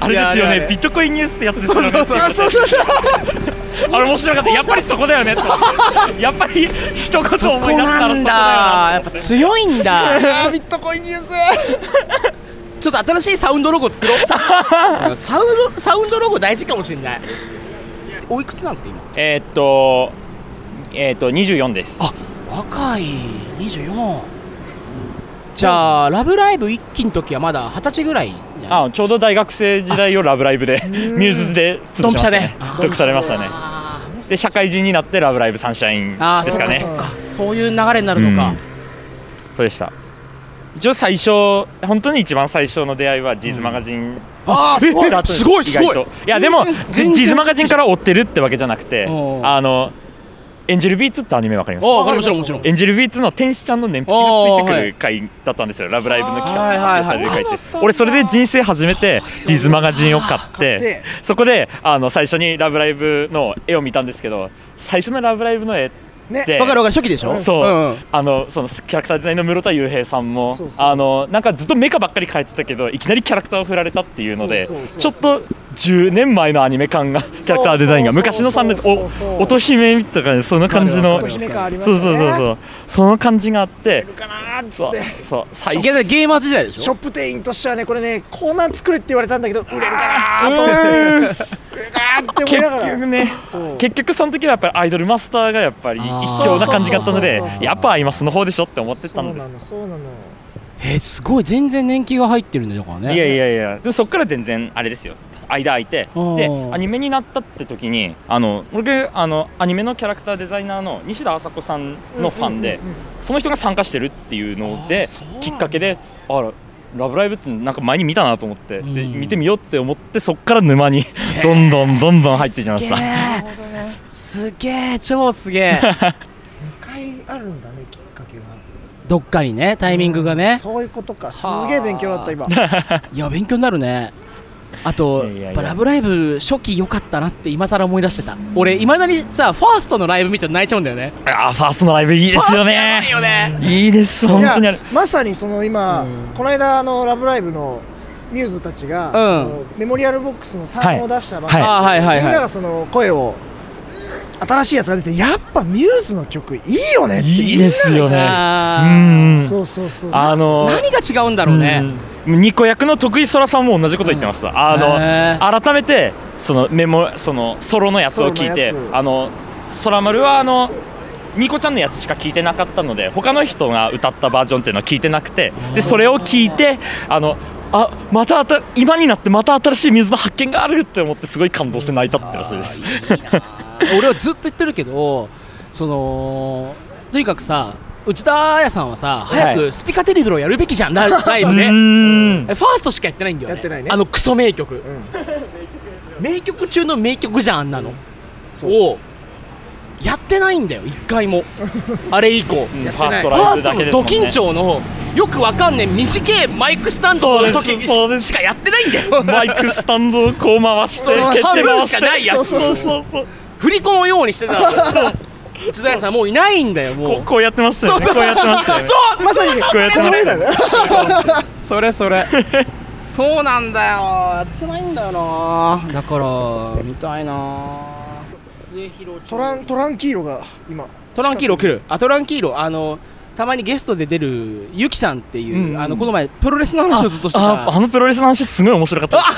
[SPEAKER 12] あれですよ
[SPEAKER 1] いやあれあれ
[SPEAKER 12] ねビットコインニュースってやつですよね
[SPEAKER 2] あそうそうそう
[SPEAKER 12] あれ面白かったやっぱりそこだよねって思ってやっぱり一言思い出したらそ
[SPEAKER 1] こ
[SPEAKER 12] こだよな
[SPEAKER 1] なんだやっぱ強いんだ
[SPEAKER 2] あービットコインニュース
[SPEAKER 1] ちょっと新しいサウンドロゴ作ろうサウンドサウンドロゴ大事かもしれないおいくつなんですか今
[SPEAKER 12] えーっとえーっと24です
[SPEAKER 1] 若い24じゃあ「ラブライブ!」一期の時はまだ二十歳ぐらいじゃない
[SPEAKER 12] あちょうど大学生時代を「ラブライブ!」でミューズで
[SPEAKER 1] ド
[SPEAKER 12] 潰
[SPEAKER 1] ンピシ
[SPEAKER 12] しまし
[SPEAKER 1] ャ
[SPEAKER 12] た
[SPEAKER 1] で
[SPEAKER 12] ね得されましたね
[SPEAKER 1] あー
[SPEAKER 12] で社会人になって「ラブライブサンシャイン」
[SPEAKER 1] あー
[SPEAKER 12] ですかね
[SPEAKER 1] そっかそっかそういう流れになるのか、
[SPEAKER 12] そうでした一応最初本当に一番最初の出会いはジーズマガジン、
[SPEAKER 1] ああすごい
[SPEAKER 12] だ
[SPEAKER 1] すごい
[SPEAKER 12] 意
[SPEAKER 1] す
[SPEAKER 12] 外
[SPEAKER 1] ごい
[SPEAKER 12] といやでも
[SPEAKER 1] 全然
[SPEAKER 12] ジーズマガジンから追ってるってわけじゃなくて
[SPEAKER 1] おう
[SPEAKER 12] あのエンジェルビーツってアニメわかります
[SPEAKER 1] おおもちろんもちろん
[SPEAKER 12] エンジェルビーツの天使ちゃんの年
[SPEAKER 1] お
[SPEAKER 12] 表
[SPEAKER 1] う
[SPEAKER 12] がついてく
[SPEAKER 1] はい
[SPEAKER 12] る回だったんですよ「ラブライブ!」の企
[SPEAKER 1] はいはい
[SPEAKER 12] 画
[SPEAKER 1] はい
[SPEAKER 12] される回って俺それで人生初めてジーズマガジンを買っ
[SPEAKER 2] 買って
[SPEAKER 12] てそこであの最初に「ラブライブ!」の絵を見たんですけど最初の「ラブライブ!」の絵っ
[SPEAKER 2] ね
[SPEAKER 12] て
[SPEAKER 1] わかるわかる初期でしょ
[SPEAKER 12] そう、
[SPEAKER 1] ん
[SPEAKER 12] あのそのキャラクターデザインの室田雄平さんも
[SPEAKER 2] そうそう
[SPEAKER 12] あのなんかずっとメカばっかり変えてたけどいきなりキャラクターを振られたっていうので
[SPEAKER 2] そうそうそう
[SPEAKER 12] ちょっと10年前のアニメ感がキャラクターデザインが
[SPEAKER 2] そう
[SPEAKER 12] 昔の3列
[SPEAKER 2] そうそう
[SPEAKER 12] お
[SPEAKER 2] そう
[SPEAKER 12] 乙姫みたいな感じその感じの
[SPEAKER 1] わか
[SPEAKER 2] 乙
[SPEAKER 1] るわ
[SPEAKER 2] 姫
[SPEAKER 1] か
[SPEAKER 2] 感あります
[SPEAKER 12] そ
[SPEAKER 2] よね
[SPEAKER 12] うそうそうそうその感じがあって
[SPEAKER 2] かなーっつ
[SPEAKER 12] そ
[SPEAKER 2] っ
[SPEAKER 12] う
[SPEAKER 2] て
[SPEAKER 12] そう最
[SPEAKER 1] 池田ゲーマー時代でし
[SPEAKER 2] ショ
[SPEAKER 1] ょ
[SPEAKER 2] ップ店員としてはねこれねコーナー作れって言われたんだけど売れるかなー
[SPEAKER 12] うー
[SPEAKER 2] っ
[SPEAKER 12] ん
[SPEAKER 2] て思い
[SPEAKER 12] 結
[SPEAKER 2] ながら
[SPEAKER 12] 局ね
[SPEAKER 2] そう
[SPEAKER 12] 結局その時はやっぱりアイドルマスターがやっぱり一
[SPEAKER 1] あー
[SPEAKER 12] 強な感じがあったので
[SPEAKER 2] そうそうそうそう
[SPEAKER 12] やっぱアイマスの方でしょって思ってたのです
[SPEAKER 2] そうなのそうなの
[SPEAKER 1] えーすごい全然年季が入ってるんだよだからね
[SPEAKER 12] いやいやいやでもそっから全然あれですよ間空いて
[SPEAKER 1] あー
[SPEAKER 12] でアニメになったって時にあの僕あのアニメのキャラクターデザイナーの西田麻子さんのファンで、その人が参加してるっていうの
[SPEAKER 2] あー
[SPEAKER 12] で
[SPEAKER 2] そうなんだ
[SPEAKER 12] きっかけで「あらラブライブ!」ってなんか前に見たなと思って、で
[SPEAKER 1] うん
[SPEAKER 12] 見てみようって思ってそっから沼にどんどんどんどん入っていきました
[SPEAKER 1] すげえ超すげえ
[SPEAKER 2] 2回あるんだねきっかけは
[SPEAKER 1] どっかにねタイミングがね
[SPEAKER 2] そういうことかす
[SPEAKER 1] はあ
[SPEAKER 2] げえ勉強だった今
[SPEAKER 1] いや勉強になるねあと
[SPEAKER 12] いやいやいや
[SPEAKER 1] やっぱラブライブ!」初期良かったなって今更思い出してた俺いまだにさファーストのライブ見て泣いちゃうんだよね
[SPEAKER 12] あーファーストのライブいいですよね
[SPEAKER 1] いいよね
[SPEAKER 12] いいです本当にあ
[SPEAKER 2] い
[SPEAKER 12] れ
[SPEAKER 2] やまさにその今この間あのラブライブのミューズたちが、
[SPEAKER 1] うん
[SPEAKER 2] あのメモリアルボックスの3を出したばっかり
[SPEAKER 12] はい
[SPEAKER 1] あはいはい
[SPEAKER 2] みんな
[SPEAKER 1] は
[SPEAKER 2] がその声を新しいやつが出てやっぱミューズの曲いいよねって
[SPEAKER 12] いいですよ
[SPEAKER 1] い
[SPEAKER 12] ねう
[SPEAKER 1] あ
[SPEAKER 2] み
[SPEAKER 12] ん
[SPEAKER 2] んなそうそうそう
[SPEAKER 12] あのー
[SPEAKER 1] 何が違うんだろうね
[SPEAKER 12] うんニコ役の徳井空さんも同じこと言ってました、あの、
[SPEAKER 1] へ
[SPEAKER 12] 改めてそのメモそのソロのやつを聞いて
[SPEAKER 2] ソロのやつ
[SPEAKER 12] あの空丸はあのニコちゃんのやつしか聞いてなかったので他の人が歌ったバージョンっていうのは聞いてなくてでそれを聞いてあのあまたあた今になってまた新しい水の発見があるって思ってすごい感動して泣いたってらしいです
[SPEAKER 1] 俺はずっと言ってるけどそのとにかくさ内田彩さんはさ
[SPEAKER 12] い
[SPEAKER 1] 早くスピカテレビをやるべきじゃん ラライ
[SPEAKER 12] う
[SPEAKER 1] ブね
[SPEAKER 12] ーん
[SPEAKER 1] えファーストしかやってないんだよね
[SPEAKER 2] やってないね
[SPEAKER 1] あのクソ名曲、名曲中の名曲じゃんあんなの、をやってないんだよ一 回もあれ以降
[SPEAKER 12] うんファース
[SPEAKER 1] フ
[SPEAKER 12] ト
[SPEAKER 1] ァ
[SPEAKER 12] ライ
[SPEAKER 1] ー
[SPEAKER 12] ブ
[SPEAKER 1] スト
[SPEAKER 12] だけ
[SPEAKER 1] の
[SPEAKER 12] です
[SPEAKER 1] ド
[SPEAKER 12] もん
[SPEAKER 1] 緊
[SPEAKER 12] ね
[SPEAKER 1] 張のよくわかんねえ短いマイクスタンドの時にし
[SPEAKER 12] そうです
[SPEAKER 1] しかやってないんだよ
[SPEAKER 12] マイクスタンドをこう回して
[SPEAKER 2] そう
[SPEAKER 12] 決して回
[SPEAKER 1] 半分し
[SPEAKER 12] し
[SPEAKER 1] かない
[SPEAKER 12] て
[SPEAKER 1] や
[SPEAKER 2] つ
[SPEAKER 12] そうそうそうそう
[SPEAKER 1] 振り子のようにしてたの 内田彩さんもういないんだよも
[SPEAKER 12] こ
[SPEAKER 1] う
[SPEAKER 12] こうやってましたよねこうやってましたよね
[SPEAKER 2] まさにね
[SPEAKER 12] こうやって
[SPEAKER 2] こ
[SPEAKER 12] ま
[SPEAKER 2] の
[SPEAKER 12] した
[SPEAKER 2] 絵
[SPEAKER 12] よね
[SPEAKER 2] だね
[SPEAKER 1] それそれそうなんだよやってないんだよなだから見たいな末広
[SPEAKER 2] トラントランキーロが今
[SPEAKER 1] トランキーロ来るあトランキーロあのたまにゲストで出るゆきさんっていう、
[SPEAKER 12] うん
[SPEAKER 1] あのこの前プロレスの話をずっとして
[SPEAKER 12] ああ
[SPEAKER 1] た
[SPEAKER 12] のプロレスの話すごい面白かったです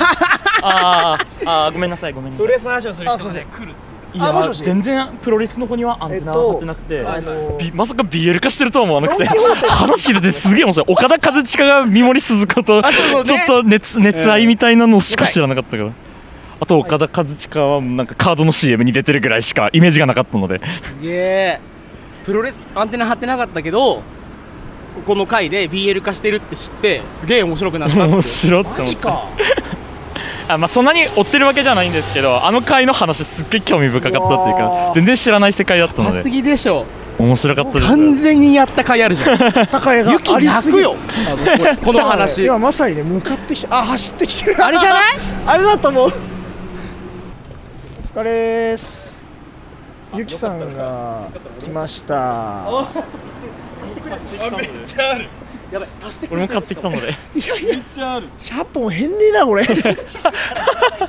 [SPEAKER 12] あーあーごめんなさいごめんなさい
[SPEAKER 1] スの話をする
[SPEAKER 2] あすいません
[SPEAKER 12] いや
[SPEAKER 2] あもしもし
[SPEAKER 12] 全然プロレスの方にはアンテナ張ってなくて、
[SPEAKER 2] あの
[SPEAKER 12] びまさか BL 化してるとは思わなくて
[SPEAKER 2] ドンキホー
[SPEAKER 12] 話聞いててすげえ面白い岡田和親が三森鈴子と
[SPEAKER 1] あそうそうね
[SPEAKER 12] ちょっと熱熱愛みたいなのしか知らなかったから、あと岡田和親はなんかカードの CM に出てるぐらいしかイメージがなかったので、
[SPEAKER 1] すげえプロレスアンテナ張ってなかったけどこの回で BL 化してるって知ってすげえ面白くなったって
[SPEAKER 12] 面白って
[SPEAKER 1] マ
[SPEAKER 12] 思っ
[SPEAKER 1] ジ
[SPEAKER 12] て
[SPEAKER 1] か
[SPEAKER 12] あ、まあ、そんなに追ってるわけじゃないんですけどあの回の話すっげえ興味深かったっていう
[SPEAKER 2] うわ
[SPEAKER 12] か
[SPEAKER 2] ー
[SPEAKER 12] 全然知らない世界だったの
[SPEAKER 1] パす
[SPEAKER 12] で
[SPEAKER 1] ぎでしょ
[SPEAKER 12] 面白かったです
[SPEAKER 1] 完全にやった回あるじ ゃん
[SPEAKER 2] 高いが
[SPEAKER 1] 雪
[SPEAKER 2] あり
[SPEAKER 1] 泣
[SPEAKER 2] すぎ
[SPEAKER 1] く
[SPEAKER 2] る
[SPEAKER 1] よあのこれこの話
[SPEAKER 2] 今まさにね向かってきてあ走ってきてる
[SPEAKER 1] あれじゃない
[SPEAKER 2] あれだと思うお疲れーすゆきさんが来ました
[SPEAKER 12] 俺も買ってきたので
[SPEAKER 2] 100本減んねえなこ れ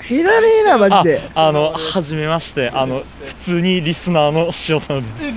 [SPEAKER 2] 減らねえなマ
[SPEAKER 12] あ
[SPEAKER 2] ジで
[SPEAKER 12] あの初めましてあの普通にリスナーの塩田で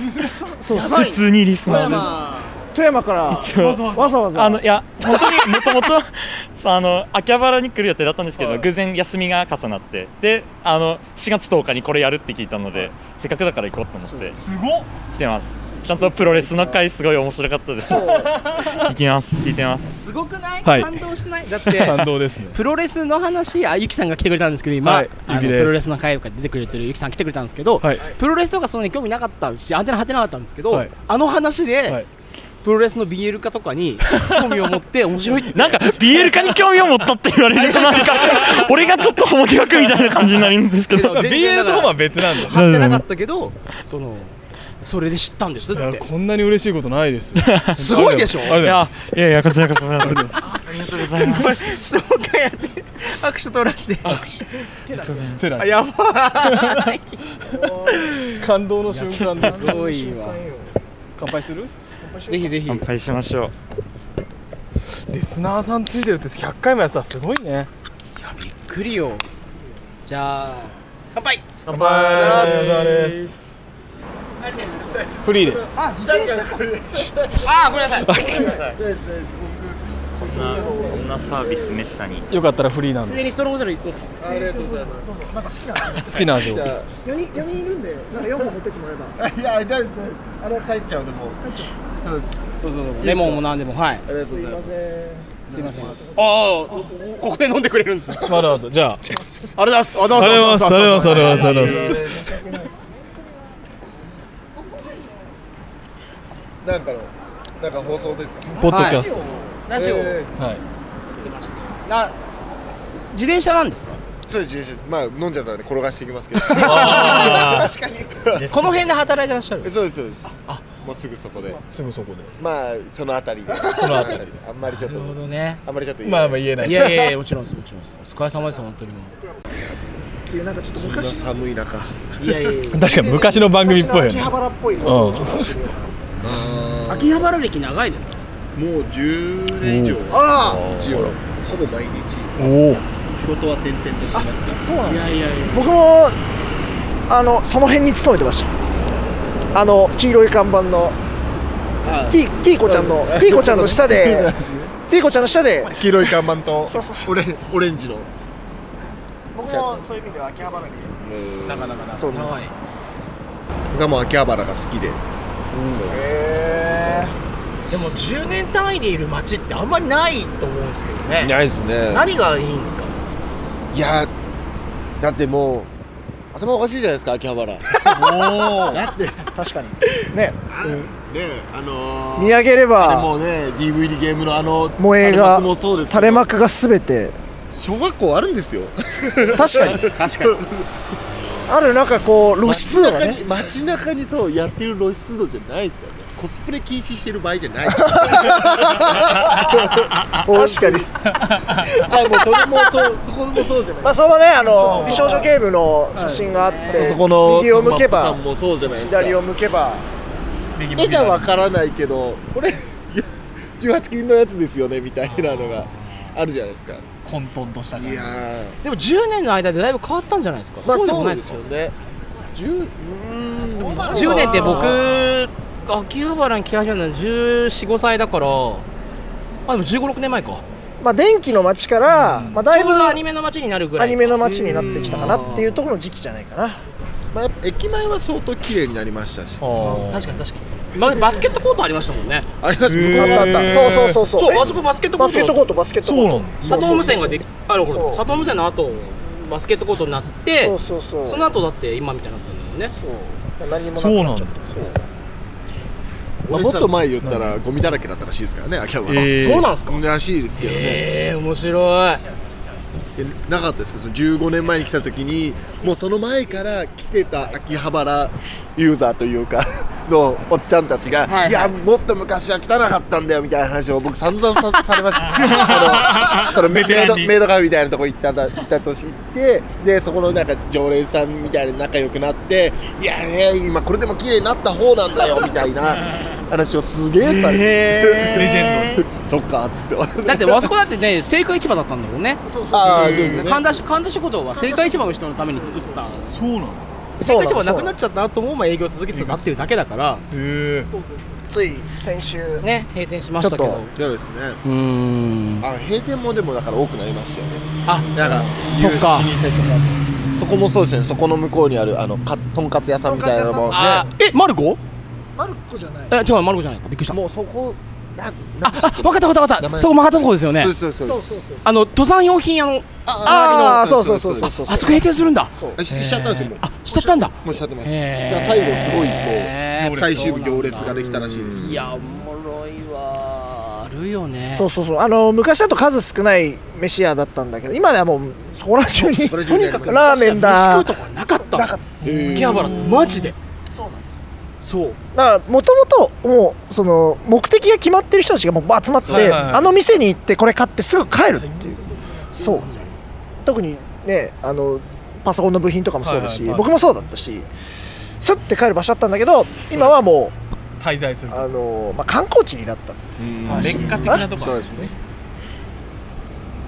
[SPEAKER 12] す
[SPEAKER 2] そう
[SPEAKER 12] 普通にリスナーです
[SPEAKER 2] 富山から
[SPEAKER 12] 一応
[SPEAKER 2] わざわざ
[SPEAKER 12] あのいや本当にもともと そうあの秋葉原に来る予定だったんですけど、偶然休みが重なってであの4月10日にこれやるって聞いたので、せっかくだから行こうと思ってすご来てますちゃんとプロレスの回すごい面白かったです聞きます聞いてます
[SPEAKER 1] すごくない、
[SPEAKER 13] はい
[SPEAKER 1] 感動しないだって
[SPEAKER 13] 感動ですね
[SPEAKER 1] プロレスの話あゆきさんが来てくれたんですけど今、
[SPEAKER 13] はい
[SPEAKER 1] あの
[SPEAKER 13] ゆき
[SPEAKER 1] プ
[SPEAKER 13] です
[SPEAKER 1] ロレスの会とか出てくれてるゆきさん来てくれたんですけど、
[SPEAKER 13] はい
[SPEAKER 1] プロレスとかそんなに興味なかったしアンテナ張ってなかったんですけど、
[SPEAKER 13] はい
[SPEAKER 1] あの話で、
[SPEAKER 13] はい
[SPEAKER 1] プロレスの BL 化とかに興味を持って面白いって
[SPEAKER 12] なんか BL 化に興味を持ったって言われるとなんか 俺がちょっとホモ疑惑みたいな感じになるんですけど
[SPEAKER 1] 全 然
[SPEAKER 13] BL とは別なんだ
[SPEAKER 1] 張ってなかったけどそのそれで知ったんですっ
[SPEAKER 13] いや
[SPEAKER 1] て
[SPEAKER 13] こんなに嬉しいことないです
[SPEAKER 1] すごいでしょ
[SPEAKER 13] あり
[SPEAKER 12] い
[SPEAKER 13] が
[SPEAKER 12] や
[SPEAKER 13] と
[SPEAKER 12] いやいやこちらこそありがとうございますありがとうございます
[SPEAKER 1] 質問会やって握手取らして
[SPEAKER 13] うございます
[SPEAKER 1] あやばい
[SPEAKER 13] 感動の瞬間です
[SPEAKER 1] すごいわ乾杯するぜひぜひ
[SPEAKER 12] 乾杯しましょう
[SPEAKER 13] リスナーさんついてるって100回もやってたらすごいね
[SPEAKER 1] びっくりよじゃあ乾杯
[SPEAKER 13] 乾杯ありがとうございますフリーで
[SPEAKER 1] あーごめんなさい
[SPEAKER 12] こんなサービスめったに
[SPEAKER 13] よかったらフリーなん
[SPEAKER 1] つい
[SPEAKER 13] で
[SPEAKER 1] でにストロングゼロ一個ですか
[SPEAKER 2] なんか好きなの
[SPEAKER 13] 好きな味を
[SPEAKER 2] 4人4人いるんでなんか4本持ってってもらえば
[SPEAKER 6] いや、だいぶ、あれ帰っちゃうでも。
[SPEAKER 1] どうぞどうぞレモンも何でもはい
[SPEAKER 6] ありがとうございます。
[SPEAKER 1] すいませんああここで飲んでくれるんですね
[SPEAKER 13] まだまだじゃあ
[SPEAKER 1] ありがとうござ
[SPEAKER 13] あり
[SPEAKER 1] い
[SPEAKER 13] が
[SPEAKER 1] ます
[SPEAKER 13] とう
[SPEAKER 1] ありがとうございます
[SPEAKER 13] ございますありがとうございますありがとうございます
[SPEAKER 6] なんかの、なんか放送ですか。
[SPEAKER 13] ポッドキャス
[SPEAKER 1] ラジオ
[SPEAKER 13] トはい
[SPEAKER 1] な自転車なんですか
[SPEAKER 6] そうです、です。まあ、飲んじゃったんで、転がしていきますけど。
[SPEAKER 1] この辺で働いてらっしゃる
[SPEAKER 6] えそうです、そうです。もうすぐそこで。
[SPEAKER 13] すぐそこで
[SPEAKER 6] まあ、そのあたりで。そのあたりで。 あんまりちょっ
[SPEAKER 1] なるほ
[SPEAKER 6] と。
[SPEAKER 1] どね
[SPEAKER 6] あんまりちょっと。
[SPEAKER 13] まあまあ言えない
[SPEAKER 1] いやいやいやもちろんですもちろんですお疲れ様です本当にも
[SPEAKER 2] っていうなんかちょっと
[SPEAKER 6] こんな寒い中。
[SPEAKER 1] ういやいやいや
[SPEAKER 13] 確かに昔の番組っぽいよ
[SPEAKER 2] 秋
[SPEAKER 13] ね
[SPEAKER 2] 葉原っぽいの
[SPEAKER 13] うん
[SPEAKER 1] 秋葉原歴長いですか
[SPEAKER 6] もう10年以上
[SPEAKER 2] あ
[SPEAKER 6] 一応ほぼ毎日
[SPEAKER 13] おお
[SPEAKER 6] 仕事は転々としてますが
[SPEAKER 2] そうなん
[SPEAKER 1] い
[SPEAKER 2] です
[SPEAKER 1] やいやいや
[SPEAKER 2] 僕もあのその辺に勤めてましたあの黄色い看板の
[SPEAKER 1] あ
[SPEAKER 2] ティティーコちゃんのティーコちゃんの下でティーコちゃんの下で
[SPEAKER 6] 黄色い看板と
[SPEAKER 2] そうそうそ
[SPEAKER 6] オレオレンジの
[SPEAKER 2] 僕もそういう意味では秋葉原に
[SPEAKER 1] なかなか
[SPEAKER 2] そうなんです
[SPEAKER 1] はい
[SPEAKER 6] 僕はもう秋葉原が好きで
[SPEAKER 2] へ
[SPEAKER 1] でも10年単位でいる街ってあんまりないと思うんですけどね
[SPEAKER 6] ないですね
[SPEAKER 1] 何がいいんですか
[SPEAKER 6] いやだってもう頭おかしいじゃないですか秋葉原だってね
[SPEAKER 2] え確かにね
[SPEAKER 6] あの
[SPEAKER 2] 見上げれ
[SPEAKER 6] で
[SPEAKER 2] ば
[SPEAKER 6] もね DVD ゲームのあの
[SPEAKER 2] 萌え
[SPEAKER 6] 垂れ
[SPEAKER 2] が
[SPEAKER 6] 幕もそうですけど
[SPEAKER 2] 垂れ幕が全て
[SPEAKER 6] 小学校あるんですよ
[SPEAKER 2] 確かに
[SPEAKER 1] 確かに
[SPEAKER 2] あるなんかこう露出度が ね
[SPEAKER 6] 街中にそうやってる露出度じゃないですからねコスプレ禁止してる場合じ ゃない
[SPEAKER 2] 確かに
[SPEAKER 6] あもうそれもそうそこもそうじゃない
[SPEAKER 2] まあそのねあの美少女ゲームの写真があって
[SPEAKER 6] そこの
[SPEAKER 2] 右を向け
[SPEAKER 6] マ
[SPEAKER 2] ば
[SPEAKER 6] ップさんもそうじゃないですか
[SPEAKER 2] 左を向けば
[SPEAKER 6] 絵じゃわからないけどこれ18禁のやつですよねみたいなのがあるじゃないですか
[SPEAKER 13] 混沌とした
[SPEAKER 6] いやー
[SPEAKER 1] でも10年の間でだいぶ変わったんじゃないですか、
[SPEAKER 6] まあ
[SPEAKER 1] そうでも
[SPEAKER 6] そう
[SPEAKER 1] ない
[SPEAKER 6] で
[SPEAKER 1] です
[SPEAKER 6] す
[SPEAKER 1] か
[SPEAKER 6] よね10うーんでも
[SPEAKER 1] 10年って僕が秋葉原に来始めたの1415歳だからあでも1 5 6年前か
[SPEAKER 2] まあ電気の街から、まあだ
[SPEAKER 1] ち
[SPEAKER 2] い
[SPEAKER 1] ょう
[SPEAKER 2] ぶ
[SPEAKER 1] どアニメの街になるぐら
[SPEAKER 2] ア
[SPEAKER 1] い
[SPEAKER 2] ニメの街になってきたかなっていうところの時期じゃないかな
[SPEAKER 6] まあやっぱ駅前は相当綺麗になりましたし
[SPEAKER 1] 確かに確かに、まバスケットコートありましたもんね
[SPEAKER 6] ありがとう
[SPEAKER 13] へ
[SPEAKER 2] あ
[SPEAKER 13] ー
[SPEAKER 2] ったあったそうそうそうそう
[SPEAKER 1] そう
[SPEAKER 2] え
[SPEAKER 1] あそこバスケットコ
[SPEAKER 2] バ
[SPEAKER 1] ート
[SPEAKER 2] スケットコートバスケットコート
[SPEAKER 13] んだ
[SPEAKER 1] 佐藤無線ができあるほ
[SPEAKER 2] そ
[SPEAKER 1] ど
[SPEAKER 2] う
[SPEAKER 1] 佐藤無線の後バスケットコートになって
[SPEAKER 2] そうそうそう
[SPEAKER 1] その後だって今みたいになったんだもんね
[SPEAKER 2] そう何にも
[SPEAKER 13] そうな
[SPEAKER 2] なくなっ
[SPEAKER 13] ん
[SPEAKER 2] ちゃ
[SPEAKER 13] だ
[SPEAKER 2] ったそう
[SPEAKER 6] まあもっと前言ったらゴミだらけだったらしいですからね秋葉原、
[SPEAKER 13] えーそうなん
[SPEAKER 6] ですからしいですけどね、
[SPEAKER 1] えー、面白い
[SPEAKER 6] えなかったですかその15年前に来た時にもうその前から来てた秋葉原ユーザーというか のおっちゃんたちが、いやもっと昔は汚かったんだよみたいな話を僕散々さされましたあのそのメイ
[SPEAKER 12] テラン
[SPEAKER 6] ド
[SPEAKER 12] に
[SPEAKER 6] メイドカフェみたいなとこ行ったんだ行った年行ってでそこのなんか常連さんみたいに仲良くなっていやね今これでも綺麗になった方なんだよみたいな 話をすげえされて、
[SPEAKER 1] レジェンド
[SPEAKER 6] そっかっつって
[SPEAKER 1] だってあそこだってね青果市場だったんだもんね
[SPEAKER 6] そうそうですね
[SPEAKER 1] 神田し神田食堂は青果市場の人のために作ってた
[SPEAKER 12] そうなの
[SPEAKER 1] 青果市場なくなっちゃった後もまあ営業続けてたっていうだけだから
[SPEAKER 12] へえ
[SPEAKER 2] つい先週
[SPEAKER 1] ね閉店しましたけど
[SPEAKER 6] ちょっとそうですね
[SPEAKER 1] うーん
[SPEAKER 6] あ閉店もでもだから多くなりましたよね
[SPEAKER 1] あ
[SPEAKER 6] なんか
[SPEAKER 1] そっか
[SPEAKER 6] 老舗とかそこもそうですねそこの向こうにあるあのかとんかつ屋さんみたいなのもね
[SPEAKER 1] あえマルコ
[SPEAKER 2] マルコじゃない
[SPEAKER 1] え違うマルコじゃないかびっくりした
[SPEAKER 6] もうそこな
[SPEAKER 1] ああ分かった分かった分か
[SPEAKER 6] 名
[SPEAKER 1] った
[SPEAKER 6] 前
[SPEAKER 1] そこ曲がったとこですよね
[SPEAKER 6] そうですそうですそう
[SPEAKER 2] そう
[SPEAKER 6] です
[SPEAKER 2] そうそう
[SPEAKER 1] あの登山用品屋の
[SPEAKER 2] ああーそ
[SPEAKER 6] 周り
[SPEAKER 2] う
[SPEAKER 6] の
[SPEAKER 2] そうそうそうそう
[SPEAKER 1] あそこ閉店するんだ
[SPEAKER 6] あししちゃったんですよもう
[SPEAKER 1] あしちゃったんだ
[SPEAKER 6] もうしちゃってますだから
[SPEAKER 1] へー
[SPEAKER 6] 最後すごいこう最終日行列ができたらしいです
[SPEAKER 1] いやおもろいわあるよね
[SPEAKER 2] そうそうそうあの昔だと数少ない飯屋だったんだけど今ではもうそこら中に
[SPEAKER 6] それ
[SPEAKER 1] と
[SPEAKER 6] 中
[SPEAKER 1] に
[SPEAKER 6] に
[SPEAKER 1] かく
[SPEAKER 2] ラーメンだ
[SPEAKER 1] 飯食うとこなかった
[SPEAKER 2] なかっ
[SPEAKER 1] 秋葉原マジでそうなんです
[SPEAKER 2] だからもともともうその目的が決まってる人たちがもう集まって、
[SPEAKER 12] はいはいはい
[SPEAKER 2] あの店に行ってこれ買ってすぐ帰るっていうそう特にねあのパソコンの部品とかもそうだし、
[SPEAKER 12] はいはいはい
[SPEAKER 2] 僕もそうだったしスッて帰る場所だったんだけど今はも
[SPEAKER 12] 滞在す
[SPEAKER 2] う
[SPEAKER 12] る
[SPEAKER 2] あの、まあ、観光地になった
[SPEAKER 12] 劣化的なとこ
[SPEAKER 6] そうですね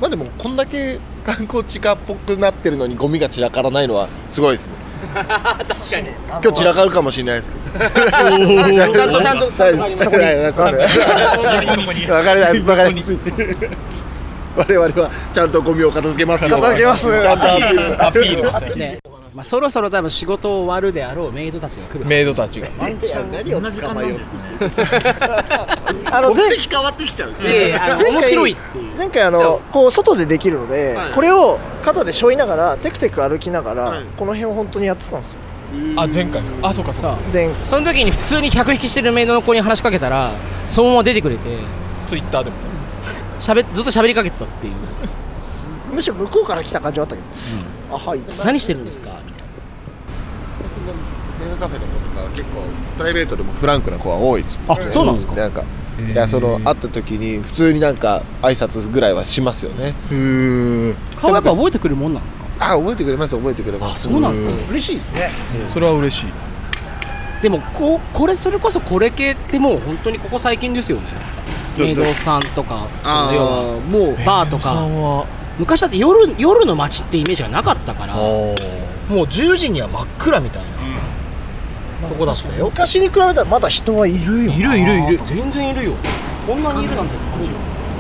[SPEAKER 6] まあでもこんだけ観光地化っぽくなってるのにゴミが散らからないのはすごいですね確かに今日散らかるかもしれないです けどちゃんとちゃんとそこに分かりない分かります我々はちゃんとゴミを片付けますよ
[SPEAKER 2] 片付けます
[SPEAKER 6] ちゃんとアピール
[SPEAKER 12] アピールをして
[SPEAKER 1] そうねまあそろそろ多分仕事を終わるであろうメイドたちが来る
[SPEAKER 13] メイドたちが
[SPEAKER 6] いや何を捕まえようとして
[SPEAKER 2] あの
[SPEAKER 6] 目
[SPEAKER 2] 前
[SPEAKER 6] 的変わってきちゃう
[SPEAKER 1] いやいやあの
[SPEAKER 2] 前回
[SPEAKER 1] 面白いっていう
[SPEAKER 2] 前回あのこう外でできるので、
[SPEAKER 6] はい
[SPEAKER 2] これを肩で背負いながらテクテク歩きながら、
[SPEAKER 6] はい
[SPEAKER 2] この辺を本当にやってたんですよ
[SPEAKER 13] あ前回かあそうかそうか
[SPEAKER 2] 前
[SPEAKER 1] その時に普通に客引きしてるメイドの子に話しかけたらそのまま出てくれて
[SPEAKER 13] ツイッターでも
[SPEAKER 1] 喋ずっと喋りかけてたっていう
[SPEAKER 2] むしろ向こうから来た感じはあったけど、あはい
[SPEAKER 1] 何してるんですかみたいな
[SPEAKER 6] メイドカフェの子とかは結構プライベートでもフランクな子は多いですもね
[SPEAKER 1] あそうなんですか
[SPEAKER 6] なんかいやその会った時に普通になんか挨拶ぐらいはしますよね
[SPEAKER 1] 顔やっぱ覚えてくるもんなんですか
[SPEAKER 6] あ覚えてくれます覚えてくれます
[SPEAKER 1] そうなんですか
[SPEAKER 2] 嬉しいですね
[SPEAKER 13] それは嬉しい
[SPEAKER 1] でもこうこれそれこそこれ系ってもう本当にここ最近ですよね
[SPEAKER 6] ど
[SPEAKER 1] メイドさんとかそ
[SPEAKER 6] あ
[SPEAKER 1] の要は
[SPEAKER 6] あもう
[SPEAKER 1] バーとか
[SPEAKER 13] は
[SPEAKER 1] 昔だって夜夜の街ってイメージがなかったからもう10時には真っ暗みたいなとこだったよ
[SPEAKER 2] 昔に比べたらまだ人はいるよ
[SPEAKER 1] いるいるいる全然いるよこんなにいるなんて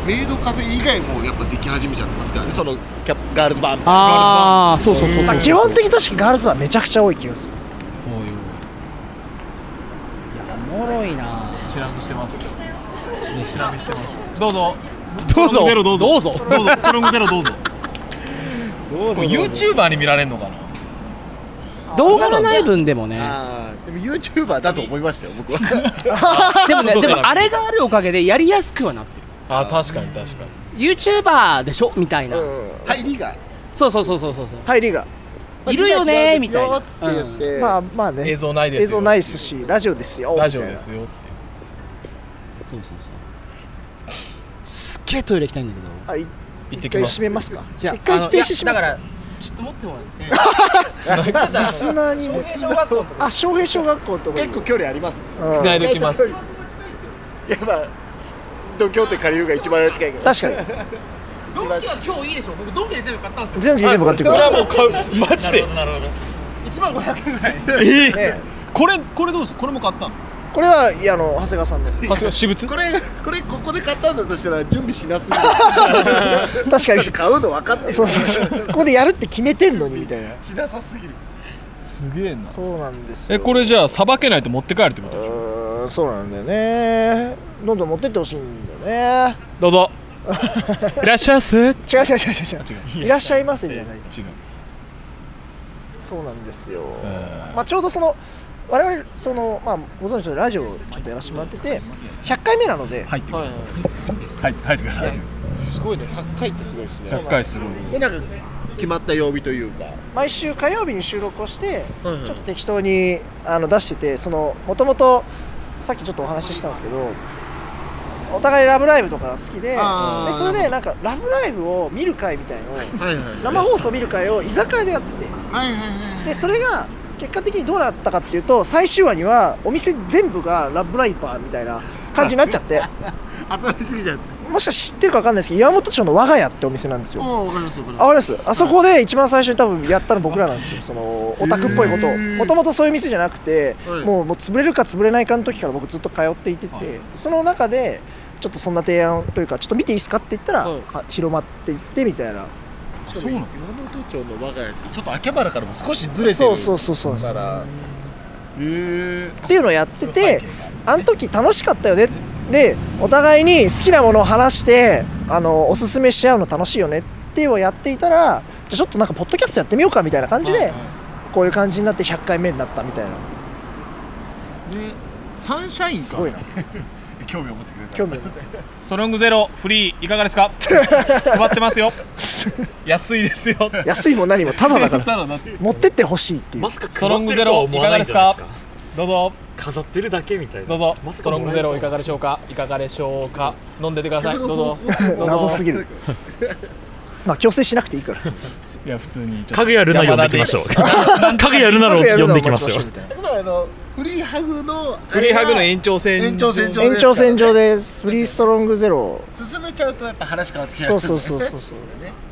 [SPEAKER 6] メイドカフェ以外もやっぱでき始めちゃってますからねそのキャガールズバーみたいな
[SPEAKER 1] ああそうそうそう
[SPEAKER 2] まあ、基本的に確かガールズバーめちゃくちゃ多い気がする
[SPEAKER 1] おもろいな
[SPEAKER 13] 知らんしてます知らんしてますどうぞ
[SPEAKER 1] どうぞ
[SPEAKER 13] ゼロどうぞ
[SPEAKER 1] どうぞ
[SPEAKER 13] どうぞストロングゼロどうぞこれ YouTuber に見られんのかな
[SPEAKER 1] 動画がない分でもね
[SPEAKER 6] あーでも YouTuber だと思いましたよ僕は
[SPEAKER 1] でもね
[SPEAKER 13] そう
[SPEAKER 1] で
[SPEAKER 13] だな
[SPEAKER 1] もあれがあるおかげでやりやすくはなってる
[SPEAKER 13] あ確かに確かに
[SPEAKER 1] YouTuber でしょみたいな、
[SPEAKER 2] うん
[SPEAKER 6] 入りが
[SPEAKER 1] そうそうそうそうそうそう
[SPEAKER 2] 入りが
[SPEAKER 1] いるよねー
[SPEAKER 6] リ
[SPEAKER 1] み
[SPEAKER 6] ーダ
[SPEAKER 1] たいな
[SPEAKER 6] ーですよーっつって言って、
[SPEAKER 2] まあまあね
[SPEAKER 13] 映像ないですよ
[SPEAKER 2] 映像ないっすしラジオですよ
[SPEAKER 13] ラジオ
[SPEAKER 2] みたい
[SPEAKER 13] で
[SPEAKER 2] な
[SPEAKER 13] すよって
[SPEAKER 1] そうそうそうすっげえトイレ行きたいんだけど
[SPEAKER 2] あい
[SPEAKER 13] 行って
[SPEAKER 2] 一
[SPEAKER 13] き
[SPEAKER 2] 回
[SPEAKER 13] ます
[SPEAKER 2] 閉めますか
[SPEAKER 1] じゃあ
[SPEAKER 2] 一回停止します
[SPEAKER 1] あのいや
[SPEAKER 2] か
[SPEAKER 1] だからちょっと持ってもらって
[SPEAKER 2] リスナーにもあ翔平小学校とか
[SPEAKER 6] 結構距離あります
[SPEAKER 2] 構、うん
[SPEAKER 13] 繋いでおきます
[SPEAKER 6] 意外と距離やばい度胸って借りるが一番近いけど
[SPEAKER 2] 確か
[SPEAKER 1] ドンキは今日いいでしょ僕ドンキで全部買ったんです
[SPEAKER 2] に全部全部買ってくる
[SPEAKER 13] これはもう買うマジで
[SPEAKER 1] 1万500円ぐらい
[SPEAKER 13] えー
[SPEAKER 2] ね
[SPEAKER 13] これこれどうですこれも買ったの
[SPEAKER 2] これはいやあの長谷川さんの
[SPEAKER 13] さすが私物
[SPEAKER 6] これこれここで買ったんだとしたら準備しなすぎ
[SPEAKER 2] 確かに
[SPEAKER 6] る買うの分かってる
[SPEAKER 2] そうそうそうここでやるって決めてんのにみたいな
[SPEAKER 6] しなさすぎる
[SPEAKER 13] すげえな
[SPEAKER 2] そうなんですよ
[SPEAKER 13] えこれじゃあさばけないと持って帰るってこ
[SPEAKER 2] う
[SPEAKER 13] と
[SPEAKER 2] ーんそうなんだよねどんどん持ってってほしいんだよね
[SPEAKER 13] どうぞいらっしゃいませ違う
[SPEAKER 2] 違う違う違う違う違ういらっしゃいませじゃない
[SPEAKER 13] 違う
[SPEAKER 2] そうなんですよ、まあ、ちょうどその我々その、まあ、ご存知のラジオをちょっとやらせてもらってて100回目なので
[SPEAKER 5] 入ってください入って入ってください
[SPEAKER 6] すごいね100回ってすごいですね
[SPEAKER 5] 100回すごいです
[SPEAKER 6] えなんか決まった曜日というか
[SPEAKER 2] 毎週火曜日に収録をして、
[SPEAKER 6] はいはい
[SPEAKER 2] ちょっと適当にあの出しててそのもともとさっきちょっとお話ししたんですけどお互い「ラブライブ!」とかが好きで
[SPEAKER 6] あー
[SPEAKER 2] でそれでなんか「ラブライブ!」を見る会みたいのを
[SPEAKER 6] はいはいはい
[SPEAKER 2] 生放送見る会を居酒屋でやってて
[SPEAKER 6] はいはい
[SPEAKER 2] でそれが結果的にどうなったかっていうと最終話にはお店全部がラブライバーみたいな感じになっちゃって
[SPEAKER 6] 集まりすぎちゃって
[SPEAKER 2] もしかして知ってるか分かんないですけど岩本町の我が家ってお店なんですよ
[SPEAKER 6] おお分かりますよこれ
[SPEAKER 2] あわかりますあそこで一番最初に多分やったの僕らなんですよそのオタクっぽいことをもともとそういう店じゃなくて、
[SPEAKER 6] はい
[SPEAKER 2] もうもう潰れるか潰れないかの時から僕ずっと通っていてて、その中でちょっとそんな提案というかちょっと見ていいですかって言ったら、
[SPEAKER 14] はい
[SPEAKER 2] は広まっていってみたいな
[SPEAKER 5] あそうなの
[SPEAKER 6] 岩本町の我が家ってちょっと秋葉原からも少しずれてる
[SPEAKER 2] そうそうそうそうなんですよ
[SPEAKER 6] からへえ
[SPEAKER 2] っていうのをやっててあの時楽しかったよねでお互いに好きなものを話してあのおすすめし合うの楽しいよねっていうのをやっていたらじゃあちょっとなんかポッドキャストやってみようかみたいな感じでこういう感じになって100回目になったみたいな
[SPEAKER 5] でサンシャインか
[SPEAKER 2] すごいな
[SPEAKER 5] 興味を持ってくれた
[SPEAKER 2] 興味を持って
[SPEAKER 5] ストロングゼロフリーいかがで すか配っ てますよ安いですよ
[SPEAKER 2] 安いも何もただだから
[SPEAKER 5] ただだって
[SPEAKER 2] 持ってってほしいっていう
[SPEAKER 15] まさか
[SPEAKER 5] ストロ
[SPEAKER 15] 飾っ
[SPEAKER 5] ン
[SPEAKER 15] て
[SPEAKER 5] グ
[SPEAKER 15] る
[SPEAKER 5] ゼ
[SPEAKER 15] とは
[SPEAKER 5] ロ
[SPEAKER 15] 思
[SPEAKER 5] い
[SPEAKER 15] わ
[SPEAKER 5] か
[SPEAKER 15] な
[SPEAKER 5] が
[SPEAKER 15] い
[SPEAKER 5] で
[SPEAKER 15] んじ
[SPEAKER 5] す
[SPEAKER 15] ゃない
[SPEAKER 5] か
[SPEAKER 15] ですか
[SPEAKER 5] どうぞ
[SPEAKER 15] 飾ってるだけみたいな
[SPEAKER 5] どうぞ
[SPEAKER 15] まさか
[SPEAKER 5] ストロングゼロ
[SPEAKER 15] も
[SPEAKER 5] い
[SPEAKER 15] らえ
[SPEAKER 5] かがでしょうかいかがでしょうか飲んでてくださいどうぞどうぞ
[SPEAKER 2] 謎すぎる まあ強制しなくていいから
[SPEAKER 5] いや普通にちょ
[SPEAKER 12] か
[SPEAKER 5] っ
[SPEAKER 12] ぐやるな呼んできましょうかぐやるなを呼んできましょう
[SPEAKER 6] 今あのフリーハグの
[SPEAKER 1] フリーハグの延長戦
[SPEAKER 6] 延長線上
[SPEAKER 2] 延長線上ですフリーストロングゼロ
[SPEAKER 6] 進めちゃうとやっぱ話変わってきちゃ
[SPEAKER 2] そうそうそうそうそう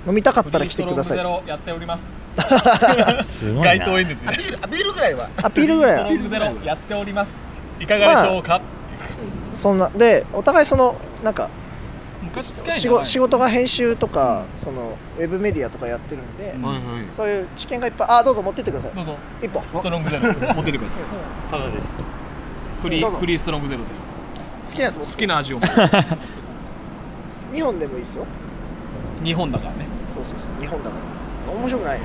[SPEAKER 2] 飲みたかったら来てください
[SPEAKER 5] フリーストロングゼロやっております
[SPEAKER 12] すごい
[SPEAKER 5] 街
[SPEAKER 12] な
[SPEAKER 5] 頭演説みたいな
[SPEAKER 6] ビールあビールぐらいは
[SPEAKER 2] アピールぐらいは
[SPEAKER 5] ストロングゼロやっておりますいかがでしょうか、
[SPEAKER 2] そんなでお互いそのなんか
[SPEAKER 5] 昔
[SPEAKER 2] 仕事仕事が編集とかそのウェブメディアとかやってるんで、そういう知見がいっぱいあどうぞ持ってってください
[SPEAKER 5] どうぞ
[SPEAKER 2] 一本
[SPEAKER 5] スト
[SPEAKER 2] 好
[SPEAKER 5] ロングゼロ持ってってください
[SPEAKER 12] ただです
[SPEAKER 5] フリ
[SPEAKER 2] どうぞ
[SPEAKER 5] ーフリーストロングゼロです
[SPEAKER 2] きなやつ持って
[SPEAKER 5] 好きな味を
[SPEAKER 2] 2本でもいいですよ
[SPEAKER 5] 日本だからね
[SPEAKER 2] そうそうそう2本だから面白くないよ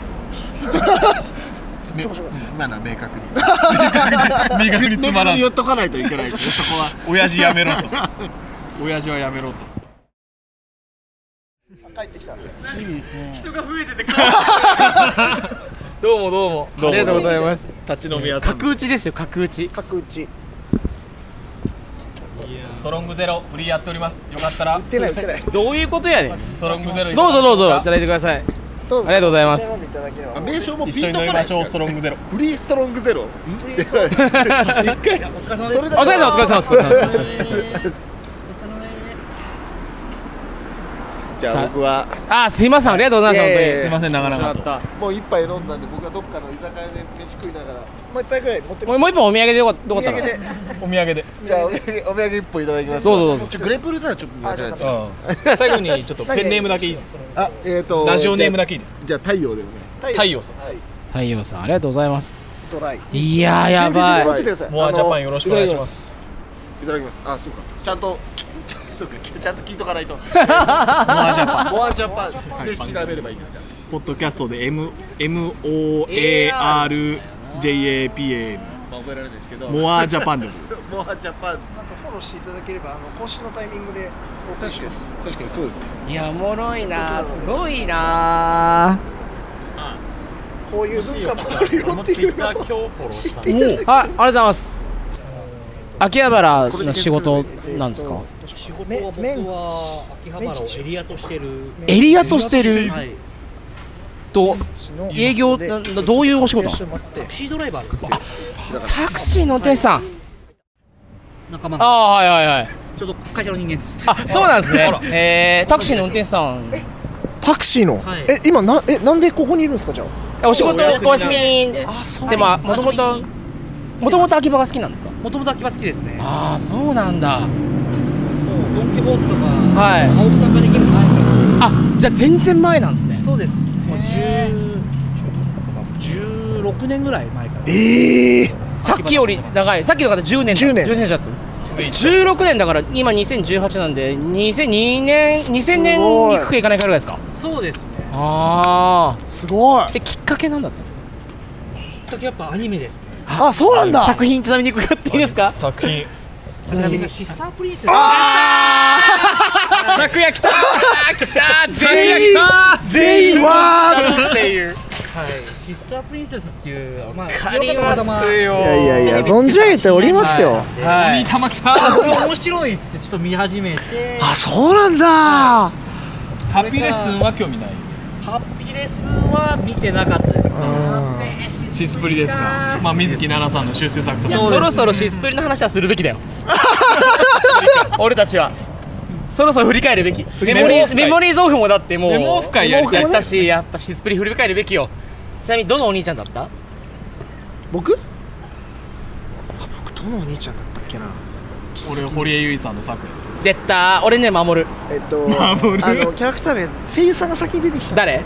[SPEAKER 2] めっちゃ面白くない
[SPEAKER 6] 今のは明確に
[SPEAKER 5] 明確につまらん
[SPEAKER 6] 言っとかないといけないですそこは
[SPEAKER 5] 親父やめろと親父はやめろと
[SPEAKER 2] 帰ってきたんで
[SPEAKER 1] どうもどうも
[SPEAKER 12] ど
[SPEAKER 1] あ
[SPEAKER 12] うも
[SPEAKER 1] りがとうございます
[SPEAKER 5] 立ち飲み屋
[SPEAKER 1] 角打ちですよ角打ち
[SPEAKER 2] 角打ち
[SPEAKER 5] ストロングゼロフリーやっておりますよかったら
[SPEAKER 2] 打ってない打ってない
[SPEAKER 1] どういうことやねんあ
[SPEAKER 5] ストロングゼロ
[SPEAKER 1] どうぞどうぞいただ
[SPEAKER 5] いてください
[SPEAKER 2] どうぞ
[SPEAKER 1] りがとうございま
[SPEAKER 2] 飲
[SPEAKER 1] す
[SPEAKER 2] んでいただければ
[SPEAKER 6] 名称もピ
[SPEAKER 5] 一緒
[SPEAKER 6] ン
[SPEAKER 5] に
[SPEAKER 6] と
[SPEAKER 5] 飲み
[SPEAKER 6] こな
[SPEAKER 5] ま
[SPEAKER 6] い
[SPEAKER 5] しょうストロングゼロ
[SPEAKER 6] フリーストロングゼロフリーストロング ゼロ
[SPEAKER 5] それ
[SPEAKER 1] お疲れ様お疲れ様お疲れ様です
[SPEAKER 6] じゃあ僕は
[SPEAKER 1] あすいませんありがとうございます
[SPEAKER 6] い
[SPEAKER 1] 本
[SPEAKER 6] やい
[SPEAKER 1] 当に
[SPEAKER 6] やいや
[SPEAKER 1] すいません長々と
[SPEAKER 6] もう一杯飲んだんで僕はどっかの居酒屋で飯食いながら
[SPEAKER 2] もう一杯ぐらい持って
[SPEAKER 1] もうもう一本お土産でよかど
[SPEAKER 2] お
[SPEAKER 1] こだ
[SPEAKER 2] 土
[SPEAKER 1] っ
[SPEAKER 2] 産
[SPEAKER 1] た
[SPEAKER 2] で
[SPEAKER 1] の
[SPEAKER 5] お土産で
[SPEAKER 6] じゃあお土産お土産一本いただきます
[SPEAKER 1] どうぞどうぞ
[SPEAKER 6] ちょグレープフルーツはちょっと苦手なんですよ
[SPEAKER 5] 最後にちょっとペンネームだけいいですか
[SPEAKER 6] あえっと
[SPEAKER 5] ラジオネームだけいいですか
[SPEAKER 6] じゃあ太陽でお願いします
[SPEAKER 5] 太陽さん
[SPEAKER 2] はい
[SPEAKER 1] 太陽さんありがとうございます
[SPEAKER 2] ドライ
[SPEAKER 1] いやーや
[SPEAKER 2] 全然
[SPEAKER 1] ばい
[SPEAKER 2] 持ってってください
[SPEAKER 5] モアジャパンよ
[SPEAKER 2] ろ
[SPEAKER 5] ろしくお願いします
[SPEAKER 6] いただきますあそうかちゃんと ちゃそうかちゃんと聞いとかないとモ
[SPEAKER 5] モアジャパン
[SPEAKER 6] アジャパンで調べればいいんですか
[SPEAKER 5] ポッドキャストで M MOARJAPA
[SPEAKER 6] まあ覚えられないですけど
[SPEAKER 5] モアジャパンで
[SPEAKER 6] モアジャパン
[SPEAKER 2] なんかフォローしていただければあの更新のタイミングでお送りします
[SPEAKER 6] 確かにそうです
[SPEAKER 1] いやおもろいなすごいな
[SPEAKER 2] こういう文化もあるよっていうのを知っていただければ
[SPEAKER 1] はいありがとうございます秋葉原の仕事なんですか
[SPEAKER 16] 仕事は僕は秋葉原をエリアとしてる
[SPEAKER 1] エリアとしてる
[SPEAKER 16] はい
[SPEAKER 1] と
[SPEAKER 2] の
[SPEAKER 1] 営業ななどういうお仕事なんですか
[SPEAKER 16] タクシードライバーです
[SPEAKER 1] タクシーの運転手さん
[SPEAKER 16] 仲間が
[SPEAKER 1] ああーはいはいはい
[SPEAKER 16] ちょっと会社の人間です
[SPEAKER 1] あそうなんですねえータクシーの運転手さん
[SPEAKER 2] タクシーの、
[SPEAKER 16] はい
[SPEAKER 2] え今なえなんでここにいるんですかじゃ
[SPEAKER 1] お仕事
[SPEAKER 5] お休み
[SPEAKER 1] お休みで
[SPEAKER 2] ああそ
[SPEAKER 1] でももともともともと秋葉が好きなんですか
[SPEAKER 16] もともと秋葉好きですねも
[SPEAKER 1] ああそうなんだ
[SPEAKER 16] うドン・キホーテとか
[SPEAKER 1] はい
[SPEAKER 16] 青木さんができる前か
[SPEAKER 1] あじゃあ全然前なんですね
[SPEAKER 16] らそうですもう10 16年ぐらい前から
[SPEAKER 2] ええ
[SPEAKER 1] さっきより長いさっきの方10年だ
[SPEAKER 2] 10年
[SPEAKER 1] 10年じゃった16年だから今2018なんで2002年2000年に行くか行かないかぐらいですか
[SPEAKER 16] そうですね
[SPEAKER 1] ああ
[SPEAKER 2] すごい
[SPEAKER 1] できっかけなんだったんですか
[SPEAKER 16] きっかけやっぱアニメですね
[SPEAKER 2] あそうなんだ
[SPEAKER 1] 作品ちなみに伺っていいですか
[SPEAKER 8] 作品
[SPEAKER 17] ちなみにシスタープリンセス
[SPEAKER 8] 昨夜来た来た
[SPEAKER 17] 全
[SPEAKER 8] 全
[SPEAKER 17] 員
[SPEAKER 8] 員来た
[SPEAKER 17] 全員
[SPEAKER 8] わ
[SPEAKER 17] わ
[SPEAKER 8] ー
[SPEAKER 17] ー
[SPEAKER 8] っていう
[SPEAKER 17] はいシスタープリンセスっていうまあ
[SPEAKER 8] かりますよ
[SPEAKER 2] いやいやいや存じ上げておりますよ
[SPEAKER 17] はい、鬼玉来た面白いっつってちょっと見始めて
[SPEAKER 2] あそうなんだ
[SPEAKER 8] ハッピーレッスンは興味ない
[SPEAKER 17] ハッピーレッスンは見てなかったですね
[SPEAKER 8] シスプリですかまあ水木奈々さんの出世作と
[SPEAKER 1] い
[SPEAKER 8] か
[SPEAKER 1] やそろそろシスプリの話はするべきだよ俺たちはそろそろ振り返るべきメモリーズメモリーズオフもだってもう
[SPEAKER 8] メモオフ会やりたい
[SPEAKER 1] メモオフもやってたしやっぱシスプリ振り返るべきよちなみにどのお兄ちゃんだった
[SPEAKER 2] 僕僕どのお兄ちゃんだったっけな
[SPEAKER 8] 俺堀江由衣さんの作品です
[SPEAKER 1] 出た俺ね守る
[SPEAKER 2] えっと
[SPEAKER 8] 守る
[SPEAKER 2] あのキャラクター名声優さんが先に出てきた
[SPEAKER 1] 誰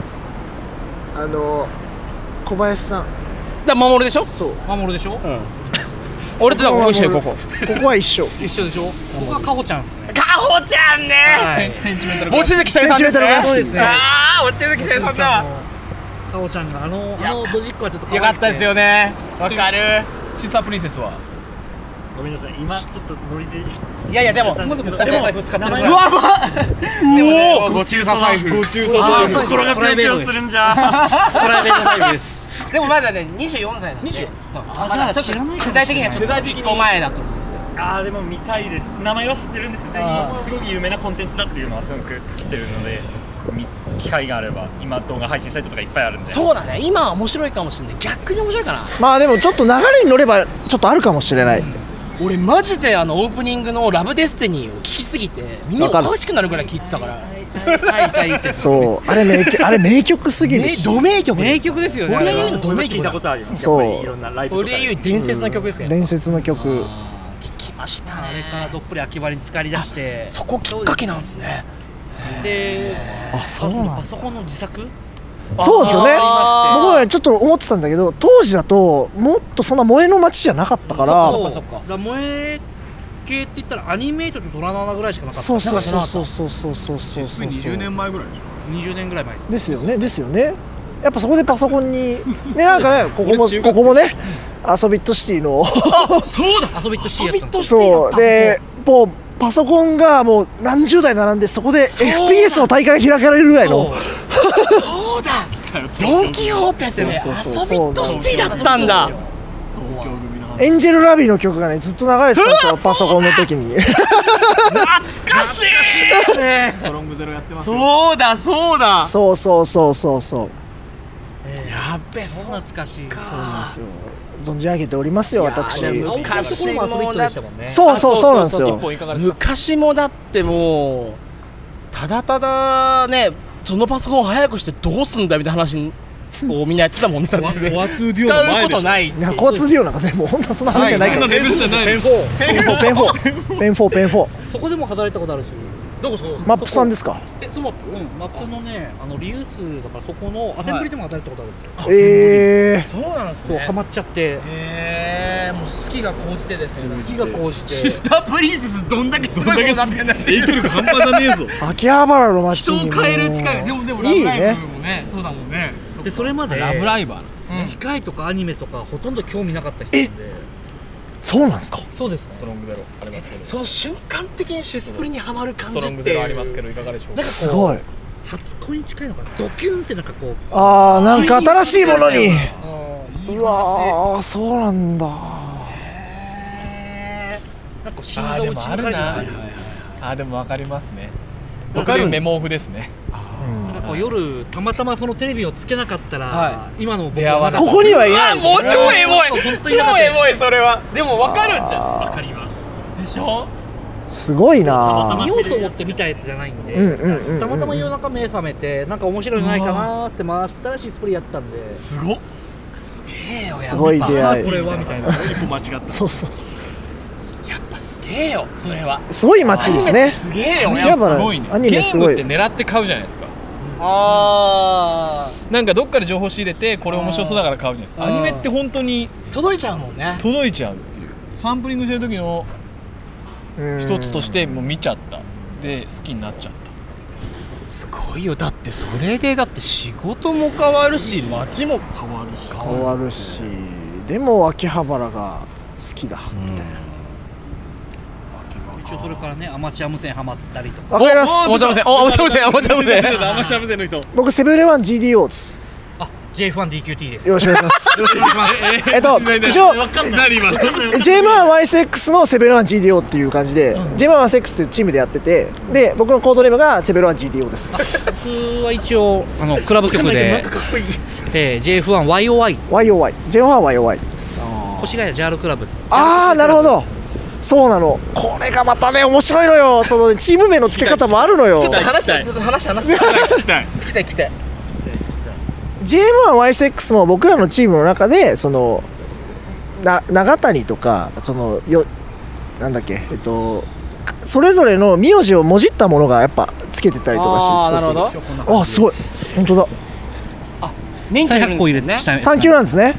[SPEAKER 2] あの小林さん
[SPEAKER 1] だ守るでしょ、
[SPEAKER 2] そう
[SPEAKER 17] 守るでしょ、うん
[SPEAKER 1] 俺とだからここ一緒よここ
[SPEAKER 2] ここは一緒
[SPEAKER 17] 一緒でしょここはカホちゃんですね
[SPEAKER 1] カホちゃんね
[SPEAKER 17] はい
[SPEAKER 8] センチメンタル
[SPEAKER 1] 望月さゆさんですね
[SPEAKER 17] そうですね
[SPEAKER 1] ああ望月さゆさんだ
[SPEAKER 17] カホちゃんがあのあのドジっ子はちょっと可愛
[SPEAKER 1] よ
[SPEAKER 17] くて
[SPEAKER 1] かったですよねわかる
[SPEAKER 8] シスタープリンセスは
[SPEAKER 17] ごめんなさい今ちょっとノリで
[SPEAKER 1] いやいやでも
[SPEAKER 17] まずも
[SPEAKER 1] だって
[SPEAKER 17] でも
[SPEAKER 1] うわま
[SPEAKER 8] うおご中
[SPEAKER 1] 佐財布
[SPEAKER 8] ご中
[SPEAKER 17] うわー心が
[SPEAKER 8] プライ
[SPEAKER 17] ピ
[SPEAKER 8] ベ
[SPEAKER 17] ヨ
[SPEAKER 8] ー
[SPEAKER 17] ピ
[SPEAKER 8] ト
[SPEAKER 17] ヨするんじゃプライベート財布です
[SPEAKER 1] でもまだね24歳なんでそう
[SPEAKER 17] あ
[SPEAKER 1] まだ
[SPEAKER 17] じ
[SPEAKER 1] ち
[SPEAKER 17] ゃ
[SPEAKER 1] ょ
[SPEAKER 17] あ知ら
[SPEAKER 1] っと
[SPEAKER 17] ないかもしれない
[SPEAKER 1] 世代的にはちょっと1個前だと思うんですよ
[SPEAKER 17] ああでも見たいです名前は知ってるんですけどすごく有名なコンテンツだっていうのはすごく知ってるのでみ機会があれば今動画配信サイトとかいっぱいあるんで
[SPEAKER 1] そうだね今は面白いかもしれない逆に面白いかな
[SPEAKER 2] まあでもちょっと流れに乗ればちょっとあるかもしれない
[SPEAKER 1] 俺マジであのオープニングの「ラブデスティニーを聞きすぎて耳お
[SPEAKER 2] わかる
[SPEAKER 1] かしくなるぐらい聞いてたから
[SPEAKER 2] そうあれ名曲あれ名曲すぎる
[SPEAKER 1] 名
[SPEAKER 2] し
[SPEAKER 1] ド名曲
[SPEAKER 17] 名曲ですよね
[SPEAKER 1] 堀江
[SPEAKER 17] あれ
[SPEAKER 1] 由
[SPEAKER 17] は
[SPEAKER 1] 衣のド名曲
[SPEAKER 17] 聞いたことあるよ
[SPEAKER 2] そう
[SPEAKER 17] やっぱりいろんなライブとか
[SPEAKER 1] 堀江由衣伝説の曲ですけど
[SPEAKER 2] 伝説の曲
[SPEAKER 17] 聞きましたねあれからどっぷり秋葉原に浸かり出して
[SPEAKER 1] そこきっかけなんですね
[SPEAKER 17] で
[SPEAKER 2] あそうなんだ
[SPEAKER 17] パソコンの自作
[SPEAKER 2] そうですよね
[SPEAKER 17] あー
[SPEAKER 2] 僕はねちょっと思ってたんだけど当時だともっとそんな萌えの街じゃなかったから
[SPEAKER 17] そうだから萌え系って言ったらアニメートとドラの穴ぐらいしかなかった
[SPEAKER 2] そうそうそうそうそうそうそうそうそう
[SPEAKER 8] 20年前ぐらいでしょ
[SPEAKER 17] 20年ぐらい前です
[SPEAKER 2] ですよねですよねやっぱそこでパソコンにねなん かねここも
[SPEAKER 8] 俺中学生
[SPEAKER 2] ここもねアソビットシティの
[SPEAKER 17] そうだ遊びっとしいやったんです
[SPEAKER 2] そうでもうパソコンがもう何十台並んでそこで FPS の大会が開かれるぐらいの
[SPEAKER 1] そうだドン・キホーテってね
[SPEAKER 2] そうそうそう
[SPEAKER 1] 遊びとシティだったんだ
[SPEAKER 2] エンジェルラビーの曲がねずっと流れてたんですよパソコンの時に
[SPEAKER 1] 懐かしい
[SPEAKER 8] ストロングゼロやってます よ
[SPEAKER 1] そうだそうだ
[SPEAKER 2] そうそうそうそうそう
[SPEAKER 1] やっべそ
[SPEAKER 17] そうう懐かしい
[SPEAKER 2] そうなんですよ存じ上げておりますよ私
[SPEAKER 1] いやー昔もだ
[SPEAKER 2] そうそうそうなんですよ
[SPEAKER 1] あそうそうそう一本いかがですか昔もだってもうただただねそのパソコンを早くしてどうすんだみたいな話をみんなやってたもんねだって ね
[SPEAKER 8] ワツーデュオ
[SPEAKER 1] 使
[SPEAKER 8] の
[SPEAKER 1] う
[SPEAKER 8] 前
[SPEAKER 1] こ
[SPEAKER 8] で
[SPEAKER 1] と
[SPEAKER 8] しょ
[SPEAKER 1] ない
[SPEAKER 2] いや交通利用なんかでもう本当そんな話じゃないから
[SPEAKER 8] そんなレベルじゃないです
[SPEAKER 2] ペンフォーペンフォーペンフォーペンフォー
[SPEAKER 17] そこでも働いたことあるし
[SPEAKER 1] どこそこ
[SPEAKER 2] マップさんですか
[SPEAKER 1] えその
[SPEAKER 17] うんマップのねあのリユースだからそこのアセンブリでも働いたことあるんですよ、
[SPEAKER 2] ええ
[SPEAKER 1] そうなんです
[SPEAKER 17] そうハマっちゃって
[SPEAKER 1] へえもう好きが高じてですよね
[SPEAKER 17] 好きが高じて
[SPEAKER 8] シスタープリンセスどんだけすごいことになってんだって影響力半端じゃねえぞ
[SPEAKER 2] 秋葉原の街にもいいね
[SPEAKER 8] もねそうだもんね
[SPEAKER 17] でそれまで
[SPEAKER 8] ラブライバー
[SPEAKER 17] 機械とかアニメとかほとんど興味なかった人なんで
[SPEAKER 2] そうなんですか
[SPEAKER 17] そうですね
[SPEAKER 8] ストロングゼロありますけど
[SPEAKER 1] その瞬間的にシスプリにはまる感
[SPEAKER 8] ス
[SPEAKER 1] じ
[SPEAKER 8] ト
[SPEAKER 1] って
[SPEAKER 8] ロングゼロありますけどいかがでしょうか
[SPEAKER 2] すごい
[SPEAKER 17] 初恋に近いのかなドキュンってなんかこう
[SPEAKER 2] あーなんか新しいものに
[SPEAKER 8] うん
[SPEAKER 2] うわーそうなんだ
[SPEAKER 17] なんか心
[SPEAKER 8] あ
[SPEAKER 17] 臓を
[SPEAKER 8] ーで
[SPEAKER 17] 打
[SPEAKER 8] も
[SPEAKER 17] ち
[SPEAKER 8] あ
[SPEAKER 17] 抜か
[SPEAKER 8] る
[SPEAKER 17] れた
[SPEAKER 8] な
[SPEAKER 17] みたいな
[SPEAKER 8] あーでもわかりますねわかるメモオフですね
[SPEAKER 17] なんか夜たまたまそのテレビをつけなかったら、
[SPEAKER 1] は
[SPEAKER 17] 今の僕
[SPEAKER 8] 出会わ
[SPEAKER 17] は
[SPEAKER 8] な
[SPEAKER 2] ここにはいないですね
[SPEAKER 1] もう超エモい
[SPEAKER 17] 本当になかっ
[SPEAKER 1] 超
[SPEAKER 17] た
[SPEAKER 1] エモいそれはでもわかるんじゃん
[SPEAKER 17] わかります
[SPEAKER 1] でしょ
[SPEAKER 2] すごい
[SPEAKER 17] 見
[SPEAKER 2] な
[SPEAKER 17] ようと思って見たやつじゃないんで、
[SPEAKER 2] うんうんうんうん
[SPEAKER 17] たまたま夜中目覚めてなんか面白いのないかなーって回したらシスプリやったんです
[SPEAKER 8] すごっ
[SPEAKER 2] すごい出
[SPEAKER 17] あ
[SPEAKER 2] 会い
[SPEAKER 17] これはみたいな
[SPEAKER 8] 一歩間違っ
[SPEAKER 2] そうそうそ
[SPEAKER 1] やっぱすげえよそれは
[SPEAKER 2] うすごい街ですね
[SPEAKER 1] すげえよ
[SPEAKER 2] 秋
[SPEAKER 1] ね
[SPEAKER 2] 葉
[SPEAKER 8] たす
[SPEAKER 2] 原
[SPEAKER 8] ごいね
[SPEAKER 2] アニメすごい
[SPEAKER 8] ゲームって狙って買うじゃないですか
[SPEAKER 1] ああ
[SPEAKER 8] なんかどっかで情報仕入れてこれ面白そうだから買うじゃないですか
[SPEAKER 1] あ
[SPEAKER 8] ア
[SPEAKER 1] ー
[SPEAKER 8] ニメって本当に
[SPEAKER 1] 届いちゃうもんね
[SPEAKER 8] 届いちゃうっていうサンプリングしてる時の
[SPEAKER 2] うん
[SPEAKER 8] 一つとしてもう見ちゃったで好きになっちゃった
[SPEAKER 1] すごいよだってそれでだって仕事も変わるし街も変わるし
[SPEAKER 2] 変わるしでも秋葉原が好きだみたいな、
[SPEAKER 16] 一応それからねアマチュア無線ハマったりとか
[SPEAKER 2] わかります
[SPEAKER 16] おおお
[SPEAKER 2] アマチュア無線
[SPEAKER 16] アマチュア無線の人
[SPEAKER 2] 僕セブンイレワン GDO です
[SPEAKER 16] J1DQT です
[SPEAKER 2] よろしくお願いし ます
[SPEAKER 16] よろしくお願いします
[SPEAKER 2] えっと
[SPEAKER 16] 何何
[SPEAKER 2] 一応
[SPEAKER 16] わかんない今そんな
[SPEAKER 2] J1YSX のセベロワン GDO っていう感じで、J1YSX っていうチームでやっててで僕のコードネームがセベロワン GDO です
[SPEAKER 16] 僕は一応あのクラブ局でえー JF1YOI
[SPEAKER 2] YOI J1YOI
[SPEAKER 16] 越谷ジャールクラブ
[SPEAKER 2] ああなるほどそうなのこれがまたね面白いのよそのねチーム名の付け方もあるのよ
[SPEAKER 5] ちょっと話してちょっと話して話して聞きたい聞きたい聞きたい
[SPEAKER 2] JM1YSX も僕らのチームの中でそのな長谷とかそのよなんだっけえっとそれぞれの名字をもじったものがやっぱつけてたりとかして
[SPEAKER 1] あ
[SPEAKER 2] そ
[SPEAKER 1] ー
[SPEAKER 2] うそう
[SPEAKER 1] なるほど
[SPEAKER 2] あすごい本当だ
[SPEAKER 1] 年
[SPEAKER 16] 季100個入れ
[SPEAKER 1] ね
[SPEAKER 2] 三級なんですね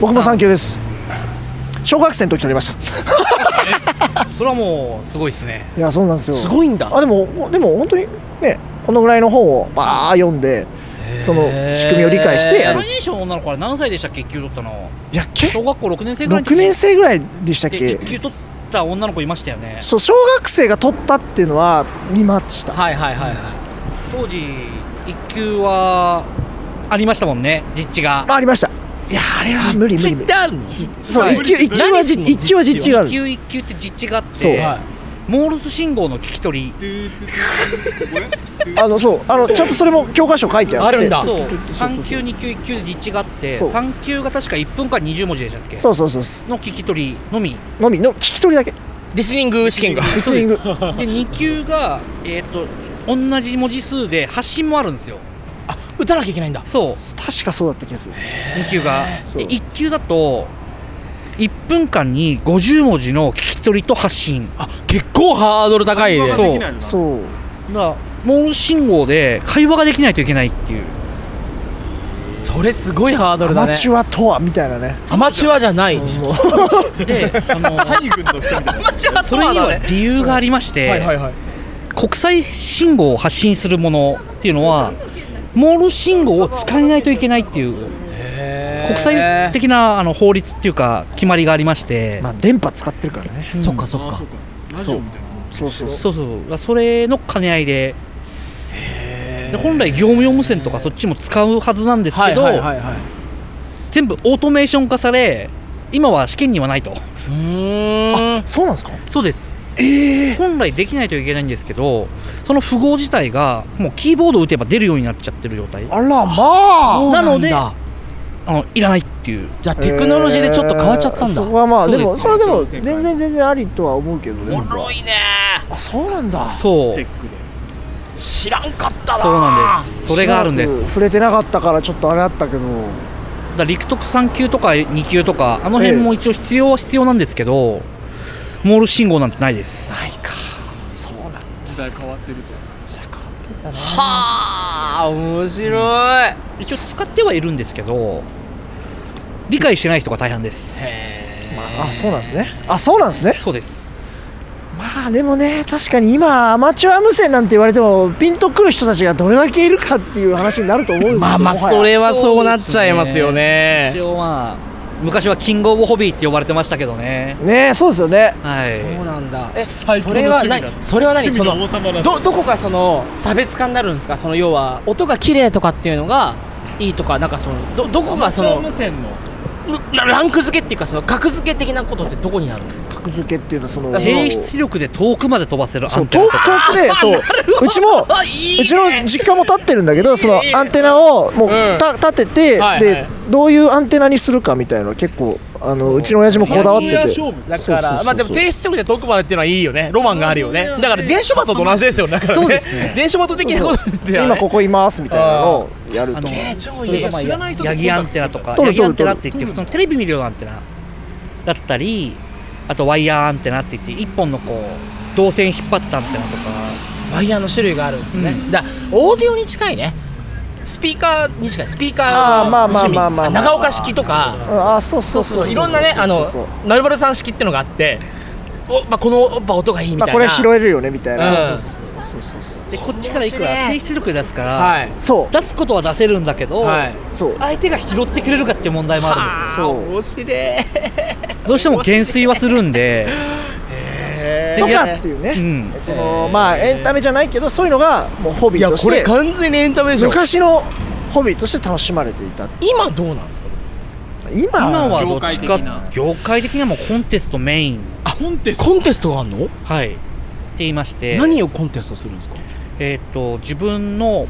[SPEAKER 2] 僕も三級です小学生の時取りました
[SPEAKER 16] それはもうすごいですね
[SPEAKER 2] いやそうなんですよ
[SPEAKER 16] すごいんだ
[SPEAKER 2] あでもでも本当にねこのぐらいの本をバー読んでその仕組みを理解してやる
[SPEAKER 16] 最年少の女の子は何歳でしたっけ1級取ったの
[SPEAKER 2] いやけ
[SPEAKER 16] 小学校6年生ぐらいの時
[SPEAKER 2] 6年生ぐらいでしたっ
[SPEAKER 16] で
[SPEAKER 2] け
[SPEAKER 16] 1級取った女の子いましたよね
[SPEAKER 2] そう小学生が取ったっていうのは見ました
[SPEAKER 1] はいはいはい
[SPEAKER 16] 当時1級はありましたもんね実地が
[SPEAKER 2] あありましたいやあれは無理無理無理そう一級一級は実一級は実地がある
[SPEAKER 16] 1級1級って実地があって
[SPEAKER 2] そう
[SPEAKER 16] モールス信号の聞き取り
[SPEAKER 2] あのそうあのちゃんとそれも教科書書いてあって
[SPEAKER 16] そう
[SPEAKER 2] そうそう
[SPEAKER 16] 3級2級1級で実地があって
[SPEAKER 2] そう
[SPEAKER 16] 3級が確か1分間20文字でしたっけ
[SPEAKER 2] そうそうそうそ
[SPEAKER 16] の聞き取りの
[SPEAKER 2] う
[SPEAKER 16] み
[SPEAKER 2] のみの聞き取りだ け
[SPEAKER 1] リスニング試験が
[SPEAKER 2] リスニング
[SPEAKER 16] そうですで2級がえっと同じ文字数で発信もあるんですよあ
[SPEAKER 1] 打たなきゃいけないんだ
[SPEAKER 16] そう
[SPEAKER 2] 確かそうだった気がする
[SPEAKER 16] 2級がで1級だと1分間に50文字の聞き取りと発信あ
[SPEAKER 1] 結構ハードル高いね
[SPEAKER 2] そう
[SPEAKER 16] そうだからモールス信号で会話ができないといけないっていう
[SPEAKER 1] それすごいハードルだ
[SPEAKER 2] ア
[SPEAKER 1] ね
[SPEAKER 2] マチュアとはみたいなね
[SPEAKER 1] アマチュアじゃないね
[SPEAKER 16] でその
[SPEAKER 1] 谷軍の人みたいな
[SPEAKER 16] それには理由がありまして、
[SPEAKER 1] はいはいはい
[SPEAKER 16] 国際信号を発信するものっていうのはモール信号を使えないといけないっていう国際的なあの法律っていうか決まりがありまして、
[SPEAKER 2] まあ、電波使ってるからね
[SPEAKER 16] そっかそっか
[SPEAKER 2] そうそうそう
[SPEAKER 16] そうそうそれの兼ね合いでで本来業務用無線とかそっちも使うはずなんですけど、
[SPEAKER 1] はいはいはいはい
[SPEAKER 16] 全部オートメーション化され今は試験にはないと
[SPEAKER 1] あ
[SPEAKER 2] そうなんですか
[SPEAKER 16] そうです本来できないといけないんですけどその符号自体がもうキーボードを打てば出るようになっちゃってる状態
[SPEAKER 2] あらまあ
[SPEAKER 16] なのであのいらないっていうじゃあ
[SPEAKER 2] えーそこはまあでもそれはでも全然全然ありとは思うけどねおもろいねあそうなんだ
[SPEAKER 16] そう
[SPEAKER 1] 知らんかった
[SPEAKER 16] そうなんですそれがあるんです
[SPEAKER 2] しばらく触れてなかったからちょっとあれあったけど
[SPEAKER 16] だから陸徳3級とか2級とかあの辺も一応必要は必要なんですけど、モール信号なんてないです
[SPEAKER 2] ないかそうなんだ
[SPEAKER 8] 時代変わってると
[SPEAKER 2] 時代変わってんだね
[SPEAKER 1] はあ面白い、
[SPEAKER 16] 一応使ってはいるんですけど理解してない人が大半です
[SPEAKER 2] まああそうなんですねあそうなんですね
[SPEAKER 16] そうです
[SPEAKER 2] まあでもね確かに今アマチュア無線なんて言われてもピンとくる人たちがどれだけいるかっていう話になると思うんですよ
[SPEAKER 1] まあまあ
[SPEAKER 2] もはや
[SPEAKER 1] それはそうなっちゃいますよね
[SPEAKER 16] 一応まあ昔はキングオブホビーって呼ばれてましたけどね
[SPEAKER 2] ねえそうですよね
[SPEAKER 16] はい
[SPEAKER 1] そうなんだえ
[SPEAKER 16] 最
[SPEAKER 1] それは何それは何そのどどこ
[SPEAKER 16] か
[SPEAKER 1] かその差別化になるんですかその要は音が綺麗とかっていうのがいいとかなんかそのどどこがその
[SPEAKER 8] 無線の
[SPEAKER 1] ラランク付けっていうかその格付け的なことってどこになるの
[SPEAKER 2] 格付けっていうのはその
[SPEAKER 16] 低出力で遠くまで飛ばせるア
[SPEAKER 2] そう
[SPEAKER 16] ンテナ
[SPEAKER 2] 遠く遠くでそううちもうちの実家も立ってるんだけどそのアンテナをもうた立てて
[SPEAKER 1] はいはい
[SPEAKER 2] でどういうアンテナにするかみたいなの結構あのうちの親父もこだわってて
[SPEAKER 1] だ
[SPEAKER 2] そうそう
[SPEAKER 1] か
[SPEAKER 2] そうそ
[SPEAKER 1] ら
[SPEAKER 2] う
[SPEAKER 1] まあでも低出力で遠くまでっていうのはいいよねロマンがあるよねだから電書バトと同じですよねだからね
[SPEAKER 2] そうですね
[SPEAKER 1] 電書バト的なことですよね
[SPEAKER 2] 今ここいますみたいなのをやると
[SPEAKER 1] 超
[SPEAKER 16] それとまあヤギアンテナとか
[SPEAKER 2] 撮
[SPEAKER 16] ヤ
[SPEAKER 2] る
[SPEAKER 16] ギ
[SPEAKER 2] 撮
[SPEAKER 16] ア
[SPEAKER 2] る撮
[SPEAKER 16] ンテ
[SPEAKER 2] る
[SPEAKER 16] ナって言ってそのテレビ見るようなアンテナだったりあとワイヤーアンテナって言って一本のこう導線引っ張ったアンテナとか
[SPEAKER 1] ワイヤーの種類があるんですね、だオーディオに近いねスピーカーに近いスピーカー
[SPEAKER 2] あーまあまあまあまあまあ
[SPEAKER 1] 長岡式とか
[SPEAKER 2] ああそうそうそう
[SPEAKER 1] いろんなねあ
[SPEAKER 2] そ
[SPEAKER 1] の
[SPEAKER 2] うそう
[SPEAKER 1] 丸丸さん式ってのがあってお、まあ、このやっぱ音がいいみ
[SPEAKER 2] ま
[SPEAKER 1] た
[SPEAKER 2] あ
[SPEAKER 1] いな、
[SPEAKER 2] これ拾えるよねみたいな
[SPEAKER 1] うん
[SPEAKER 2] そうそうそうそう
[SPEAKER 16] でこっちからいくら低出力出すから、
[SPEAKER 2] はい
[SPEAKER 16] そう出すことは出せるんだけど、
[SPEAKER 2] はいそう
[SPEAKER 16] 相手が拾ってくれるかっていう問題もあるんですよ
[SPEAKER 1] 面白い
[SPEAKER 16] どうしても減衰はするんで
[SPEAKER 2] とかっていうね、そのまあエンタメじゃないけどそういうのがもうホビーとして
[SPEAKER 1] いやこれ完全にエンタメでしょ
[SPEAKER 2] 昔のホビーとして楽しまれていた
[SPEAKER 1] 今どうなんですか
[SPEAKER 2] 今
[SPEAKER 16] 今はどっちか業界的にはもうコンテストメイン
[SPEAKER 1] あコンテストコンテストがあるの
[SPEAKER 16] はいって言いまして
[SPEAKER 1] 何をコンテストするんですか
[SPEAKER 16] えっと自分の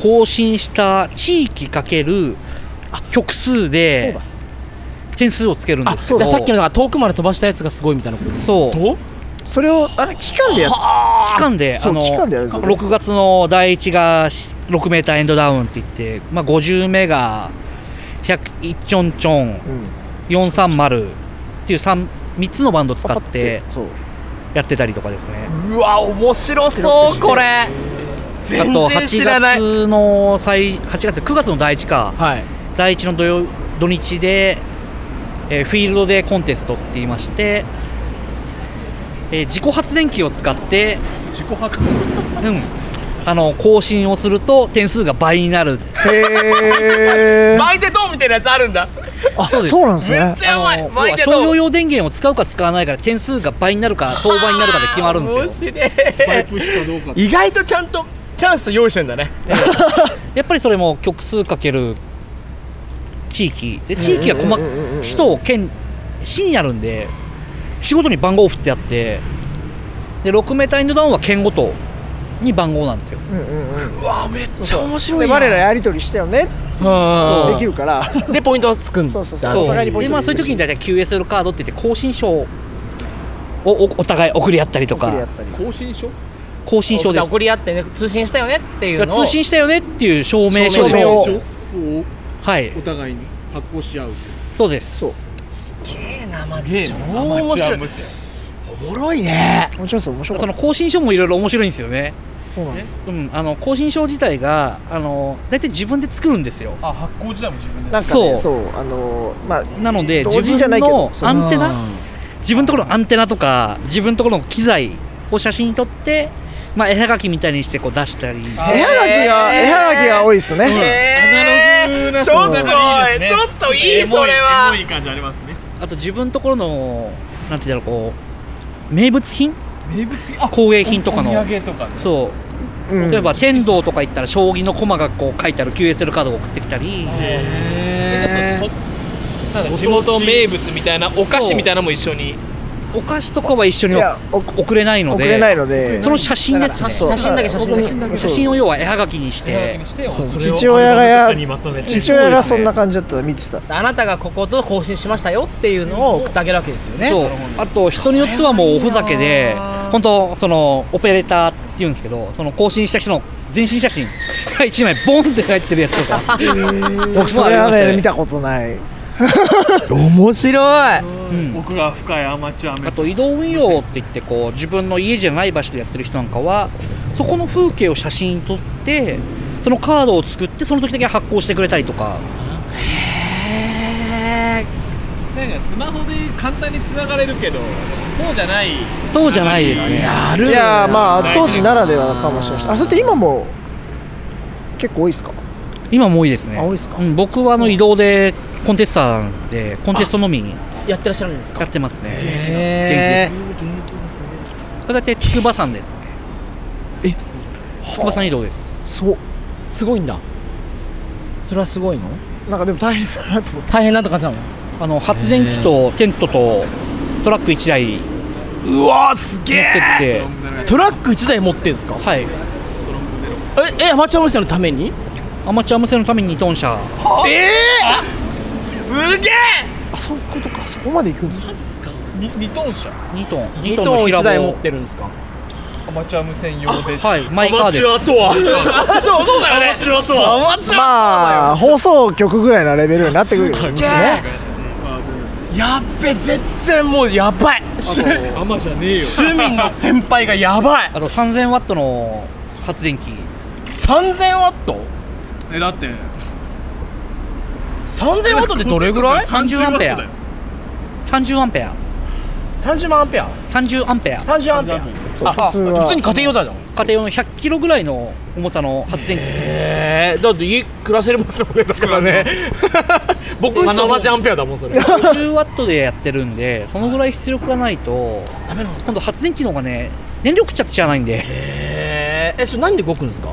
[SPEAKER 16] 更新した地域かける曲数で点数をつけるんですけど
[SPEAKER 1] じゃあさっきのだから遠くまで飛ばしたやつがすごいみたいなこと
[SPEAKER 16] そう
[SPEAKER 1] と
[SPEAKER 2] それをあれ期間でやっ
[SPEAKER 16] 期間で
[SPEAKER 2] そう
[SPEAKER 16] あの
[SPEAKER 2] 期間でやるんですよね
[SPEAKER 16] 6月の第1が6メーターエンドダウンって言って、まあ、50メガ101ちょんちょん430っていう 3, 三つのバンド使ってやってたりとかですね
[SPEAKER 5] うわ面白そうこれ全
[SPEAKER 16] あと
[SPEAKER 5] 然知らない
[SPEAKER 16] 8月の最8月9月の第1か、第1の土曜土日で、えーフィールドでコンテストって言いまして、えー自己発電機を使って
[SPEAKER 8] 自己発電
[SPEAKER 16] うんあの更新をすると点数が倍になる
[SPEAKER 2] へ
[SPEAKER 5] バイテトみたいなやつあるんだ
[SPEAKER 2] あ
[SPEAKER 16] そうです
[SPEAKER 2] そうなんですね
[SPEAKER 5] めっちゃやばい
[SPEAKER 16] 要
[SPEAKER 5] バイ
[SPEAKER 16] は
[SPEAKER 5] テト
[SPEAKER 16] 商用用電源を使うか使わないかで点数が倍になるか当倍になるかで決まるんですよ
[SPEAKER 5] 面白い意外とちゃんとチャンス用意してんだね
[SPEAKER 16] やっぱりそれも曲数かける地域で地域が細か
[SPEAKER 5] うんうんうんうんうん
[SPEAKER 16] 市と県市になるんで仕事に番号を振ってあってで6メーターインドダウンは県ごとに番号なんですよ
[SPEAKER 2] うんうんうん
[SPEAKER 5] うわめっ
[SPEAKER 2] ちゃ面
[SPEAKER 16] 白いやん
[SPEAKER 2] で我らやり取りしたよね
[SPEAKER 16] そう
[SPEAKER 2] できるから
[SPEAKER 1] でポイントつくん
[SPEAKER 2] そうそうそう
[SPEAKER 16] そ
[SPEAKER 2] お互いにポ
[SPEAKER 16] う
[SPEAKER 2] イ
[SPEAKER 16] で
[SPEAKER 2] ント
[SPEAKER 16] まあそういう時に大体 QSL カードって言って更新証をおお互い送り合ったりとか
[SPEAKER 1] 更新書
[SPEAKER 16] 更新証です
[SPEAKER 1] 送り合ってね通信したよねっていうのを
[SPEAKER 16] 通信したよねっていう証明書
[SPEAKER 1] 証明を
[SPEAKER 16] はい
[SPEAKER 18] お互いに発行し合う
[SPEAKER 16] そうです
[SPEAKER 2] そう
[SPEAKER 5] マ
[SPEAKER 16] ジ
[SPEAKER 5] 超
[SPEAKER 16] 面白い
[SPEAKER 5] おもろい
[SPEAKER 16] ね
[SPEAKER 2] 面白いです面白い
[SPEAKER 16] その更新書もいろいろ面白いんですよね
[SPEAKER 2] そうなんです
[SPEAKER 16] うん、あの更新書自体があの大体自分で作るんですよ
[SPEAKER 8] あ発行自体も自分で
[SPEAKER 2] なんかねそうあのまあ
[SPEAKER 16] なので
[SPEAKER 2] 同時じ
[SPEAKER 16] 自
[SPEAKER 2] ゃな
[SPEAKER 16] 分
[SPEAKER 2] いけど
[SPEAKER 16] の
[SPEAKER 2] そう
[SPEAKER 16] アンテナ自分のところのアンテナとか自分のところの機材を写真に撮って、まあ、絵はがきみたいにしてこう出したり絵
[SPEAKER 2] 絵はがきが絵はがきが多いですね
[SPEAKER 5] えー、ちょっといいちょっといいそれは
[SPEAKER 8] エモい感じありますね
[SPEAKER 16] あと自分のところのなんて言うんだろうこう名物品
[SPEAKER 8] 名物品
[SPEAKER 16] 工芸品とかの
[SPEAKER 8] お土産とかね
[SPEAKER 16] そう、
[SPEAKER 8] うん
[SPEAKER 16] 例えば剣道とか行ったら将棋の駒がこう書いてある QSL カードを送ってきた
[SPEAKER 5] ちょ
[SPEAKER 16] り
[SPEAKER 5] っととなんか地元名物みたいなお菓子みたいなのも一緒に
[SPEAKER 16] お菓子とかは一緒に
[SPEAKER 5] いや
[SPEAKER 16] 送れないので
[SPEAKER 5] 送れないので
[SPEAKER 16] その写真ですね
[SPEAKER 5] だから写真だけ写真だけ写真だけ
[SPEAKER 16] 写真を要は絵はがきにして
[SPEAKER 2] 父親がや父親がそんな感じだったら見てた
[SPEAKER 1] あなたがここと更新しましたよっていうのを送ってあげるわけですよね
[SPEAKER 16] そうあと人によってはもうおふざけで本当そのオペレーターっていうんですけどその更新した人の全身写真 が1枚ボンって入ってるやつとか
[SPEAKER 2] 僕それは
[SPEAKER 16] まあありました
[SPEAKER 2] ね
[SPEAKER 16] ね
[SPEAKER 2] 見たことない
[SPEAKER 1] 面白い、
[SPEAKER 16] 僕が深いアマチュアあと移動運用って言ってこう自分の家じゃない場所でやってる人なんかはそこの風景を写真に撮ってそのカードを作ってその時だけ発行してくれたりとか
[SPEAKER 8] なんかスマホで簡単に繋がれるけどそうじゃない
[SPEAKER 16] そうじゃないですね
[SPEAKER 2] いやーまあ当時ならではかもしれないあそれって今も結構多いですか
[SPEAKER 16] 今も多いですねうん、僕はあの移動でコンテスターなんでコンテストのみ
[SPEAKER 1] やってらっしゃるんですか
[SPEAKER 16] やってますね
[SPEAKER 1] へ
[SPEAKER 16] 元気ですこれだって筑波山ですねえ筑波山移動です
[SPEAKER 2] そう
[SPEAKER 1] すごいんだそれはすごいの
[SPEAKER 2] なんかでも大変だなと思って
[SPEAKER 1] 大変なとかじゃん
[SPEAKER 16] あの発電機とテントとトラック1台
[SPEAKER 1] うわーすげ
[SPEAKER 16] 持ってって
[SPEAKER 1] えトラック1台持ってんすか
[SPEAKER 16] はい
[SPEAKER 1] ええアマチュア無線のために
[SPEAKER 16] アマチュア無線のためにトン車
[SPEAKER 1] え
[SPEAKER 5] すげえ
[SPEAKER 2] あそういうことかそこまで行くんですか
[SPEAKER 8] 2トン車
[SPEAKER 16] 2トン
[SPEAKER 8] 二トン
[SPEAKER 16] 平棒
[SPEAKER 8] 一台持って
[SPEAKER 1] るんですか
[SPEAKER 8] アマチュア無線用で
[SPEAKER 16] はい
[SPEAKER 2] マイカーですアマチュアと
[SPEAKER 5] は
[SPEAKER 8] そうそうだよね
[SPEAKER 5] アマチュアとは
[SPEAKER 8] アマチュアとは
[SPEAKER 2] まあ放送局ぐらいのレベルになってくるんですね
[SPEAKER 8] やっべ全然もうやばい
[SPEAKER 16] あまじゃねえよ
[SPEAKER 8] 趣味の先輩がやばい
[SPEAKER 16] あと3000ワットの発電機
[SPEAKER 8] 3000ワット
[SPEAKER 18] えだって
[SPEAKER 1] 3000ワットってどれぐらい
[SPEAKER 16] 30アンペア30アンペア
[SPEAKER 8] 30万アンペア
[SPEAKER 16] 30アンペア
[SPEAKER 8] 30アンペア
[SPEAKER 16] そう
[SPEAKER 8] あ
[SPEAKER 16] 普通は
[SPEAKER 8] 普通に家庭用だじゃん
[SPEAKER 16] 家庭用の100キロぐらいの重さの発電機
[SPEAKER 8] えー、だって家暮らせれますもんねだからね僕んちと同じアンペアだもんそれ
[SPEAKER 16] 50ワットでやってるんでそのぐらい出力がないとダメなんです今度発電機の方がね燃料食っちゃって知らないんで
[SPEAKER 1] ええそれなんで動くんですか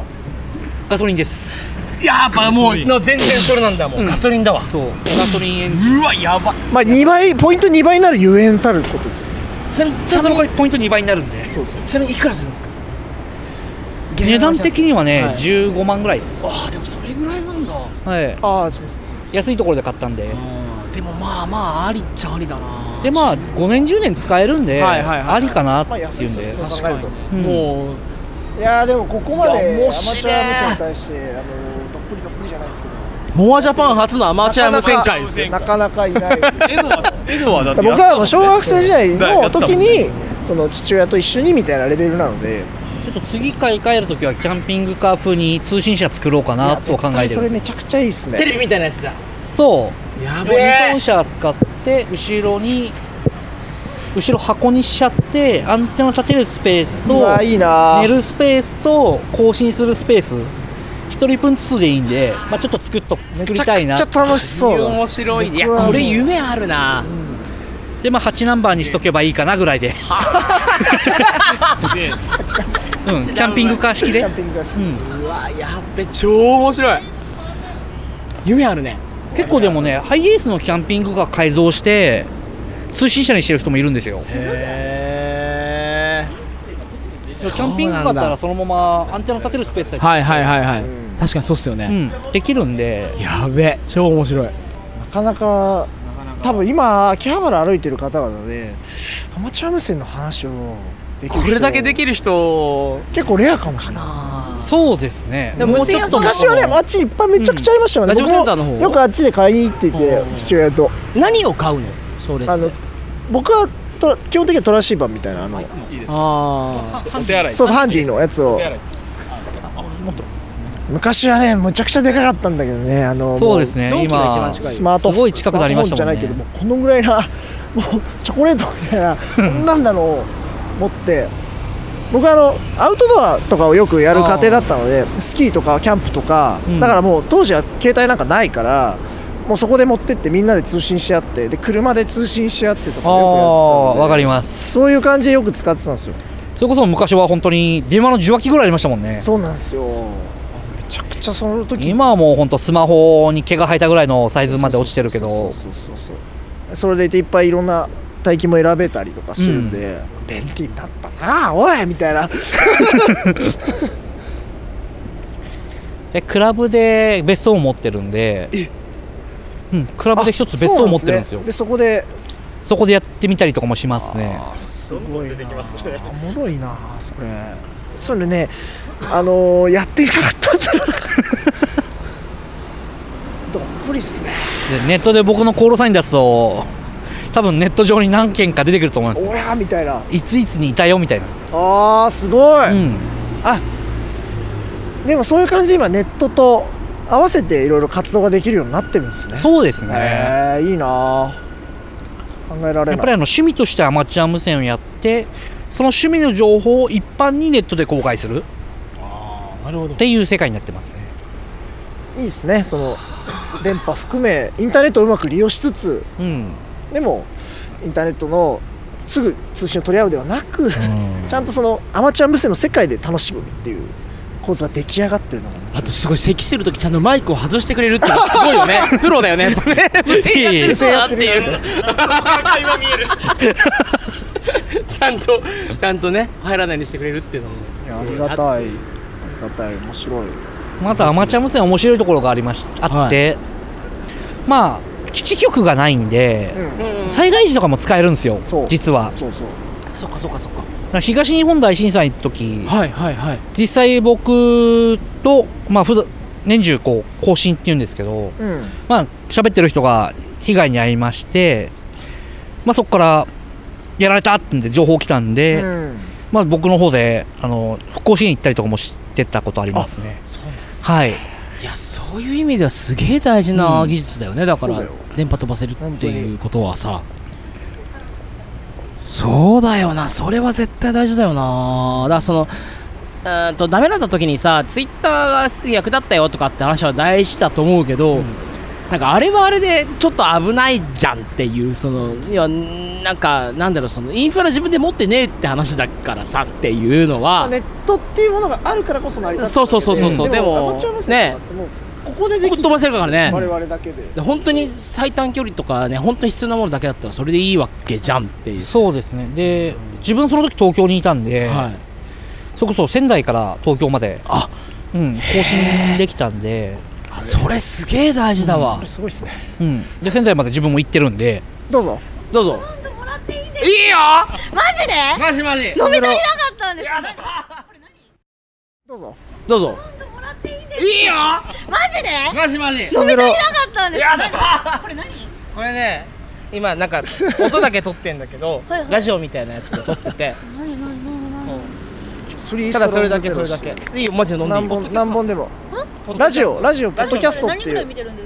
[SPEAKER 16] ガソリンです
[SPEAKER 8] いややっぱもうの全然それなんだもん、ガソリンだわ
[SPEAKER 16] そうガソリンエン
[SPEAKER 8] ジンうわやばい
[SPEAKER 2] まあ2倍ポイント2倍になるゆえんたることですね
[SPEAKER 1] ちなみ
[SPEAKER 16] にそのポイント2倍になるんで
[SPEAKER 2] そうそう
[SPEAKER 1] ちなみにいくらするんですか
[SPEAKER 16] 値段的にはね、
[SPEAKER 1] はい
[SPEAKER 16] 15万ぐらいです
[SPEAKER 1] ああでもそれぐらいするんだ
[SPEAKER 16] はい
[SPEAKER 2] ああそうです
[SPEAKER 16] 安いところで買ったんで
[SPEAKER 1] でもまあまあありっちゃありだな
[SPEAKER 16] でまあ5年10年使えるんで、
[SPEAKER 1] はいはいはい
[SPEAKER 16] ありかなっていう
[SPEAKER 2] まあ
[SPEAKER 16] んで、
[SPEAKER 2] 安いですよそう考えると
[SPEAKER 16] うん
[SPEAKER 1] もう
[SPEAKER 2] いやーでもここまでアマ
[SPEAKER 1] いや面
[SPEAKER 2] チ
[SPEAKER 1] 白
[SPEAKER 2] ュ
[SPEAKER 1] い
[SPEAKER 2] ア無線に対してあのどっぷりどっぷりじゃないですけど
[SPEAKER 1] モアジャパン初のアマチュア無線会ですよ
[SPEAKER 2] なかなかいない
[SPEAKER 18] エドはだって
[SPEAKER 2] 僕はもう小学生時代
[SPEAKER 18] だやっ
[SPEAKER 2] の
[SPEAKER 18] てた
[SPEAKER 2] 時
[SPEAKER 18] もんね
[SPEAKER 2] にその父親と一緒にみたいなレベルなので
[SPEAKER 16] ちょっと次買い替えるときはキャンピングカー風に通信車作ろうかなと考えて
[SPEAKER 2] それ
[SPEAKER 16] る
[SPEAKER 2] めちゃくちゃいいっすね
[SPEAKER 1] テレビみたいなやつだ
[SPEAKER 16] そう
[SPEAKER 1] や
[SPEAKER 16] もう二トン車使って後ろに後ろ箱にしちゃってアンテナ立てるスペース
[SPEAKER 2] う
[SPEAKER 16] と
[SPEAKER 2] わいいな
[SPEAKER 16] 寝るスペースと更新するスペース1人分ずつでいいんで、まあ、ちょっと作っと作りたいな
[SPEAKER 2] めちゃくちゃ楽しそうだ
[SPEAKER 1] 面白いねいや
[SPEAKER 16] 僕はもう
[SPEAKER 1] これ夢あるな
[SPEAKER 16] でまあ8ナンバーにしとけばいいかなぐらいで、 うん、キャンピングカー式で
[SPEAKER 1] うわやっべ超面白い夢あるね
[SPEAKER 16] 結構でもねハイエースのキャンピングカー改造して通信車にしてる人もいるんですよ
[SPEAKER 1] へ
[SPEAKER 16] キャンピングカーだったらそのままアンテナ立てるスペースだけ
[SPEAKER 1] はいはいはいはい確かにそうっすよ
[SPEAKER 16] う
[SPEAKER 1] ね
[SPEAKER 16] ん、できるんで
[SPEAKER 1] やべえ超面白い
[SPEAKER 2] なかなか多分今秋葉原歩いてる方々でアマチュア無線の話をできる人
[SPEAKER 1] これだけできる人
[SPEAKER 2] 結構レアかもしれないですね
[SPEAKER 16] そうですね
[SPEAKER 1] でも無線屋さんも
[SPEAKER 2] 昔はねあっちいっぱいめちゃくちゃありましたよね、
[SPEAKER 1] うんラジオセンターの方
[SPEAKER 2] 僕もよくあっちで買いに行っていて父親と
[SPEAKER 1] 何を買うのそれって
[SPEAKER 2] あの僕はトラ基本的にはトランシーバーみたいなあの
[SPEAKER 1] あ
[SPEAKER 2] あそうハンディのやつを昔はねむちゃくちゃでかかったんだけどねあの
[SPEAKER 16] そうですね
[SPEAKER 2] も
[SPEAKER 16] 今
[SPEAKER 2] スマート
[SPEAKER 16] すごい近くなりましたもんね
[SPEAKER 2] スマートフォンじゃないけどもうこのぐらいなもうチョコレートみたいなこんなんだのを持って僕あのアウトドアとかをよくやる家庭だったのでスキーとかキャンプとか、
[SPEAKER 16] うん
[SPEAKER 2] だからもう当時は携帯なんかないからもうそこで持ってってみんなで通信し合ってで車で通信し合ってとか
[SPEAKER 16] あ
[SPEAKER 2] よくやって
[SPEAKER 16] あわかります
[SPEAKER 2] そういう感じでよく使ってたんですよ
[SPEAKER 16] それこそ昔は本当に電話の受話器ぐらいありましたもんね
[SPEAKER 2] そうなんですよめちゃくちゃその時
[SPEAKER 16] 今はもう本当スマホに毛が生えたぐらいのサイズまで落ちてるけ
[SPEAKER 2] そ
[SPEAKER 16] ど
[SPEAKER 2] うそうそうそうそれでいていっぱいいろんな大金も選べたりとかしてるんで、便利になったなあおいみたいな
[SPEAKER 16] でクラブで別荘を持ってるんでうん、クラブで一つ別荘を持ってるんです
[SPEAKER 2] そ
[SPEAKER 16] よ
[SPEAKER 2] うなんねでそこで
[SPEAKER 16] そこでやってみたりとかもしますね
[SPEAKER 2] すごいなあおもろいなあそれそれねあのー、やってみたかったんだよなどっぷりっすね
[SPEAKER 16] でネットで僕のコールサイン出すと多分ネット上に何件か出てくると思います
[SPEAKER 2] おやみたいない
[SPEAKER 16] ついつにいたよみたいな
[SPEAKER 2] あーすごい、
[SPEAKER 16] うん
[SPEAKER 2] あでもそういう感じで今ネットと合わせていろいろ活動ができるようになってるんですね
[SPEAKER 16] そうですね
[SPEAKER 2] へえいいなあ考えられない
[SPEAKER 16] やっぱりあの趣味としてアマチュア無線をやってその趣味の情報を一般にネットで公開する
[SPEAKER 1] なるほど
[SPEAKER 16] っていう世界になってますね
[SPEAKER 2] いいですねその電波含めインターネットをうまく利用しつつ、でもインターネットのすぐ通信を取り合うではなく、ちゃんとそのアマチュア無線の世界で楽しむっていう構図が出来上がってるのが
[SPEAKER 1] あとすごい咳するときちゃんとマイクを外してくれるってのはすごいよ ねプロだよねやっぱね無線やってる人だっていうちゃんとちゃんとね入らないようにしてくれるっていうのも
[SPEAKER 2] いやありがたいありがたい面白い
[SPEAKER 16] またアマチュア無線面白いところがありましあって、まあ基地局がないんで、災害時とかも使えるんですよ実は
[SPEAKER 2] そうそう
[SPEAKER 1] そっかそっかそっか
[SPEAKER 16] 東日本大震災の時、
[SPEAKER 1] はいはいはい
[SPEAKER 16] 実際僕と、まあ、普段年中こう更新っていうんですけど、
[SPEAKER 2] うん
[SPEAKER 16] まあ喋ってる人が被害に遭いまして、まあ、そこからやられたってんで情報来たんで、
[SPEAKER 2] うん
[SPEAKER 16] まあ、僕の方であの復興支援行ったりとかもしてたことありますね。はい
[SPEAKER 1] いやそういう意味ではすげえ大事な技術だよね、だから
[SPEAKER 16] そうだよ
[SPEAKER 1] 電波飛ばせるっていうことはさそうだよなそれは絶対大事だよなだからそのうーんとダメだった時にさツイッターが役立ったよとかって話は大事だと思うけど、なんかあれはあれでちょっと危ないじゃんっていうそのいやなんかなんだろうそのインフラ自分で持ってねえって話だからさっていうのは、
[SPEAKER 2] ネットっていうものがあるからこそ成り立つ
[SPEAKER 1] そうそうそうそうそうで
[SPEAKER 2] ア
[SPEAKER 1] も
[SPEAKER 2] マチュア無線だ
[SPEAKER 1] ね
[SPEAKER 2] ってもうここででき
[SPEAKER 1] 飛ばせるからね
[SPEAKER 2] 我々だけで
[SPEAKER 1] で本当に最短距離とかね本当に必要なものだけだったらそれでいいわけじゃんっていう
[SPEAKER 16] そうですねで自分その時東京にいたんで、それこそ仙台から東京までうん、更新できたんで
[SPEAKER 1] それすげえ大事だわ
[SPEAKER 16] うん
[SPEAKER 2] すごいっすね
[SPEAKER 16] うん、で仙台まで自分も行ってるんで
[SPEAKER 2] どうぞ
[SPEAKER 1] どうぞ
[SPEAKER 3] いいよマジで
[SPEAKER 1] マジマジ
[SPEAKER 3] 飲み足りなかったんですけど
[SPEAKER 2] どうぞ
[SPEAKER 1] どうぞ
[SPEAKER 3] いいよマジで
[SPEAKER 1] マジマジ
[SPEAKER 3] 飲み足りなかったんです
[SPEAKER 1] や
[SPEAKER 3] けど
[SPEAKER 1] だ
[SPEAKER 3] これ何
[SPEAKER 1] これね今なん か音だけ撮ってんだけど
[SPEAKER 3] はいはい
[SPEAKER 1] ラジオみたいなやつで撮って て
[SPEAKER 3] 何何何何
[SPEAKER 1] そう
[SPEAKER 2] 3
[SPEAKER 1] ただそれだけそれだけいいよマジで飲んでいい
[SPEAKER 2] 何本何本でもラジオラジオポッドキャストって
[SPEAKER 3] 何く
[SPEAKER 2] い
[SPEAKER 3] らいう見てるんで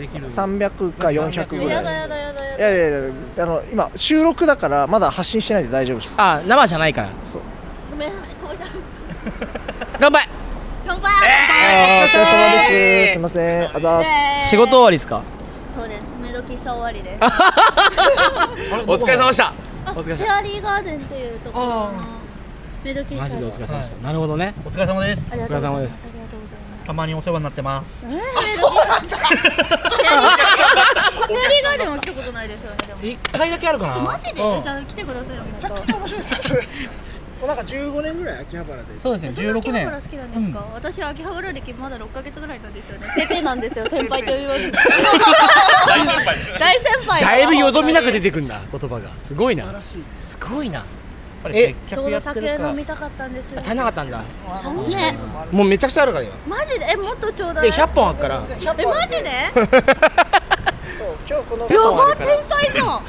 [SPEAKER 3] すか
[SPEAKER 2] 300か400ぐら
[SPEAKER 3] や
[SPEAKER 2] い
[SPEAKER 3] だやだやだや
[SPEAKER 2] いやいやいやあの今収録だからまだ発信してないんで大丈夫です
[SPEAKER 1] あ生じゃないから
[SPEAKER 2] そう
[SPEAKER 3] だごめんこうちゃん
[SPEAKER 1] 乾杯
[SPEAKER 3] 乾
[SPEAKER 2] あーお
[SPEAKER 3] 杯
[SPEAKER 2] 疲れ様ですすいませんあざーす
[SPEAKER 1] 仕事終わりですか
[SPEAKER 3] そうですメイド喫茶終わりです
[SPEAKER 1] お疲れ様でした お疲れ様でし
[SPEAKER 3] チ
[SPEAKER 1] た
[SPEAKER 3] アリーガーデンっていうところかなメイド喫茶
[SPEAKER 1] マジでお疲れ様でしたなるほどね
[SPEAKER 16] お疲れ様です
[SPEAKER 3] ありがとうございま
[SPEAKER 1] お疲れ様です
[SPEAKER 3] すありがとうございます
[SPEAKER 16] たまにお世話になってます
[SPEAKER 3] えーそうなんだチアリーガーデンは来たことないですよねでも
[SPEAKER 16] 一回だけあるかな
[SPEAKER 3] マジで
[SPEAKER 16] うん
[SPEAKER 3] じゃあ来てくださいよめちゃく
[SPEAKER 2] ちゃ面白いですよもうなんか15年ぐらい秋葉原で
[SPEAKER 16] そうですね
[SPEAKER 3] 秋葉
[SPEAKER 16] 16年
[SPEAKER 3] 原好きなんですか、私は秋葉原歴まだ6ヶ月ぐらいなんですよねペペなんですよ 先輩と呼びます大先輩大先輩
[SPEAKER 1] だいぶよどみなく出てくんだ言葉がすごいなすごいなえ
[SPEAKER 3] ちょうど酒飲みたかったんですよ
[SPEAKER 1] 足りなかったんだ
[SPEAKER 3] たね
[SPEAKER 1] もうめちゃくちゃあるから今
[SPEAKER 3] マジでえもっとちょうだい
[SPEAKER 1] で100本あるから
[SPEAKER 3] えマジで
[SPEAKER 2] そう今日この
[SPEAKER 3] やば天才じゃん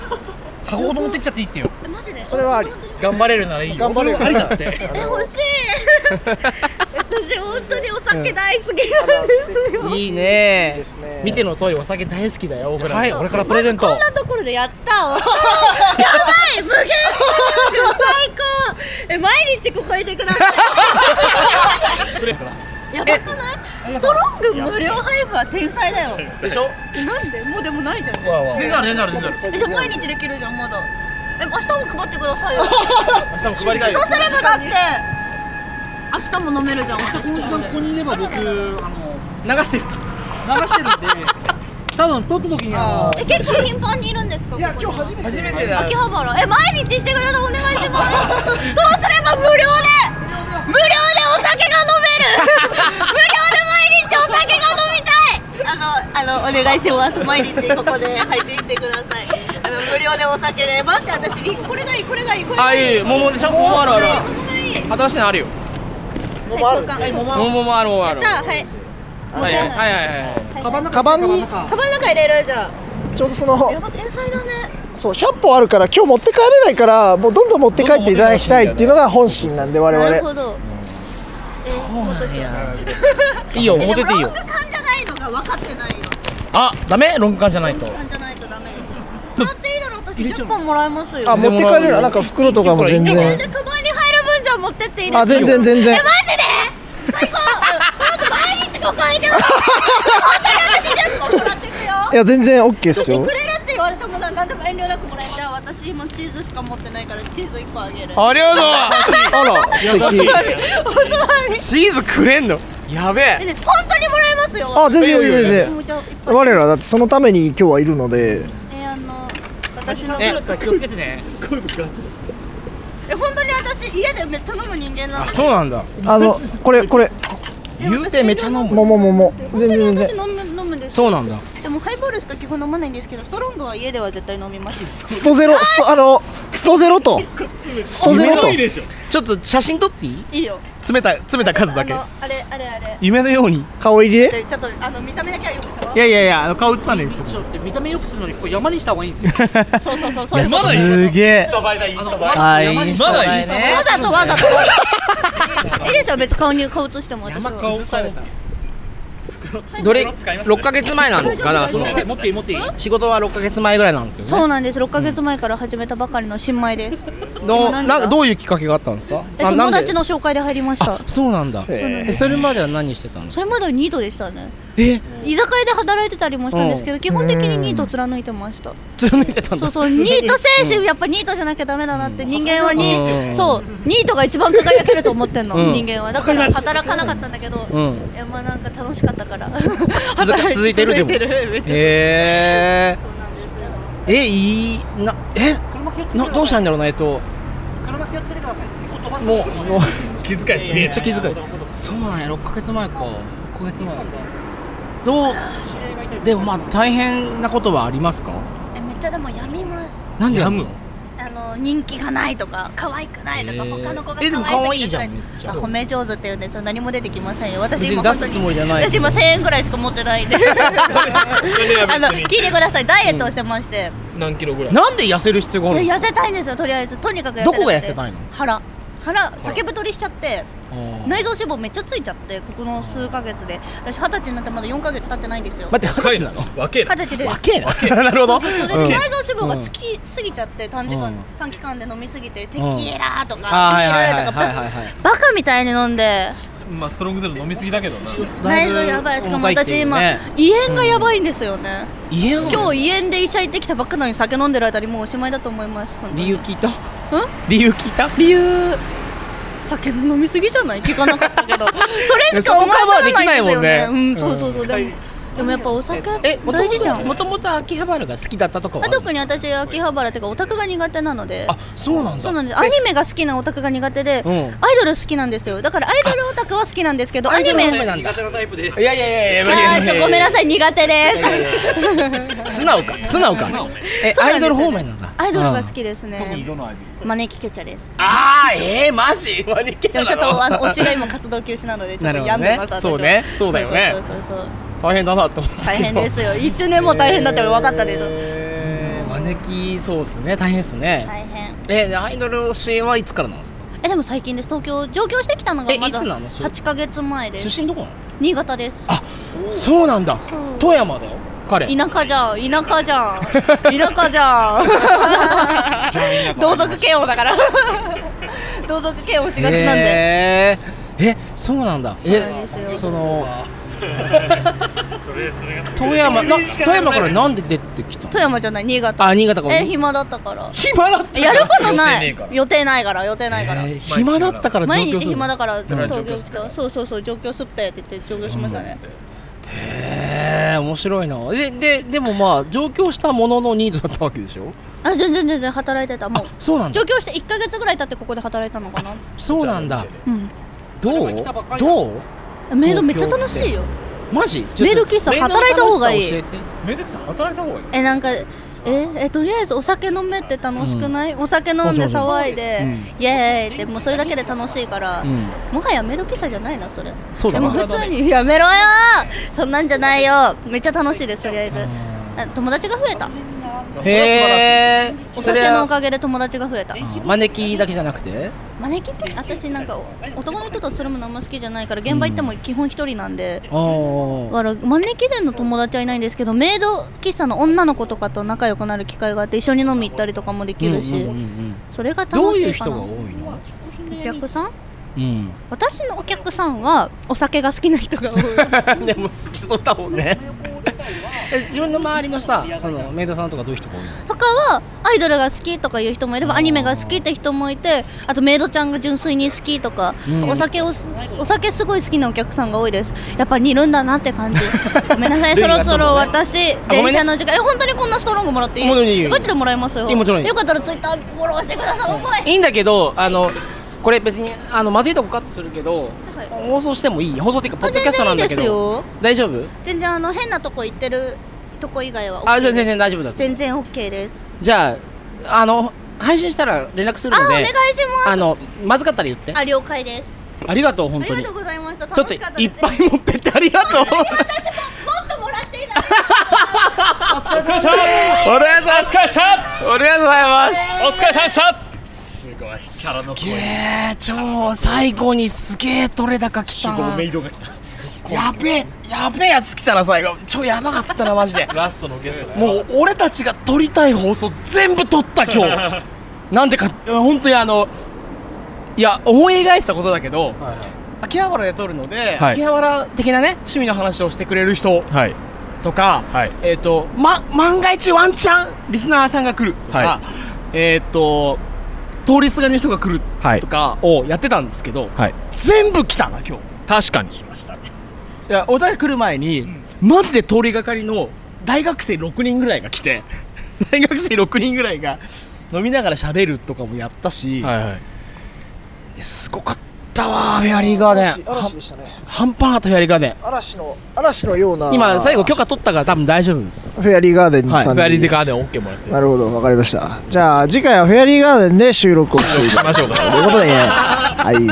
[SPEAKER 16] 箱ごと持ってっちゃっていいってよ
[SPEAKER 3] えマジで
[SPEAKER 2] それはあり
[SPEAKER 1] 頑張れるならいいよ
[SPEAKER 2] 頑張れる
[SPEAKER 16] それはありだって
[SPEAKER 3] え欲 しい私本当にお酒大好きなんですよ
[SPEAKER 1] いいね見ての通りお酒大好きだよ僕ら
[SPEAKER 16] はい俺からプレゼント
[SPEAKER 3] こんなところでや ったおやばい無限食最高え毎日ここいてくださ いやばくないストロング無料配布は天才だよ
[SPEAKER 1] でしょ
[SPEAKER 3] えなんでもうでもないじゃんね
[SPEAKER 1] わわわ出た出た出た
[SPEAKER 3] えじゃあ毎日できるじゃんまだえ明日も配ってくださいよ
[SPEAKER 1] 明日も配りたいよ
[SPEAKER 3] そうすればだって明日も飲めるじゃん私ここで
[SPEAKER 16] ここにいれば僕あの
[SPEAKER 1] 流してる
[SPEAKER 16] 流してるんで多分撮った時にあ
[SPEAKER 3] え結構頻繁にいるんですかいや今日初めて
[SPEAKER 1] 初めてだ
[SPEAKER 3] 秋葉原え毎日してくださいお願いしますそうすれば無料で無料でお酒が飲める無料で毎日お酒が飲みたいあのあのお願いします毎日ここで配信してくださいあの無料でお酒で待って私リンこれがいいこれがいいこれ
[SPEAKER 1] あ
[SPEAKER 3] がいい
[SPEAKER 1] いい桃でしょ
[SPEAKER 3] も
[SPEAKER 1] 桃あるあるある
[SPEAKER 3] これがいい
[SPEAKER 1] 新しいのあるよ
[SPEAKER 2] 桃ある
[SPEAKER 3] はい交換
[SPEAKER 1] 桃もある桃もある
[SPEAKER 3] じゃあは
[SPEAKER 1] は
[SPEAKER 3] い
[SPEAKER 1] いはいはいはい
[SPEAKER 2] カバンのカバンに
[SPEAKER 3] カバンの中入れるじゃん
[SPEAKER 2] ちょうどその
[SPEAKER 3] やば天才だね
[SPEAKER 2] そう100本あるから今日持って帰れないからもうどんどん持って帰っていただきたいっていうのが本心なんで我
[SPEAKER 3] なる
[SPEAKER 2] 々
[SPEAKER 3] ほどそうなんや
[SPEAKER 1] いいよ持ってっていいよ
[SPEAKER 3] ロング缶じゃないのが分かってないよ
[SPEAKER 1] あダメロング缶じゃないと
[SPEAKER 3] 缶じゃないとダメです買っていいだろ私10本もらえますよ
[SPEAKER 2] あ持って帰れるなんか袋とかも全
[SPEAKER 3] え
[SPEAKER 2] 然
[SPEAKER 3] でカバンに入る分じゃ持ってっていいですか
[SPEAKER 2] あ全然全然
[SPEAKER 3] えマジで最高なんか毎日ここ空いてます本当に私10本もらってくよ
[SPEAKER 2] いや全然 OK ですよ
[SPEAKER 3] くれるって言われたものは何でも遠慮なくもらえじゃあ私今チーズしか持ってないからチーズ1個あげる
[SPEAKER 1] ありがとう
[SPEAKER 2] あら素敵
[SPEAKER 1] 優しい
[SPEAKER 3] おつまみ
[SPEAKER 1] チーズくれんのやべえ
[SPEAKER 3] えで本当にもらえますよ
[SPEAKER 2] あ全然全然全
[SPEAKER 3] もうじゃあいっぱい
[SPEAKER 2] 然我らだってそのために今日はいるので
[SPEAKER 3] えあの私の
[SPEAKER 1] え
[SPEAKER 16] 気をつけてね
[SPEAKER 3] え本当に私家でめっちゃ飲む人間なの
[SPEAKER 1] あそうなんだ
[SPEAKER 2] あのこれこれ
[SPEAKER 1] 言うてめちゃ飲む
[SPEAKER 2] もももも全然全
[SPEAKER 3] 私
[SPEAKER 2] 然
[SPEAKER 3] 飲む飲むんです
[SPEAKER 1] そうなんだ
[SPEAKER 3] でもハイボールしか基本飲まないんですけどストロングは家では絶対飲 みます
[SPEAKER 2] ストゼロストあのストゼロとストゼロと
[SPEAKER 1] ちょっと写真撮っていい
[SPEAKER 3] いいよ
[SPEAKER 1] 詰めた詰めた数だけ
[SPEAKER 3] あのあれあれあれ
[SPEAKER 1] 夢のように
[SPEAKER 2] 顔入り
[SPEAKER 3] ちょっとあの見た目だけはよくしてもらおう
[SPEAKER 1] いやいやいやあの顔映さないですよ
[SPEAKER 16] ちょっと待って見た目良くするのにこれ山にした方がいいんですよ
[SPEAKER 3] そうそうそう
[SPEAKER 1] い
[SPEAKER 3] そう
[SPEAKER 1] やすげえ
[SPEAKER 17] スタバイだインスタバイ
[SPEAKER 1] あいい
[SPEAKER 17] イン
[SPEAKER 1] ね
[SPEAKER 17] スタバイ
[SPEAKER 1] まだいい
[SPEAKER 3] わざと わざといいですよ別に顔に顔映しても私は
[SPEAKER 1] 山顔されたどれ6ヶ月前なんですかだからその
[SPEAKER 3] 持っていい持っていい
[SPEAKER 1] 仕事は6ヶ月前ぐらいなんですよね
[SPEAKER 3] そうなんです6ヶ月前から始めたばかりの新米です
[SPEAKER 1] の
[SPEAKER 3] 何
[SPEAKER 1] などういうきっかけがあったんですか
[SPEAKER 3] え
[SPEAKER 1] なな
[SPEAKER 3] 友
[SPEAKER 1] んで
[SPEAKER 3] 達の紹介で入りました
[SPEAKER 1] そうなんだえそれまでは何してたんです
[SPEAKER 3] そ
[SPEAKER 1] か
[SPEAKER 3] れまではニートでしたね
[SPEAKER 1] え
[SPEAKER 3] 居酒屋で働いてたりもしたんですけ
[SPEAKER 1] う
[SPEAKER 3] ど
[SPEAKER 1] ん
[SPEAKER 3] 基本的にニート貫いてました
[SPEAKER 1] 貫いてたんだ
[SPEAKER 3] そうそうニート精神やっぱニートじゃなきゃダメだなって人間はニ
[SPEAKER 1] う
[SPEAKER 3] ー
[SPEAKER 1] ん
[SPEAKER 3] そうニートが一番輝けると思ってんの
[SPEAKER 1] うん
[SPEAKER 3] 人間はだから働かなかったんだけど
[SPEAKER 1] うん
[SPEAKER 3] いやまあなんか楽しかったから
[SPEAKER 1] 続
[SPEAKER 3] 働
[SPEAKER 1] け
[SPEAKER 3] い
[SPEAKER 1] 続いてるでも
[SPEAKER 3] 続いてるめっちゃ
[SPEAKER 1] へええいいなえなどうしたらいいんだろうなえっともうもう気遣いすめっちゃ気遣いそうなんや6ヶ月前か6ヶ月前どうでもまあ大変なことはありますか
[SPEAKER 3] えめっちゃでもやみます
[SPEAKER 1] なんでやむの
[SPEAKER 3] あの人気がないとか可愛くないとか
[SPEAKER 1] へー
[SPEAKER 3] 他の子が
[SPEAKER 1] えでも可愛いじゃん
[SPEAKER 3] 可愛すぎて
[SPEAKER 1] めっちゃ
[SPEAKER 3] あ褒め上手って言うんですよ何も出てきませんよ私
[SPEAKER 1] 別に
[SPEAKER 3] 今
[SPEAKER 1] 出
[SPEAKER 3] 本
[SPEAKER 1] す
[SPEAKER 3] 当
[SPEAKER 1] つもりじゃ
[SPEAKER 3] に
[SPEAKER 1] ない
[SPEAKER 3] 私今1000円ぐらいしか持っ てないんであの聞いてくださいダイエットをしてまして、
[SPEAKER 1] 何キロぐらいなんで痩せる必要があるん
[SPEAKER 3] い
[SPEAKER 1] で
[SPEAKER 3] や
[SPEAKER 1] す
[SPEAKER 3] 痩せたいんですよとりあえずとにかく
[SPEAKER 1] かどこが痩せた
[SPEAKER 3] い
[SPEAKER 1] いの
[SPEAKER 3] 腹腹酒太りしちゃって内臓脂肪めっちゃついちゃってここの数ヶ月で私二十歳になってまだ4ヶ月経ってないんですよ
[SPEAKER 1] 待って二十歳なの若
[SPEAKER 3] 二十歳です
[SPEAKER 1] えな なるほど
[SPEAKER 3] それ
[SPEAKER 1] う
[SPEAKER 3] で
[SPEAKER 1] ん
[SPEAKER 3] 内臓脂肪がつきすぎちゃって短時間、
[SPEAKER 1] うん
[SPEAKER 3] 短期間で飲みすぎてテキ
[SPEAKER 1] うん
[SPEAKER 3] ーラーと
[SPEAKER 1] あーはいはい
[SPEAKER 3] かビールと
[SPEAKER 1] はいは
[SPEAKER 3] か
[SPEAKER 1] いはい
[SPEAKER 3] バカみたいに飲んで
[SPEAKER 18] まあストロングゼロ飲みすぎだけどな
[SPEAKER 3] 内臓やばいしかも
[SPEAKER 18] 重たいって
[SPEAKER 3] 私
[SPEAKER 18] いう
[SPEAKER 3] 今
[SPEAKER 18] ね
[SPEAKER 3] 胃炎がやばいんですよね、
[SPEAKER 1] 家
[SPEAKER 3] 今日胃炎で医者行ってきたばっかなのに酒飲んでる間にもうおしまいだと思います本当に
[SPEAKER 1] 理由聞いた
[SPEAKER 3] うん
[SPEAKER 1] 理由聞いた
[SPEAKER 3] 理由酒の飲みすぎじゃない聞かなかったけ どそれしか思い浮かばないんで
[SPEAKER 1] そこカ
[SPEAKER 3] すよね
[SPEAKER 1] バーできないも
[SPEAKER 3] うん
[SPEAKER 1] ね
[SPEAKER 3] んそうそうそうでもでもやっぱお酒
[SPEAKER 1] えもと
[SPEAKER 3] 大事じゃん
[SPEAKER 1] もともと秋葉原が好きだったとかは
[SPEAKER 3] あ特に私秋葉原っていうかオタクが苦手なので
[SPEAKER 1] そうなんだ
[SPEAKER 3] そうなんですアニメが好きなオタクが苦手で、
[SPEAKER 1] うん
[SPEAKER 3] アイドル好きなんですよだからアイドルオタクは好きなんですけどアニメ
[SPEAKER 1] 苦手なタイプでいやいやいやいや
[SPEAKER 3] あーちょごめんなさい苦手です
[SPEAKER 1] 素直か素直かえ
[SPEAKER 3] そう
[SPEAKER 1] ア
[SPEAKER 3] な
[SPEAKER 1] イド
[SPEAKER 3] んですよね
[SPEAKER 1] ル方面なんだ
[SPEAKER 3] アイドルが好きですね
[SPEAKER 1] 特にどのアイド
[SPEAKER 3] ルマネキケチャです
[SPEAKER 1] あーえーマジマネキ
[SPEAKER 3] でもちょっとあの推しが今活動休止なのでちょっと病んでます、
[SPEAKER 1] なる
[SPEAKER 3] 私は
[SPEAKER 1] ほどねそうねそうだよね
[SPEAKER 3] そうそうそうそう
[SPEAKER 1] 大変だなと思ったけど
[SPEAKER 3] 大変ですよ一周年も大変だって俺分かったでしょ、
[SPEAKER 1] えー招きそうですね大変ですね
[SPEAKER 3] 大変
[SPEAKER 1] えでアイドル教えはいつからなんですか
[SPEAKER 3] えでも最近です東京上京してきたのがまだ
[SPEAKER 1] えいつなのそれ
[SPEAKER 3] 8ヶ月前です
[SPEAKER 1] 出身どこなの
[SPEAKER 3] 新潟です
[SPEAKER 1] そうなんだ富山だよ彼
[SPEAKER 3] 田舎じゃん田舎じゃん田舎じゃん同族嫌悪だから同族嫌悪しがちなんで、
[SPEAKER 1] へーえそうなんだえ
[SPEAKER 3] そうなんですよ
[SPEAKER 1] その富山な富山からなんで出てきたの
[SPEAKER 3] 富山じゃない新潟
[SPEAKER 1] あ新潟か
[SPEAKER 3] え暇だったから
[SPEAKER 1] 暇だった
[SPEAKER 3] やること
[SPEAKER 1] 予定
[SPEAKER 3] な
[SPEAKER 1] ねえ
[SPEAKER 3] い
[SPEAKER 1] から
[SPEAKER 3] 予定ないから予定ないから、
[SPEAKER 1] えー暇だったから
[SPEAKER 3] 毎
[SPEAKER 1] 上京する
[SPEAKER 3] 日
[SPEAKER 1] の
[SPEAKER 3] 暇だか
[SPEAKER 1] だ
[SPEAKER 3] ら
[SPEAKER 1] から
[SPEAKER 3] 東
[SPEAKER 1] 上京
[SPEAKER 3] 京
[SPEAKER 1] す
[SPEAKER 3] 来たそうそうそう上京すっぺって言って上京しましたね、
[SPEAKER 1] へえ面白いなでででもまあ上京したもののニードだったわけでしょ
[SPEAKER 3] あ全然全然働いてたもう
[SPEAKER 1] そうなんだ
[SPEAKER 3] 上京して1か月ぐらい経ってここで働いたのかな
[SPEAKER 1] そうなんだ
[SPEAKER 3] うん
[SPEAKER 1] どうどう
[SPEAKER 3] メイドめっちゃ楽しいよ
[SPEAKER 1] マジ
[SPEAKER 3] メイド喫茶働いた方がいい
[SPEAKER 18] メイド喫茶働いた方がいい
[SPEAKER 3] えなんかええとりあえずお酒飲めって楽しくない、お酒飲んで騒いで、
[SPEAKER 1] うん
[SPEAKER 3] イエーイってもうそれだけで楽しいから、
[SPEAKER 1] うん
[SPEAKER 3] もはやメイド喫茶じゃないなそれ
[SPEAKER 1] そうだ
[SPEAKER 3] でも
[SPEAKER 1] な
[SPEAKER 3] 普通にやめろよそんなんじゃないよめっちゃ楽しいですとりあえずあ友達が増えた
[SPEAKER 1] へえ
[SPEAKER 3] お
[SPEAKER 1] それ
[SPEAKER 3] 酒のお
[SPEAKER 1] は
[SPEAKER 3] かげで友達が増えた
[SPEAKER 1] 招きだけじゃなくて
[SPEAKER 3] 招きって私なんか男の人とつるむのあんま好きじゃないから現場行っても基本一人なんで、
[SPEAKER 1] あー
[SPEAKER 3] だから招きでの友達はいないんですけどメイド喫茶の女の子とかと仲良くなる機会があって一緒に飲み行ったりとかもできるし、
[SPEAKER 1] うんうんうんうん
[SPEAKER 3] それが楽しいか
[SPEAKER 1] ど
[SPEAKER 3] な
[SPEAKER 1] ういう人が多いの
[SPEAKER 3] お客さん
[SPEAKER 1] うん
[SPEAKER 3] 私のお客さんはお酒が好きな人が多 い
[SPEAKER 1] でも好きそうだもん ねえ自分の周りのさそのメイドさんとかどういう人が多いの
[SPEAKER 3] 他はアイドルが好きとかいう人もいればアニメが好きって人もいてあとメイドちゃんが純粋に好きとか、
[SPEAKER 1] うん
[SPEAKER 3] お酒をお酒すごい好きなお客さんが多いですやっぱ似るんだなって 感じごめんなさい
[SPEAKER 1] ルイ
[SPEAKER 3] そ
[SPEAKER 1] が
[SPEAKER 3] ろそろ私、
[SPEAKER 1] あごめんね
[SPEAKER 3] 電車の時間え本当にこんなストロングもらってい
[SPEAKER 1] もういい
[SPEAKER 3] い
[SPEAKER 1] よ
[SPEAKER 3] ガチでもらえますよ
[SPEAKER 1] いいもちろんいい
[SPEAKER 3] よかったらツイッターフォローしてください重い
[SPEAKER 1] いいんだけどあのこれ別にあのまずいとこカットするけど放送してもいい放送っていうかポッドキャストなんだけど大丈夫
[SPEAKER 3] 全然あの変なとこ行ってるとこ以外は OK
[SPEAKER 1] あじゃあ全然大丈夫だ
[SPEAKER 3] 全然 OK です
[SPEAKER 1] じゃああの配信したら連絡するので
[SPEAKER 3] あお願いします
[SPEAKER 1] あのまずかったら言って
[SPEAKER 3] あ了解です
[SPEAKER 1] ありがとう本
[SPEAKER 3] あり
[SPEAKER 1] 当
[SPEAKER 3] が
[SPEAKER 1] にち
[SPEAKER 3] とうございました
[SPEAKER 1] ょっ
[SPEAKER 3] 楽
[SPEAKER 1] とい
[SPEAKER 3] しかった
[SPEAKER 1] っぱい持ってってありがとう
[SPEAKER 3] お疲れ様
[SPEAKER 8] でした
[SPEAKER 1] お疲れ様でしたありがとうございます
[SPEAKER 8] お疲れ様でした
[SPEAKER 17] すごいキャラの
[SPEAKER 1] すげえ超最後にすげえ取れ高来たな
[SPEAKER 8] メイドが来た
[SPEAKER 13] やべえやべえやつ来たな最後今日やばかったなマジで
[SPEAKER 18] ラストのゲスト
[SPEAKER 13] もう俺たちが撮りたい放送全部撮った今日
[SPEAKER 1] なんでか本当にあのいや思い描いてたことだけど、秋葉原で撮るので、
[SPEAKER 8] はい
[SPEAKER 1] 秋葉原的なね趣味の話をしてくれる人
[SPEAKER 8] はい
[SPEAKER 1] とか、えっ、と、ま、万が一ワンチャンリスナーさんが来るとか、
[SPEAKER 8] は
[SPEAKER 1] えっ、と通りすがりの人が来るとかをやってたんですけど、
[SPEAKER 8] はい
[SPEAKER 1] 全部来たな今日
[SPEAKER 8] 確かに
[SPEAKER 1] いやお互い来る前に、マジで通りがかりの大学生6人ぐらいが来て 大学生6人ぐらいが飲みながら喋るとかもやったし、いやすごかったわフェアリーガーデン
[SPEAKER 2] 嵐嵐でしたね
[SPEAKER 1] 半端なかったフェアリーガーデン
[SPEAKER 2] 嵐の嵐のような
[SPEAKER 1] 今最後許可取ったから多分大丈夫です
[SPEAKER 2] フェアリーガーデンさんに、
[SPEAKER 1] はいフェアリー
[SPEAKER 8] ガーデン OK もらって
[SPEAKER 2] なるほどわかりましたじゃあ次回はフェアリーガーデンで収録をしてい
[SPEAKER 8] しましょうか
[SPEAKER 2] ということでねはい
[SPEAKER 16] い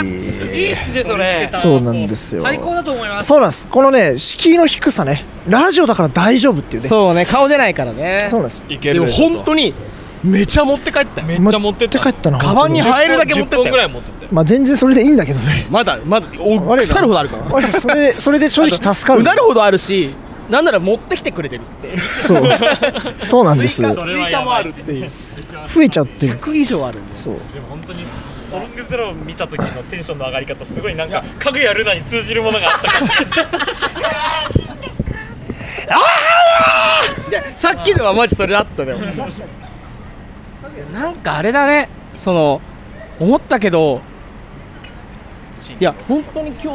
[SPEAKER 16] いっすねそれ
[SPEAKER 2] そうなんですよ
[SPEAKER 16] 最高だと思います
[SPEAKER 2] そうなんですこのね敷居の低さねラジオだから大丈夫っていうね
[SPEAKER 1] そうね顔出ないからね
[SPEAKER 2] そうなんです
[SPEAKER 8] い
[SPEAKER 1] でも本当にめちゃ持って帰ったよめっ
[SPEAKER 2] ち
[SPEAKER 1] ゃ持って
[SPEAKER 2] 帰ったな
[SPEAKER 1] カバンに入るだけ持ってったよ
[SPEAKER 8] 10本ぐらい持って
[SPEAKER 2] まあ全然それでいいんだけどね
[SPEAKER 1] まだまだお腐るほどあるから
[SPEAKER 2] 我らそれでそれで正直助かる
[SPEAKER 1] うなるほどあるしなんなら持ってきてくれてるって
[SPEAKER 2] そう そうなんです
[SPEAKER 1] 追加追加もあるって いう
[SPEAKER 2] 増えちゃってる
[SPEAKER 1] 100以上あるんで
[SPEAKER 2] そう
[SPEAKER 17] でも本当に
[SPEAKER 12] ストロングゼロを見た時のテンションの上がり方すごいなんか家具やルナに通じるものがあった感じ
[SPEAKER 1] いやさっきのはマジそれだったよなんかあれだねその思ったけどいや本当に今日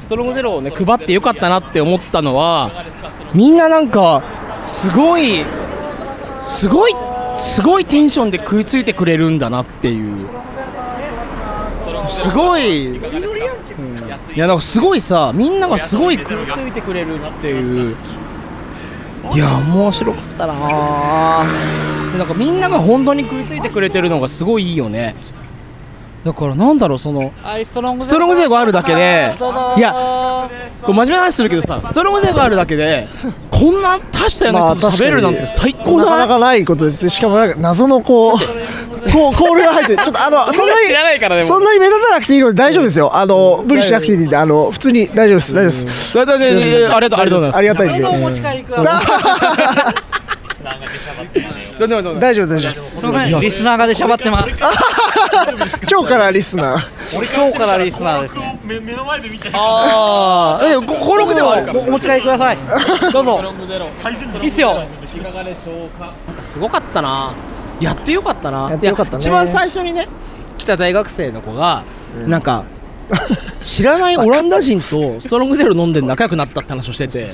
[SPEAKER 1] ストロングゼロをね配ってよかったなって思ったのはみんななんかすごいすごいすごいテンションで食いついてくれるんだなっていうすごい、うんいやなんかすごいさみんながすごい食いついてくれるっていういや面白かったなあなんかみんなが本当に食いついてくれてるのがすごいいいよねだからなんだろうその
[SPEAKER 16] ストロン
[SPEAKER 1] ストロングゼロがあるだけでい
[SPEAKER 16] や
[SPEAKER 1] こう真面目な話するけどさストロングゼロがあるだけでこんな大したような人と喋れるなんて最高
[SPEAKER 2] なか
[SPEAKER 1] だ
[SPEAKER 2] な
[SPEAKER 1] な
[SPEAKER 2] かないことですねしかもなんか謎のこ うこうコールが入ってちょっとあのそんな
[SPEAKER 1] 知らないからで
[SPEAKER 2] に
[SPEAKER 1] も
[SPEAKER 2] そんなに目立たなくていいので大丈夫ですよあの無理しなくていいんであの普通に大丈夫です大丈夫です
[SPEAKER 1] 大丈夫です
[SPEAKER 2] すいません
[SPEAKER 1] ありがとうありがとうございます
[SPEAKER 2] ありがたいんで
[SPEAKER 1] お弁当お持ち帰りくだ
[SPEAKER 2] あ
[SPEAKER 1] どうでもどうでも
[SPEAKER 2] 大丈夫大丈夫です
[SPEAKER 16] すいませんリスナーがでしゃばってます
[SPEAKER 2] 今日からリスナー
[SPEAKER 16] 俺今日からリスナーですね
[SPEAKER 17] 目目の前で見て
[SPEAKER 1] あーえでもごご録ではあるから
[SPEAKER 16] お持ち帰りくださいどうぞいいっすよ
[SPEAKER 17] いかがでしょうか
[SPEAKER 1] すごかったなやってよかったな
[SPEAKER 2] やってよかったね
[SPEAKER 1] いや一番最初にね来た大学生の子が、なんか知らないオランダ人とストロングゼロ飲んで仲良くなったって話をしてて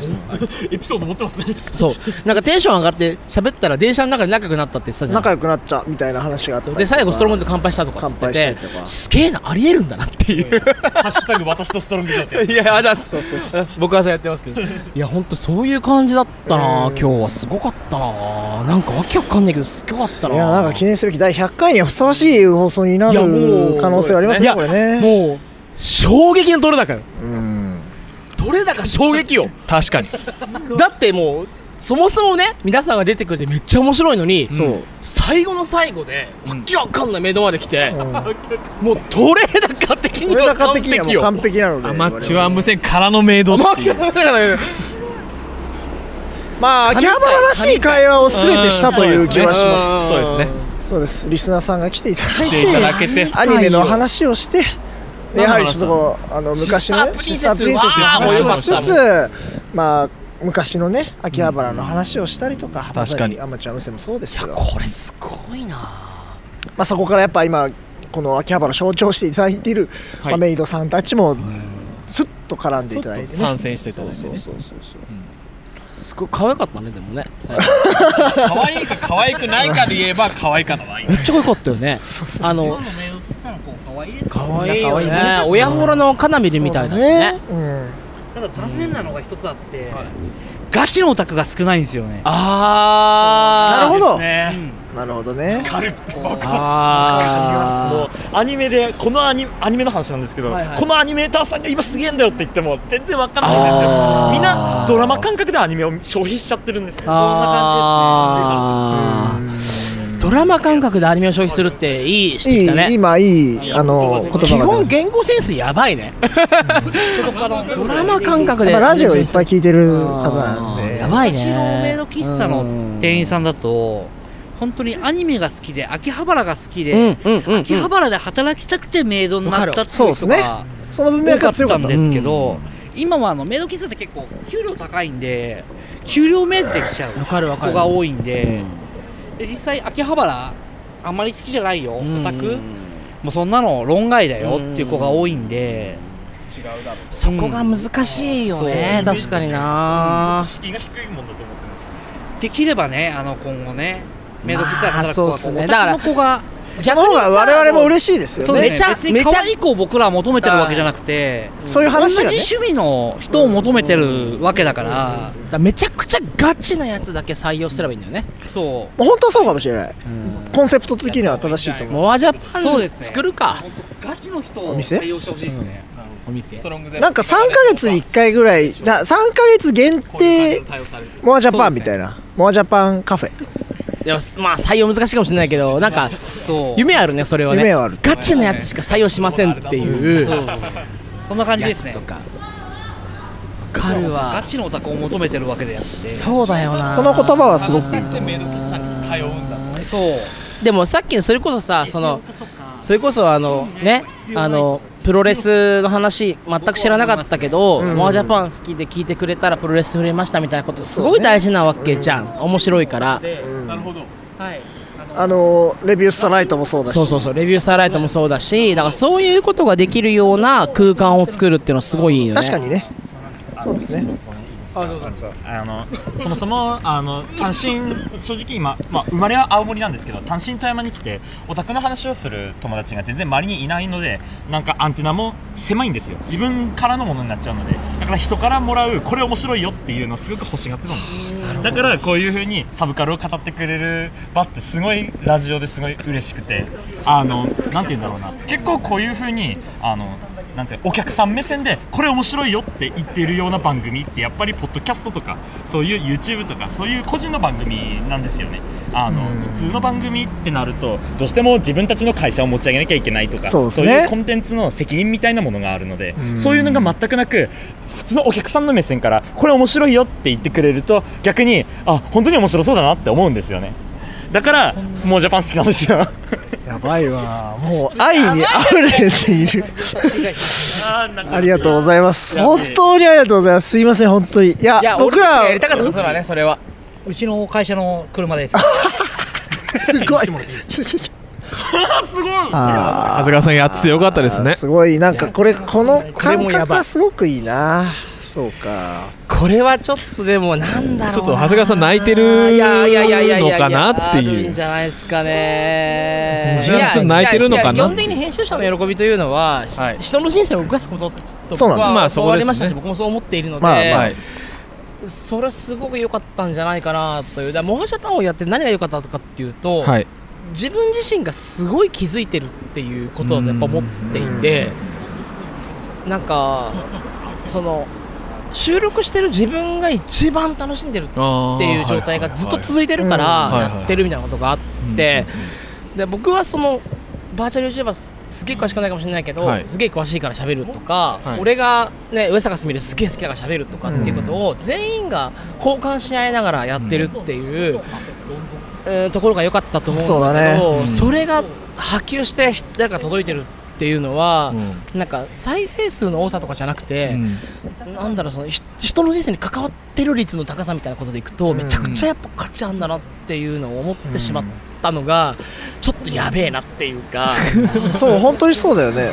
[SPEAKER 17] エピソード持ってますね
[SPEAKER 1] そうなんかテンション上がって喋ったら電車の中で仲良くなったって言ってたじゃん
[SPEAKER 2] 仲良くなっちゃうみたいな話があって
[SPEAKER 1] で最後ストロングゼロ乾杯したとかっつって
[SPEAKER 2] 乾杯して
[SPEAKER 1] て
[SPEAKER 2] とか
[SPEAKER 1] すげえなありえるんだなっていう
[SPEAKER 17] ハッシュタグ私とストロングゼロって
[SPEAKER 1] いやあだそうそう僕はそうやってます けどいやほんとそういう感じだったな、今日はすごかったななんかわけわかんないけどすごかったない
[SPEAKER 2] やなんか記念すべき第100回にはふさわしい放送にない
[SPEAKER 1] やも
[SPEAKER 2] る
[SPEAKER 1] う
[SPEAKER 2] 可能性はあります
[SPEAKER 1] い
[SPEAKER 2] ね
[SPEAKER 1] や
[SPEAKER 2] これね
[SPEAKER 1] もう衝撃のどれだかよどれだか衝撃よ
[SPEAKER 8] 確かに
[SPEAKER 1] だってもうそもそもね皆さんが出てくれてめっちゃ面白いのに最後の最後でわけわかんない目の前で来て、もうトレーダー的
[SPEAKER 2] こ
[SPEAKER 1] に
[SPEAKER 2] れ
[SPEAKER 1] は
[SPEAKER 2] が
[SPEAKER 1] 完
[SPEAKER 2] 的にはも
[SPEAKER 1] 璧
[SPEAKER 2] う
[SPEAKER 1] よ
[SPEAKER 2] 完璧なので
[SPEAKER 8] アマチュア無線からのメイドっていう
[SPEAKER 1] だからね
[SPEAKER 2] まあ秋葉原らしい会話を全てしたという気はします
[SPEAKER 8] うんそうですね
[SPEAKER 2] そうですリスナーさんが来ていただい
[SPEAKER 8] 来ていただけ
[SPEAKER 2] て
[SPEAKER 8] て
[SPEAKER 2] アニメの話をして
[SPEAKER 8] はい
[SPEAKER 2] やはりちょっとこうあの昔のね
[SPEAKER 1] シ
[SPEAKER 2] シ
[SPEAKER 1] ス
[SPEAKER 2] ス
[SPEAKER 1] タ
[SPEAKER 2] ター
[SPEAKER 1] ープ
[SPEAKER 2] プ
[SPEAKER 1] リ
[SPEAKER 2] リ
[SPEAKER 1] ン
[SPEAKER 2] ン
[SPEAKER 1] セ
[SPEAKER 2] セ
[SPEAKER 1] ス
[SPEAKER 2] スの話をしつ
[SPEAKER 1] わ
[SPEAKER 2] つまあ昔のね秋葉原の話をしたりとか
[SPEAKER 1] ん確かに
[SPEAKER 2] まさアマチュア無線もそうですけど
[SPEAKER 1] これすごいな
[SPEAKER 2] まあ、そこからやっぱ今この秋葉原を象徴していただいている、まあ、メイドさんたちもスッと絡んでいただいて、ね、
[SPEAKER 8] 参戦してたそう
[SPEAKER 2] そうそうそうそう
[SPEAKER 1] すごい可愛かったねでもね最後
[SPEAKER 8] 可愛いか可愛くないかで言えば可愛いかな
[SPEAKER 1] めっちゃ可愛かったよねあの可愛いよ
[SPEAKER 8] 可愛い
[SPEAKER 1] ね
[SPEAKER 8] ね
[SPEAKER 1] 親ホロのカナミルみたいだね
[SPEAKER 16] ただ残念なのが一つあって、ガチのオタクが少ないんですよね
[SPEAKER 1] あ
[SPEAKER 2] なるほど、
[SPEAKER 16] ね
[SPEAKER 2] なるほどね
[SPEAKER 12] わかりますもうアニメでこのアニアニメの話なんですけど、
[SPEAKER 16] はいはい
[SPEAKER 12] このアニメーターさんが今すげえんだよって言っても全然わかんないんですよみんなドラマ感覚でアニメを消費しちゃってるんですよそんな感じですね
[SPEAKER 1] あードドラマ感覚でアニメを消費するっていい指摘だね
[SPEAKER 2] いい今いいあの言葉が
[SPEAKER 1] 基
[SPEAKER 2] 出ま
[SPEAKER 1] 本
[SPEAKER 2] し
[SPEAKER 1] 言語センスやばいね ドラマ感覚
[SPEAKER 2] た
[SPEAKER 1] で
[SPEAKER 2] やっぱラジオいっぱい聞いてる方なんで
[SPEAKER 1] やばい
[SPEAKER 16] スシローメイ
[SPEAKER 1] ね
[SPEAKER 16] ド喫茶の店員さんだと本当にアニメが好きで秋葉原が好きで、
[SPEAKER 1] うんうんうんうん
[SPEAKER 16] 秋葉原で働きたくてメイドになったって
[SPEAKER 2] そう
[SPEAKER 16] いう
[SPEAKER 2] です
[SPEAKER 16] 人
[SPEAKER 2] ね
[SPEAKER 16] が
[SPEAKER 2] その文
[SPEAKER 16] 多
[SPEAKER 2] 脈
[SPEAKER 16] か
[SPEAKER 2] が
[SPEAKER 16] っ
[SPEAKER 2] 強か
[SPEAKER 16] た
[SPEAKER 2] っ
[SPEAKER 16] ん
[SPEAKER 2] た
[SPEAKER 16] ですけど、今はあのメイド喫茶って結構給料高いんで給料メイドできちゃう
[SPEAKER 1] かる
[SPEAKER 16] 子が多いんで,、で実際秋葉原あんまり好きじゃないよオタクもうそんなの論外だよっていう子が多いんで、
[SPEAKER 1] そこが難しいよね、
[SPEAKER 16] そう
[SPEAKER 1] 確かにな
[SPEAKER 12] 敷居が低いもんだと思ってま
[SPEAKER 16] できればねあの今後ねメイド喫茶で働く子
[SPEAKER 1] まあそ
[SPEAKER 16] はこ
[SPEAKER 1] うっ
[SPEAKER 16] う
[SPEAKER 1] すね
[SPEAKER 16] オタクの子が
[SPEAKER 2] その方が我々も嬉しいですよね
[SPEAKER 16] そう
[SPEAKER 2] め
[SPEAKER 16] め
[SPEAKER 2] ち
[SPEAKER 16] ち
[SPEAKER 2] ゃ
[SPEAKER 16] ゃ
[SPEAKER 2] め
[SPEAKER 16] め
[SPEAKER 2] ち
[SPEAKER 16] ち
[SPEAKER 2] ゃ
[SPEAKER 16] ゃ可愛い子を僕らは求めてるわけじゃなくて、
[SPEAKER 2] そういう話がね
[SPEAKER 16] 同じ趣味の人を求めてるわけだから、
[SPEAKER 1] だからめちゃくちゃガチなやつだけ採用すればいいんだよね
[SPEAKER 16] そ
[SPEAKER 2] 本当はそうかもしれないコンセプト的には正しいと思う
[SPEAKER 1] モアジャ
[SPEAKER 16] うそうですね
[SPEAKER 1] 作るか
[SPEAKER 16] ガチの人
[SPEAKER 2] お
[SPEAKER 16] を
[SPEAKER 2] 店
[SPEAKER 16] 採用してほしいですね、
[SPEAKER 1] お店
[SPEAKER 2] なんか3ヶ月に1回ぐらいじゃ3ヶ月限定モアジャパンみたいな、モアジャパンカフェ
[SPEAKER 1] でもまあ採用難しいかもしれないけどなんか夢あるねそれはね
[SPEAKER 2] 夢はある
[SPEAKER 1] ガチなやつしか採用しませんっていう
[SPEAKER 16] そうそんな感じですね
[SPEAKER 1] やつとかかるわ
[SPEAKER 16] ガチのオタクを求めてるわけであって
[SPEAKER 1] そうだよな
[SPEAKER 2] その言葉はすごくいい
[SPEAKER 1] そうでもさっきのそれこそさそのそれこそあのねあのプロレスの話全く知らなかったけど
[SPEAKER 2] うん
[SPEAKER 1] モアジャパン好きで聞いてくれたらプロレス触れましたみたいなことすごい大事なわけじゃん面白いから
[SPEAKER 12] なるほどはい
[SPEAKER 2] あのレビュースタライトもそうだし
[SPEAKER 1] そうそうそうレビューサーライトもそうだしだからそういうことができるような空間を作るっていうのはすごいいいよね
[SPEAKER 2] 確かにねそうですね
[SPEAKER 12] あのそもそもあの単身正直今、まあ、生まれは青森なんですけど単身富山に来てオタクの話をする友達が全然周りにいないのでなんかアンテナも狭いんですよ自分からのものになっちゃうのでだから人からもらうこれ面白いよっていうのをすごく欲しがってたんですよだからこういうふうにサブカルを語ってくれる場ってすごいラジオですごい嬉しくてあのなんて言うんだろうな結構こういうふうにあのなんてお客さん目線でこれ面白いよって言ってるような番組ってやっぱりポッドキャストとかそういう YouTube とかそういう個人の番組なんですよねあの、普通の番組ってなるとどうしても自分たちの会社を持ち上げなきゃいけないとか
[SPEAKER 2] そうですね
[SPEAKER 12] いうコンテンツの責任みたいなものがあるので、
[SPEAKER 2] うん
[SPEAKER 12] そういうのが全くなく普通のお客さんの目線からこれ面白いよって言ってくれると逆にあ本当に面白そうだなって思うんですよねだからもうジャパン好きなんですよ
[SPEAKER 2] やばいわもう愛に溢れているありがとうございます本当にありがとうございますすいません本当にいや
[SPEAKER 1] いや
[SPEAKER 2] 僕
[SPEAKER 1] 俺たち
[SPEAKER 2] ら
[SPEAKER 1] がやりたかったことだねそれは
[SPEAKER 16] うちの会社の車です
[SPEAKER 2] すごい
[SPEAKER 12] すごい
[SPEAKER 2] あ
[SPEAKER 5] 長谷川さんやっててよかったですね
[SPEAKER 2] すごいなんかこれこの感
[SPEAKER 1] これも
[SPEAKER 2] 覚
[SPEAKER 1] やば
[SPEAKER 2] が
[SPEAKER 1] い
[SPEAKER 2] すごくいいなそうか
[SPEAKER 1] これはちょっとでもなんだろうな
[SPEAKER 5] ちょっと長谷川さん泣いてる
[SPEAKER 1] いやいやいやいやいや
[SPEAKER 5] のかなっていう
[SPEAKER 1] あるんじゃないですかね
[SPEAKER 5] ちらちょっと泣いてるのかなって
[SPEAKER 1] いやいや基本的に編集者の喜びというのは、ひ人の人生を動かすことと
[SPEAKER 5] そうなん
[SPEAKER 1] 僕
[SPEAKER 5] ですま
[SPEAKER 1] は
[SPEAKER 5] あそ
[SPEAKER 1] そう
[SPEAKER 5] こ
[SPEAKER 1] あ
[SPEAKER 5] ですね
[SPEAKER 1] りましたし、僕もそう思っているので、
[SPEAKER 5] まあまあ
[SPEAKER 1] それはすごく良かったんじゃないかなというだからモアジャパンをやって何が良かったかっていうと、
[SPEAKER 5] はい
[SPEAKER 1] 自分自身がすごい気づいてるっていうことをやっぱ思っていてなんかその収録してる自分が一番楽しんでるっていう状態がずっと続いてるから
[SPEAKER 5] はいはいはい
[SPEAKER 1] やってるみたいなことがあってで僕はそのバーチャル YouTuber すすげえ詳しくないかもしれないけど、
[SPEAKER 5] はい
[SPEAKER 1] すげえ詳しいから喋るとか、
[SPEAKER 5] はい
[SPEAKER 1] 俺が、ね、上坂すみれすげえ好きだから喋るとかっていうことを全員が交換し合いながらやってるっていう、えーところが良かったと思うんだけ
[SPEAKER 2] そう
[SPEAKER 1] ど
[SPEAKER 2] だねうん
[SPEAKER 1] それが波及して誰か届いてるっていうのは、なんか再生数の多さとかじゃなくて、なんだろうそのひ人の人生に関わってる率の高さみたいなことでいくと、めちゃくちゃやっぱ価値あんだなっていうのを思ってしまったのが、ちょっとやべえなっていうか
[SPEAKER 2] そう本当にそうだよね、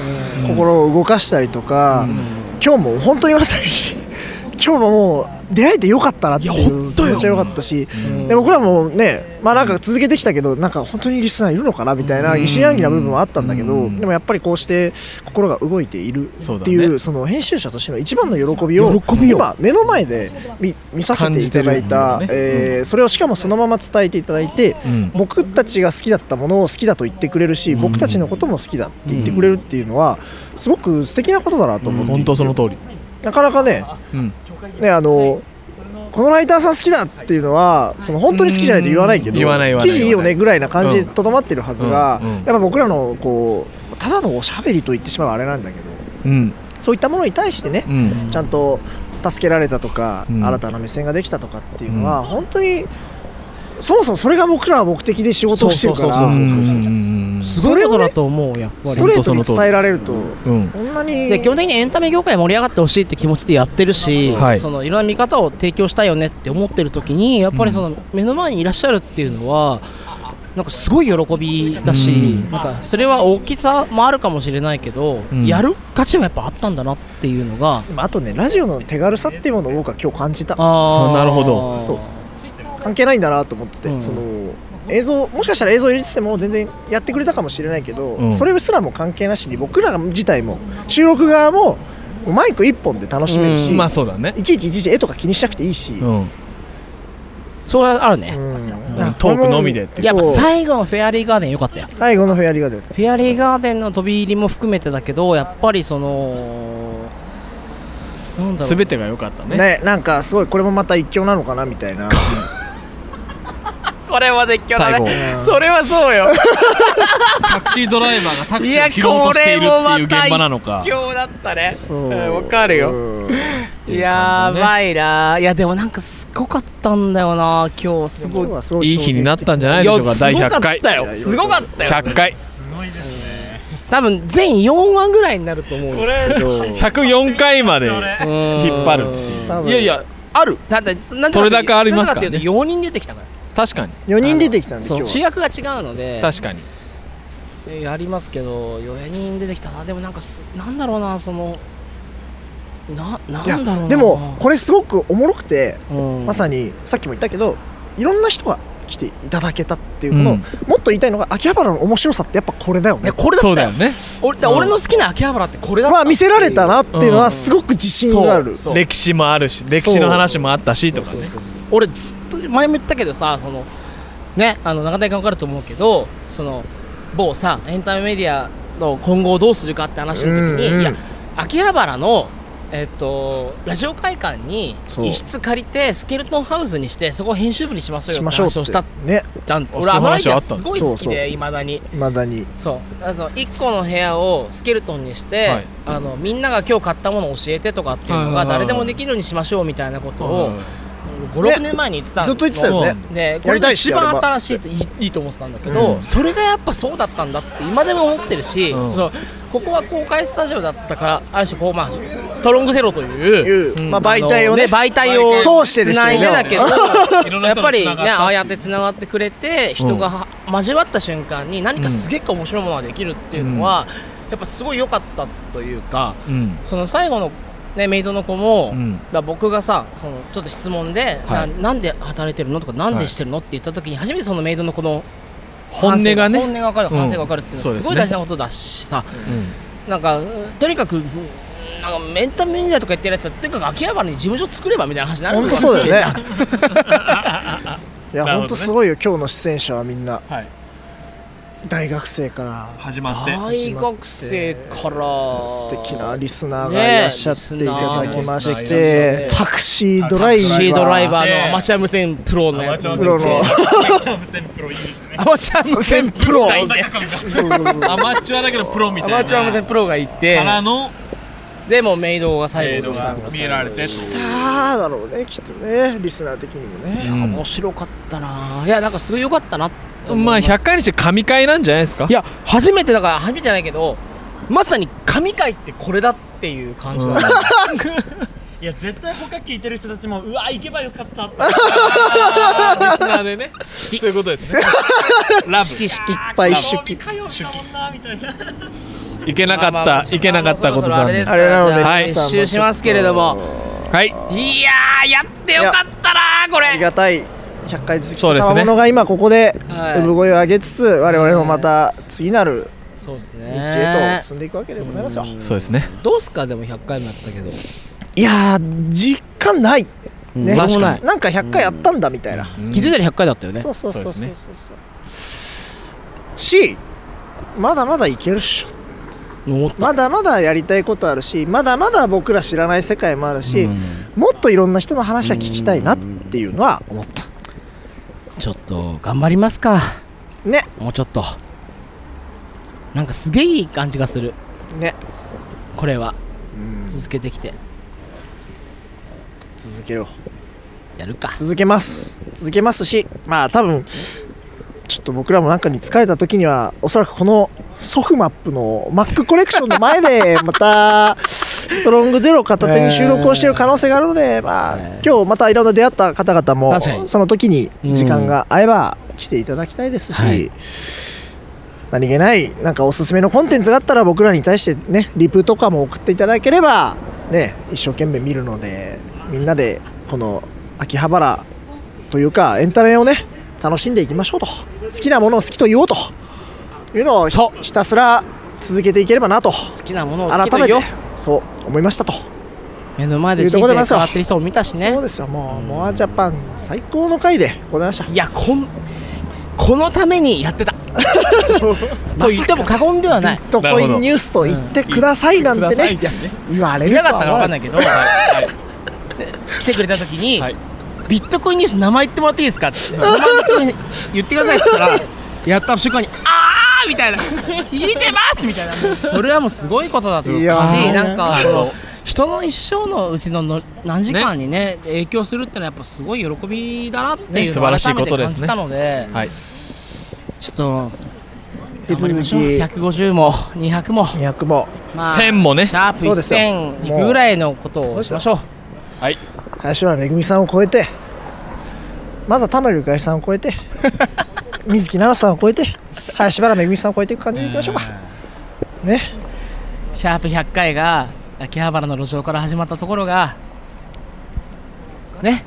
[SPEAKER 2] 心を動かしたりとか、今日も本当にまさに今日ももう出会えてよかったなっていう気持ちがよかったし、で僕らもねまあなんか続けてきたけどなんか本当にリスナーいるのかなみたいな
[SPEAKER 5] うん
[SPEAKER 2] 疑心暗鬼な部分はあったんだけど、でもやっぱりこうして心が動いている
[SPEAKER 5] そうだね
[SPEAKER 2] っていうその編集者としての一番の喜びを
[SPEAKER 5] びを
[SPEAKER 2] 今目の前で見見させていただいた、
[SPEAKER 5] 感じてるんだよね
[SPEAKER 2] えーそれをしかもそのまま伝えていただいて、
[SPEAKER 5] ん
[SPEAKER 2] 僕たちが好きだったものを好きだと言ってくれるし、僕たちのことも好きだって言ってくれるっていうのは、すごく素敵なことだなと思って、
[SPEAKER 5] 本当その通り
[SPEAKER 2] なかなかね,、
[SPEAKER 5] うん
[SPEAKER 2] ねあのこのライターさん好きだっていうのはその本当に好きじゃないと言わないけど
[SPEAKER 19] うん言わない言わない
[SPEAKER 2] 記事いいよねぐらいな感じで
[SPEAKER 19] うん
[SPEAKER 2] とどまってるはずが、
[SPEAKER 19] うんうん
[SPEAKER 2] やっぱ僕らのこうただのおしゃべりと言ってしまうあれなんだけど
[SPEAKER 19] うん
[SPEAKER 2] そういったものに対してね、
[SPEAKER 19] うん
[SPEAKER 2] ちゃんと助けられたとか、
[SPEAKER 19] うん
[SPEAKER 2] 新たな目線ができたとかっていうのは、本当にそもそもそれが僕らは目的で仕事をしてるか
[SPEAKER 1] そうそうそうそ
[SPEAKER 19] う
[SPEAKER 2] ら
[SPEAKER 1] う
[SPEAKER 19] ん
[SPEAKER 1] すごいことだと思うやっぱり
[SPEAKER 2] ストレートに伝えられると、
[SPEAKER 19] うん
[SPEAKER 2] こんなに
[SPEAKER 1] で基本的にエンタメ業界盛り上がってほしいって気持ちでやってるし、
[SPEAKER 19] はい
[SPEAKER 1] そのいろんな見方を提供したいよねって思ってる時にやっぱりその目の前にいらっしゃるっていうのはなんかすごい喜びだし、
[SPEAKER 19] うん
[SPEAKER 1] なんかそれは大きさもあるかもしれないけど、
[SPEAKER 2] うん
[SPEAKER 1] やる価値はやっぱあったんだなっていうのが
[SPEAKER 2] あとねラジオの手軽さっていうものを僕は今日感じた
[SPEAKER 1] あーなるほど
[SPEAKER 2] そう関係ないんだなと思ってて、その映像もしかしたら映像入れてても全然やってくれたかもしれないけど、
[SPEAKER 19] うん
[SPEAKER 2] それすらも関係なしに僕ら自体も収録側もマイク一本で楽しめるし、
[SPEAKER 19] うんまあそうだね
[SPEAKER 2] いちいちいちいち絵とか気にしなくていいし、
[SPEAKER 19] うん
[SPEAKER 1] それはあるね、
[SPEAKER 19] トークのみでっていう
[SPEAKER 1] やっぱ最後のフェアリーガーデン良かったよ
[SPEAKER 2] 最後のフェアリーガーデン
[SPEAKER 1] フェアリーガーデンの飛び入りも含めてだけどやっぱりそのなんだろう
[SPEAKER 19] 全てが良かったね
[SPEAKER 2] ねなんかすごいこれもまた一興なのかなみたい な
[SPEAKER 1] これは絶叫だ
[SPEAKER 2] 最
[SPEAKER 1] ね
[SPEAKER 2] 後
[SPEAKER 1] それはそうよ
[SPEAKER 18] タクシードライバーがタクシ
[SPEAKER 1] い
[SPEAKER 18] ー
[SPEAKER 1] や
[SPEAKER 18] を拾おうと
[SPEAKER 1] こ
[SPEAKER 18] してい
[SPEAKER 1] れ
[SPEAKER 18] るっ
[SPEAKER 1] も
[SPEAKER 18] て
[SPEAKER 1] ま
[SPEAKER 18] いう
[SPEAKER 1] た
[SPEAKER 18] 現場なのか
[SPEAKER 1] 一興だったね
[SPEAKER 2] うん
[SPEAKER 1] わかるよいやーやばいないやでもなんかすごかったんだよな今日すごい
[SPEAKER 19] いい日になったんじゃないでしょうか第100回
[SPEAKER 1] いやすごかったよすごかった
[SPEAKER 19] 100
[SPEAKER 1] よ
[SPEAKER 19] 回
[SPEAKER 1] 多分全4話ぐらいになると思うんですけど
[SPEAKER 19] 104回まで引っ張るっていういやいや
[SPEAKER 1] やあるだってなん
[SPEAKER 19] それだけありますから
[SPEAKER 1] な
[SPEAKER 19] ね
[SPEAKER 1] んでっていうと4人出てきたから
[SPEAKER 19] 確かに
[SPEAKER 2] 4人出てきたんで
[SPEAKER 1] そ
[SPEAKER 2] 今
[SPEAKER 1] う主
[SPEAKER 2] 日は
[SPEAKER 1] 役が違うので
[SPEAKER 19] 確かに
[SPEAKER 1] えーありますけど4人出てきたなでもなんかすなんだろうなそのななん
[SPEAKER 2] いや
[SPEAKER 1] だろうな
[SPEAKER 2] でもこれすごくおもろくて、
[SPEAKER 1] うん
[SPEAKER 2] まさにさっきも言ったけどいろんな人が来ていただけたっていうこの、
[SPEAKER 19] うん
[SPEAKER 2] もっと言いたいのが秋葉原の面白さってやっぱこれだよね
[SPEAKER 1] これだったよそうだよ
[SPEAKER 19] ね
[SPEAKER 1] 俺だ俺の好きな秋葉原ってこれだった
[SPEAKER 2] まあ見せられたなっていうの
[SPEAKER 19] う
[SPEAKER 2] は
[SPEAKER 19] ん
[SPEAKER 2] すごく自信がある、
[SPEAKER 19] そう歴史もあるし歴史の話もあったしとかね
[SPEAKER 1] 俺ずっと前も言ったけどさそのねあの中谷君分かると思うけどその某さエンタメメディアの今後をどうするかって話の時に、
[SPEAKER 19] うんうん
[SPEAKER 1] いや秋葉原のえっと、ラジオ会館に
[SPEAKER 19] そう
[SPEAKER 1] 一室借りてスケルトンハウスにしてそこを編集部にしましょう
[SPEAKER 2] し
[SPEAKER 1] よ
[SPEAKER 2] ま
[SPEAKER 1] って
[SPEAKER 2] しょうっ
[SPEAKER 1] 話
[SPEAKER 2] て
[SPEAKER 1] をした
[SPEAKER 2] ね
[SPEAKER 1] じゃん俺あのアイデアすごい好きでいまだに
[SPEAKER 2] いまだに
[SPEAKER 1] そうあの1個の部屋をスケルトンにして、
[SPEAKER 2] はい
[SPEAKER 1] あのみんなが今日買ったものを教えてとかっていう
[SPEAKER 2] は
[SPEAKER 1] のが
[SPEAKER 2] いはいはい
[SPEAKER 1] 誰でもできるようにしましょうみたいなこと
[SPEAKER 2] はい
[SPEAKER 1] を
[SPEAKER 2] はい
[SPEAKER 1] 56、6年前に言ってたの
[SPEAKER 2] ずっと言ってたよね
[SPEAKER 1] でこ
[SPEAKER 2] や
[SPEAKER 1] れ
[SPEAKER 2] りた
[SPEAKER 1] が
[SPEAKER 2] いし
[SPEAKER 1] 一番
[SPEAKER 2] やれば
[SPEAKER 1] 新しいといいいいと思ってたんだけど、
[SPEAKER 2] うん
[SPEAKER 1] それがやっぱそうだったんだって今でも思ってるし、そのここは公開スタジオだったからある種こう、まあ、ストロングゼロという、うん
[SPEAKER 2] まあ媒体をね
[SPEAKER 1] あの媒体を
[SPEAKER 2] 通してですよね
[SPEAKER 1] つないでだけど
[SPEAKER 2] いろんな
[SPEAKER 1] やっ
[SPEAKER 2] 人と
[SPEAKER 1] ぱり
[SPEAKER 2] つ
[SPEAKER 1] ね
[SPEAKER 2] ながった
[SPEAKER 1] ああやってつながってくれて人がは交わった瞬間に何かすげえ面白いものができるっていうのは、やっぱすごい良かったというか
[SPEAKER 19] うん
[SPEAKER 1] その最後の、ね、メイドの子も、
[SPEAKER 19] うん
[SPEAKER 1] だから僕がさそのちょっと質問で、
[SPEAKER 19] はい
[SPEAKER 1] ななんで働いてるのとかなんでしてるのって言った時に初めてそのメイドの子の
[SPEAKER 19] 本音がね
[SPEAKER 1] 反省本音が分かる
[SPEAKER 19] うん
[SPEAKER 1] 反省が分かるっていうの
[SPEAKER 19] そう
[SPEAKER 1] は
[SPEAKER 19] ですす
[SPEAKER 1] ごい
[SPEAKER 19] ね
[SPEAKER 1] 大事なことだしさ、なんかとにかくなんかメンタルメディアとか言ってるやつはとにかく秋葉原に事務所作ればみたいな話になる
[SPEAKER 2] 本当そうだよ
[SPEAKER 1] ね
[SPEAKER 2] ねいや
[SPEAKER 1] なるほどね
[SPEAKER 2] 本当すごいよ今日の出演者はみんな、大学生から
[SPEAKER 1] 始
[SPEAKER 2] まって
[SPEAKER 1] 大学生から素
[SPEAKER 2] 素敵なリスナーがいらっしゃっていただきまして、タクシードライバー
[SPEAKER 1] タクシードライバーのアマチュア無線プロのやつ
[SPEAKER 2] プロの
[SPEAKER 1] アマチュア無線プロがいて
[SPEAKER 18] アマチュアだけどプロみたいな
[SPEAKER 1] アマチュア無線プロがいて
[SPEAKER 18] からの
[SPEAKER 1] でもメイドが最
[SPEAKER 18] 映
[SPEAKER 1] 後
[SPEAKER 18] 像
[SPEAKER 1] に
[SPEAKER 18] が見えられて
[SPEAKER 2] ああだろうねきっとねリスナー的にもね、
[SPEAKER 1] いや面白かったないやなんかすごい良かったなと思い
[SPEAKER 19] まあ
[SPEAKER 1] す
[SPEAKER 19] 100回にして神回なんじゃないですか
[SPEAKER 1] いや初めてだから初めてじゃないけどまさに神回ってこれだっていう感じだった、
[SPEAKER 17] いや絶対他聞いてる人たちもうわ行けばよかったって
[SPEAKER 19] リスナーでねそういうことですねラブ
[SPEAKER 1] 式式いっ
[SPEAKER 2] ぱい
[SPEAKER 19] 主
[SPEAKER 17] 義火曜日だもんなみたいな
[SPEAKER 19] いけなか
[SPEAKER 1] まあまあ
[SPEAKER 19] ったいけなかったことだ
[SPEAKER 1] そろそろあれですからあれなのでじゃあ撤収しますけれども
[SPEAKER 19] はい
[SPEAKER 1] いやーやってよかったなーこれあり
[SPEAKER 2] がたい100回ずつ来
[SPEAKER 19] そう
[SPEAKER 2] て
[SPEAKER 19] で
[SPEAKER 2] た
[SPEAKER 19] す
[SPEAKER 2] も
[SPEAKER 19] ね
[SPEAKER 2] のが今ここで
[SPEAKER 1] はい
[SPEAKER 2] 産声を上げつつ我々もまた次なる
[SPEAKER 1] そうです
[SPEAKER 2] 道
[SPEAKER 1] ね
[SPEAKER 2] へと進んでいくわけでございますよ
[SPEAKER 19] そうですね
[SPEAKER 1] どうすかでも100回もやったけど
[SPEAKER 2] いやー実感ないね、
[SPEAKER 1] うん確かに
[SPEAKER 2] なんか100回やったんだみたいな、
[SPEAKER 1] 気づいたら100回だったよね
[SPEAKER 2] そうそうそうそう
[SPEAKER 1] ですね
[SPEAKER 2] そうそうしまだまだいけるっしょまだまだやりたいことあるしまだまだ僕ら知らない世界もあるし、もっといろんな人の話は聞きたいなっていうのは思った、
[SPEAKER 1] ちょっと頑張りますか
[SPEAKER 2] ね
[SPEAKER 1] もうちょっとなんかすげえいい感じがする
[SPEAKER 2] ね
[SPEAKER 1] これは続けてきて
[SPEAKER 2] 続けよう
[SPEAKER 1] やるか
[SPEAKER 2] 続けます続けますしまあ多分ちょっと僕らもなんかに疲れた時にはおそらくこのソフマップの Mac コレクションの前でまたストロングゼロを片手に収録をしている可能性があるので、まあ、今日またいろんな出会った方々もその時に時間が合えば来ていただきたいですし、何気ないなんかおすすめのコンテンツがあったら僕らに対してねリプとかも送っていただければ、ね、一生懸命見るのでみんなでこの秋葉原というかエンタメをね楽しんでいきましょうと好きなものを好きと言おうというのをひひたすら続けていければなと好
[SPEAKER 1] きなものを好
[SPEAKER 2] 改
[SPEAKER 1] きと
[SPEAKER 2] め
[SPEAKER 1] 言おう
[SPEAKER 2] てそう思いましたと
[SPEAKER 1] 目の前で
[SPEAKER 2] いうと
[SPEAKER 1] 人
[SPEAKER 2] ころで
[SPEAKER 1] 生
[SPEAKER 2] ござ
[SPEAKER 1] 変
[SPEAKER 2] い
[SPEAKER 1] わ
[SPEAKER 2] ま
[SPEAKER 1] っ
[SPEAKER 2] す
[SPEAKER 1] てる人も見たしね
[SPEAKER 2] そうですよもうモアジャパン最高の回でございました
[SPEAKER 1] いやこんこのために やってたと言っても過言ではない
[SPEAKER 2] ビットコインニュースと言ってくださいなんてね言われ
[SPEAKER 1] い
[SPEAKER 2] る
[SPEAKER 1] な
[SPEAKER 2] と
[SPEAKER 1] かっ
[SPEAKER 2] は思
[SPEAKER 1] たか
[SPEAKER 2] わ
[SPEAKER 1] わかんないけど、で来てくれた時に、ビットコインニュース名前言ってもらっていいですか?」って「名前言って言ってください」って言った らやった瞬間に「あー!」みたいな「聞いてます!」みたいなそれはもうすごいことだと思う
[SPEAKER 19] い
[SPEAKER 1] し
[SPEAKER 19] やー
[SPEAKER 1] なんか
[SPEAKER 19] あ
[SPEAKER 1] あ
[SPEAKER 19] の
[SPEAKER 1] の人の一生のうちのの何時間にね影響するってのはやっぱすごい喜びだなっていう
[SPEAKER 8] 素
[SPEAKER 1] のを
[SPEAKER 8] 晴らし
[SPEAKER 1] 改
[SPEAKER 8] い
[SPEAKER 1] め
[SPEAKER 8] こ
[SPEAKER 1] て
[SPEAKER 8] とで
[SPEAKER 1] 感
[SPEAKER 8] す
[SPEAKER 1] じ
[SPEAKER 8] ね
[SPEAKER 1] たので
[SPEAKER 8] はい
[SPEAKER 1] ちょっと
[SPEAKER 2] 引き続き
[SPEAKER 1] 150も200も
[SPEAKER 2] 200も、
[SPEAKER 8] 1000もね
[SPEAKER 1] シャープ
[SPEAKER 2] そうですよ
[SPEAKER 1] 1000いくぐらいのことをしましょう
[SPEAKER 8] はい
[SPEAKER 2] 林原めぐみさんを超えてまずは田村ゆかりさんを超え て水木奈々さんを超えて林原めぐみさんを超えていく感じでいきましょうかね
[SPEAKER 1] シャープ100回が秋葉原の路上から始まったところがね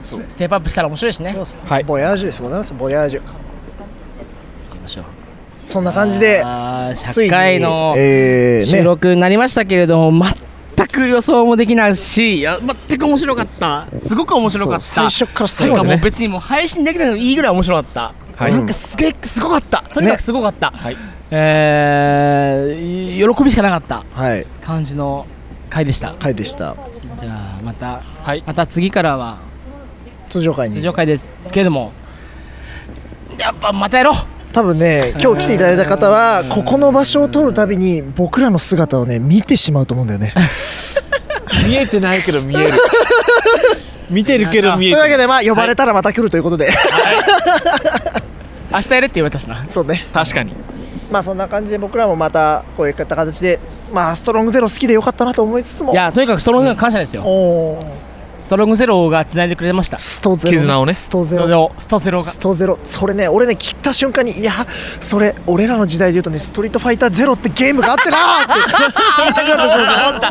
[SPEAKER 1] ステップアップしたら面白いしね
[SPEAKER 2] はいボヤージュですございますボヤージュ
[SPEAKER 1] きましょう
[SPEAKER 2] そんな感じでつい
[SPEAKER 1] 100
[SPEAKER 2] に
[SPEAKER 1] 回の
[SPEAKER 2] えーね
[SPEAKER 1] 収録になりましたけれども、全く予想もできないしいや全く面白かったすごく面白かった
[SPEAKER 2] そう最初から最後
[SPEAKER 1] なん
[SPEAKER 2] までね
[SPEAKER 1] かもう別にもう配信できなくてもいいぐらい面白かった、
[SPEAKER 2] はい
[SPEAKER 1] なんかすげえすごかったとにかくすごかった、えー喜びしかなかった
[SPEAKER 2] はい
[SPEAKER 1] 感じの回でした
[SPEAKER 2] 回でした
[SPEAKER 1] じゃあまた、また次からは
[SPEAKER 2] 通常会に
[SPEAKER 1] 通常会ですけれどもやっぱまたやろう
[SPEAKER 2] 多分ね今日来ていただいた方はここの場所を通るたびに僕らの姿をね見てしまうと思うんだよ ね
[SPEAKER 13] 見えてないけど見える見てるけど見えて
[SPEAKER 2] と
[SPEAKER 13] る
[SPEAKER 2] いうわけでまあ呼ばれたらまた来るということで、
[SPEAKER 1] 明日やれって言われたしな
[SPEAKER 2] そうね
[SPEAKER 8] 確かに
[SPEAKER 2] まあそんな感じで僕らもまたこういった形でまあストロングゼロ好きでよかったなと思いつつも
[SPEAKER 1] いやとにかくストロングゼロに感謝ですよ、ストロングゼロが繋いでくれました
[SPEAKER 2] ストゼロストゼ
[SPEAKER 1] ロストゼロが
[SPEAKER 2] ストゼロそれね俺ね聞いた瞬間にいやそれ俺らの時代で言うとねストリートファイターゼロってゲームがあってな ーって言いたくなった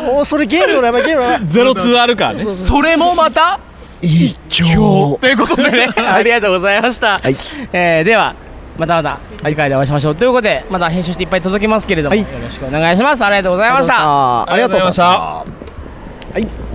[SPEAKER 2] んですよもうそれゲームの名前ゲームの名前
[SPEAKER 8] ゼロツーあるからね
[SPEAKER 2] そうそう
[SPEAKER 1] それもまた
[SPEAKER 2] 一挙
[SPEAKER 1] ということでね、 ありがとうございました、えーではまたまた次回でお会いしましょう、ということでまた編集していっぱい届きますけれども、よろしくお願いしますありがとうございました
[SPEAKER 2] ありがとうございました
[SPEAKER 1] ありがとうございました
[SPEAKER 2] はい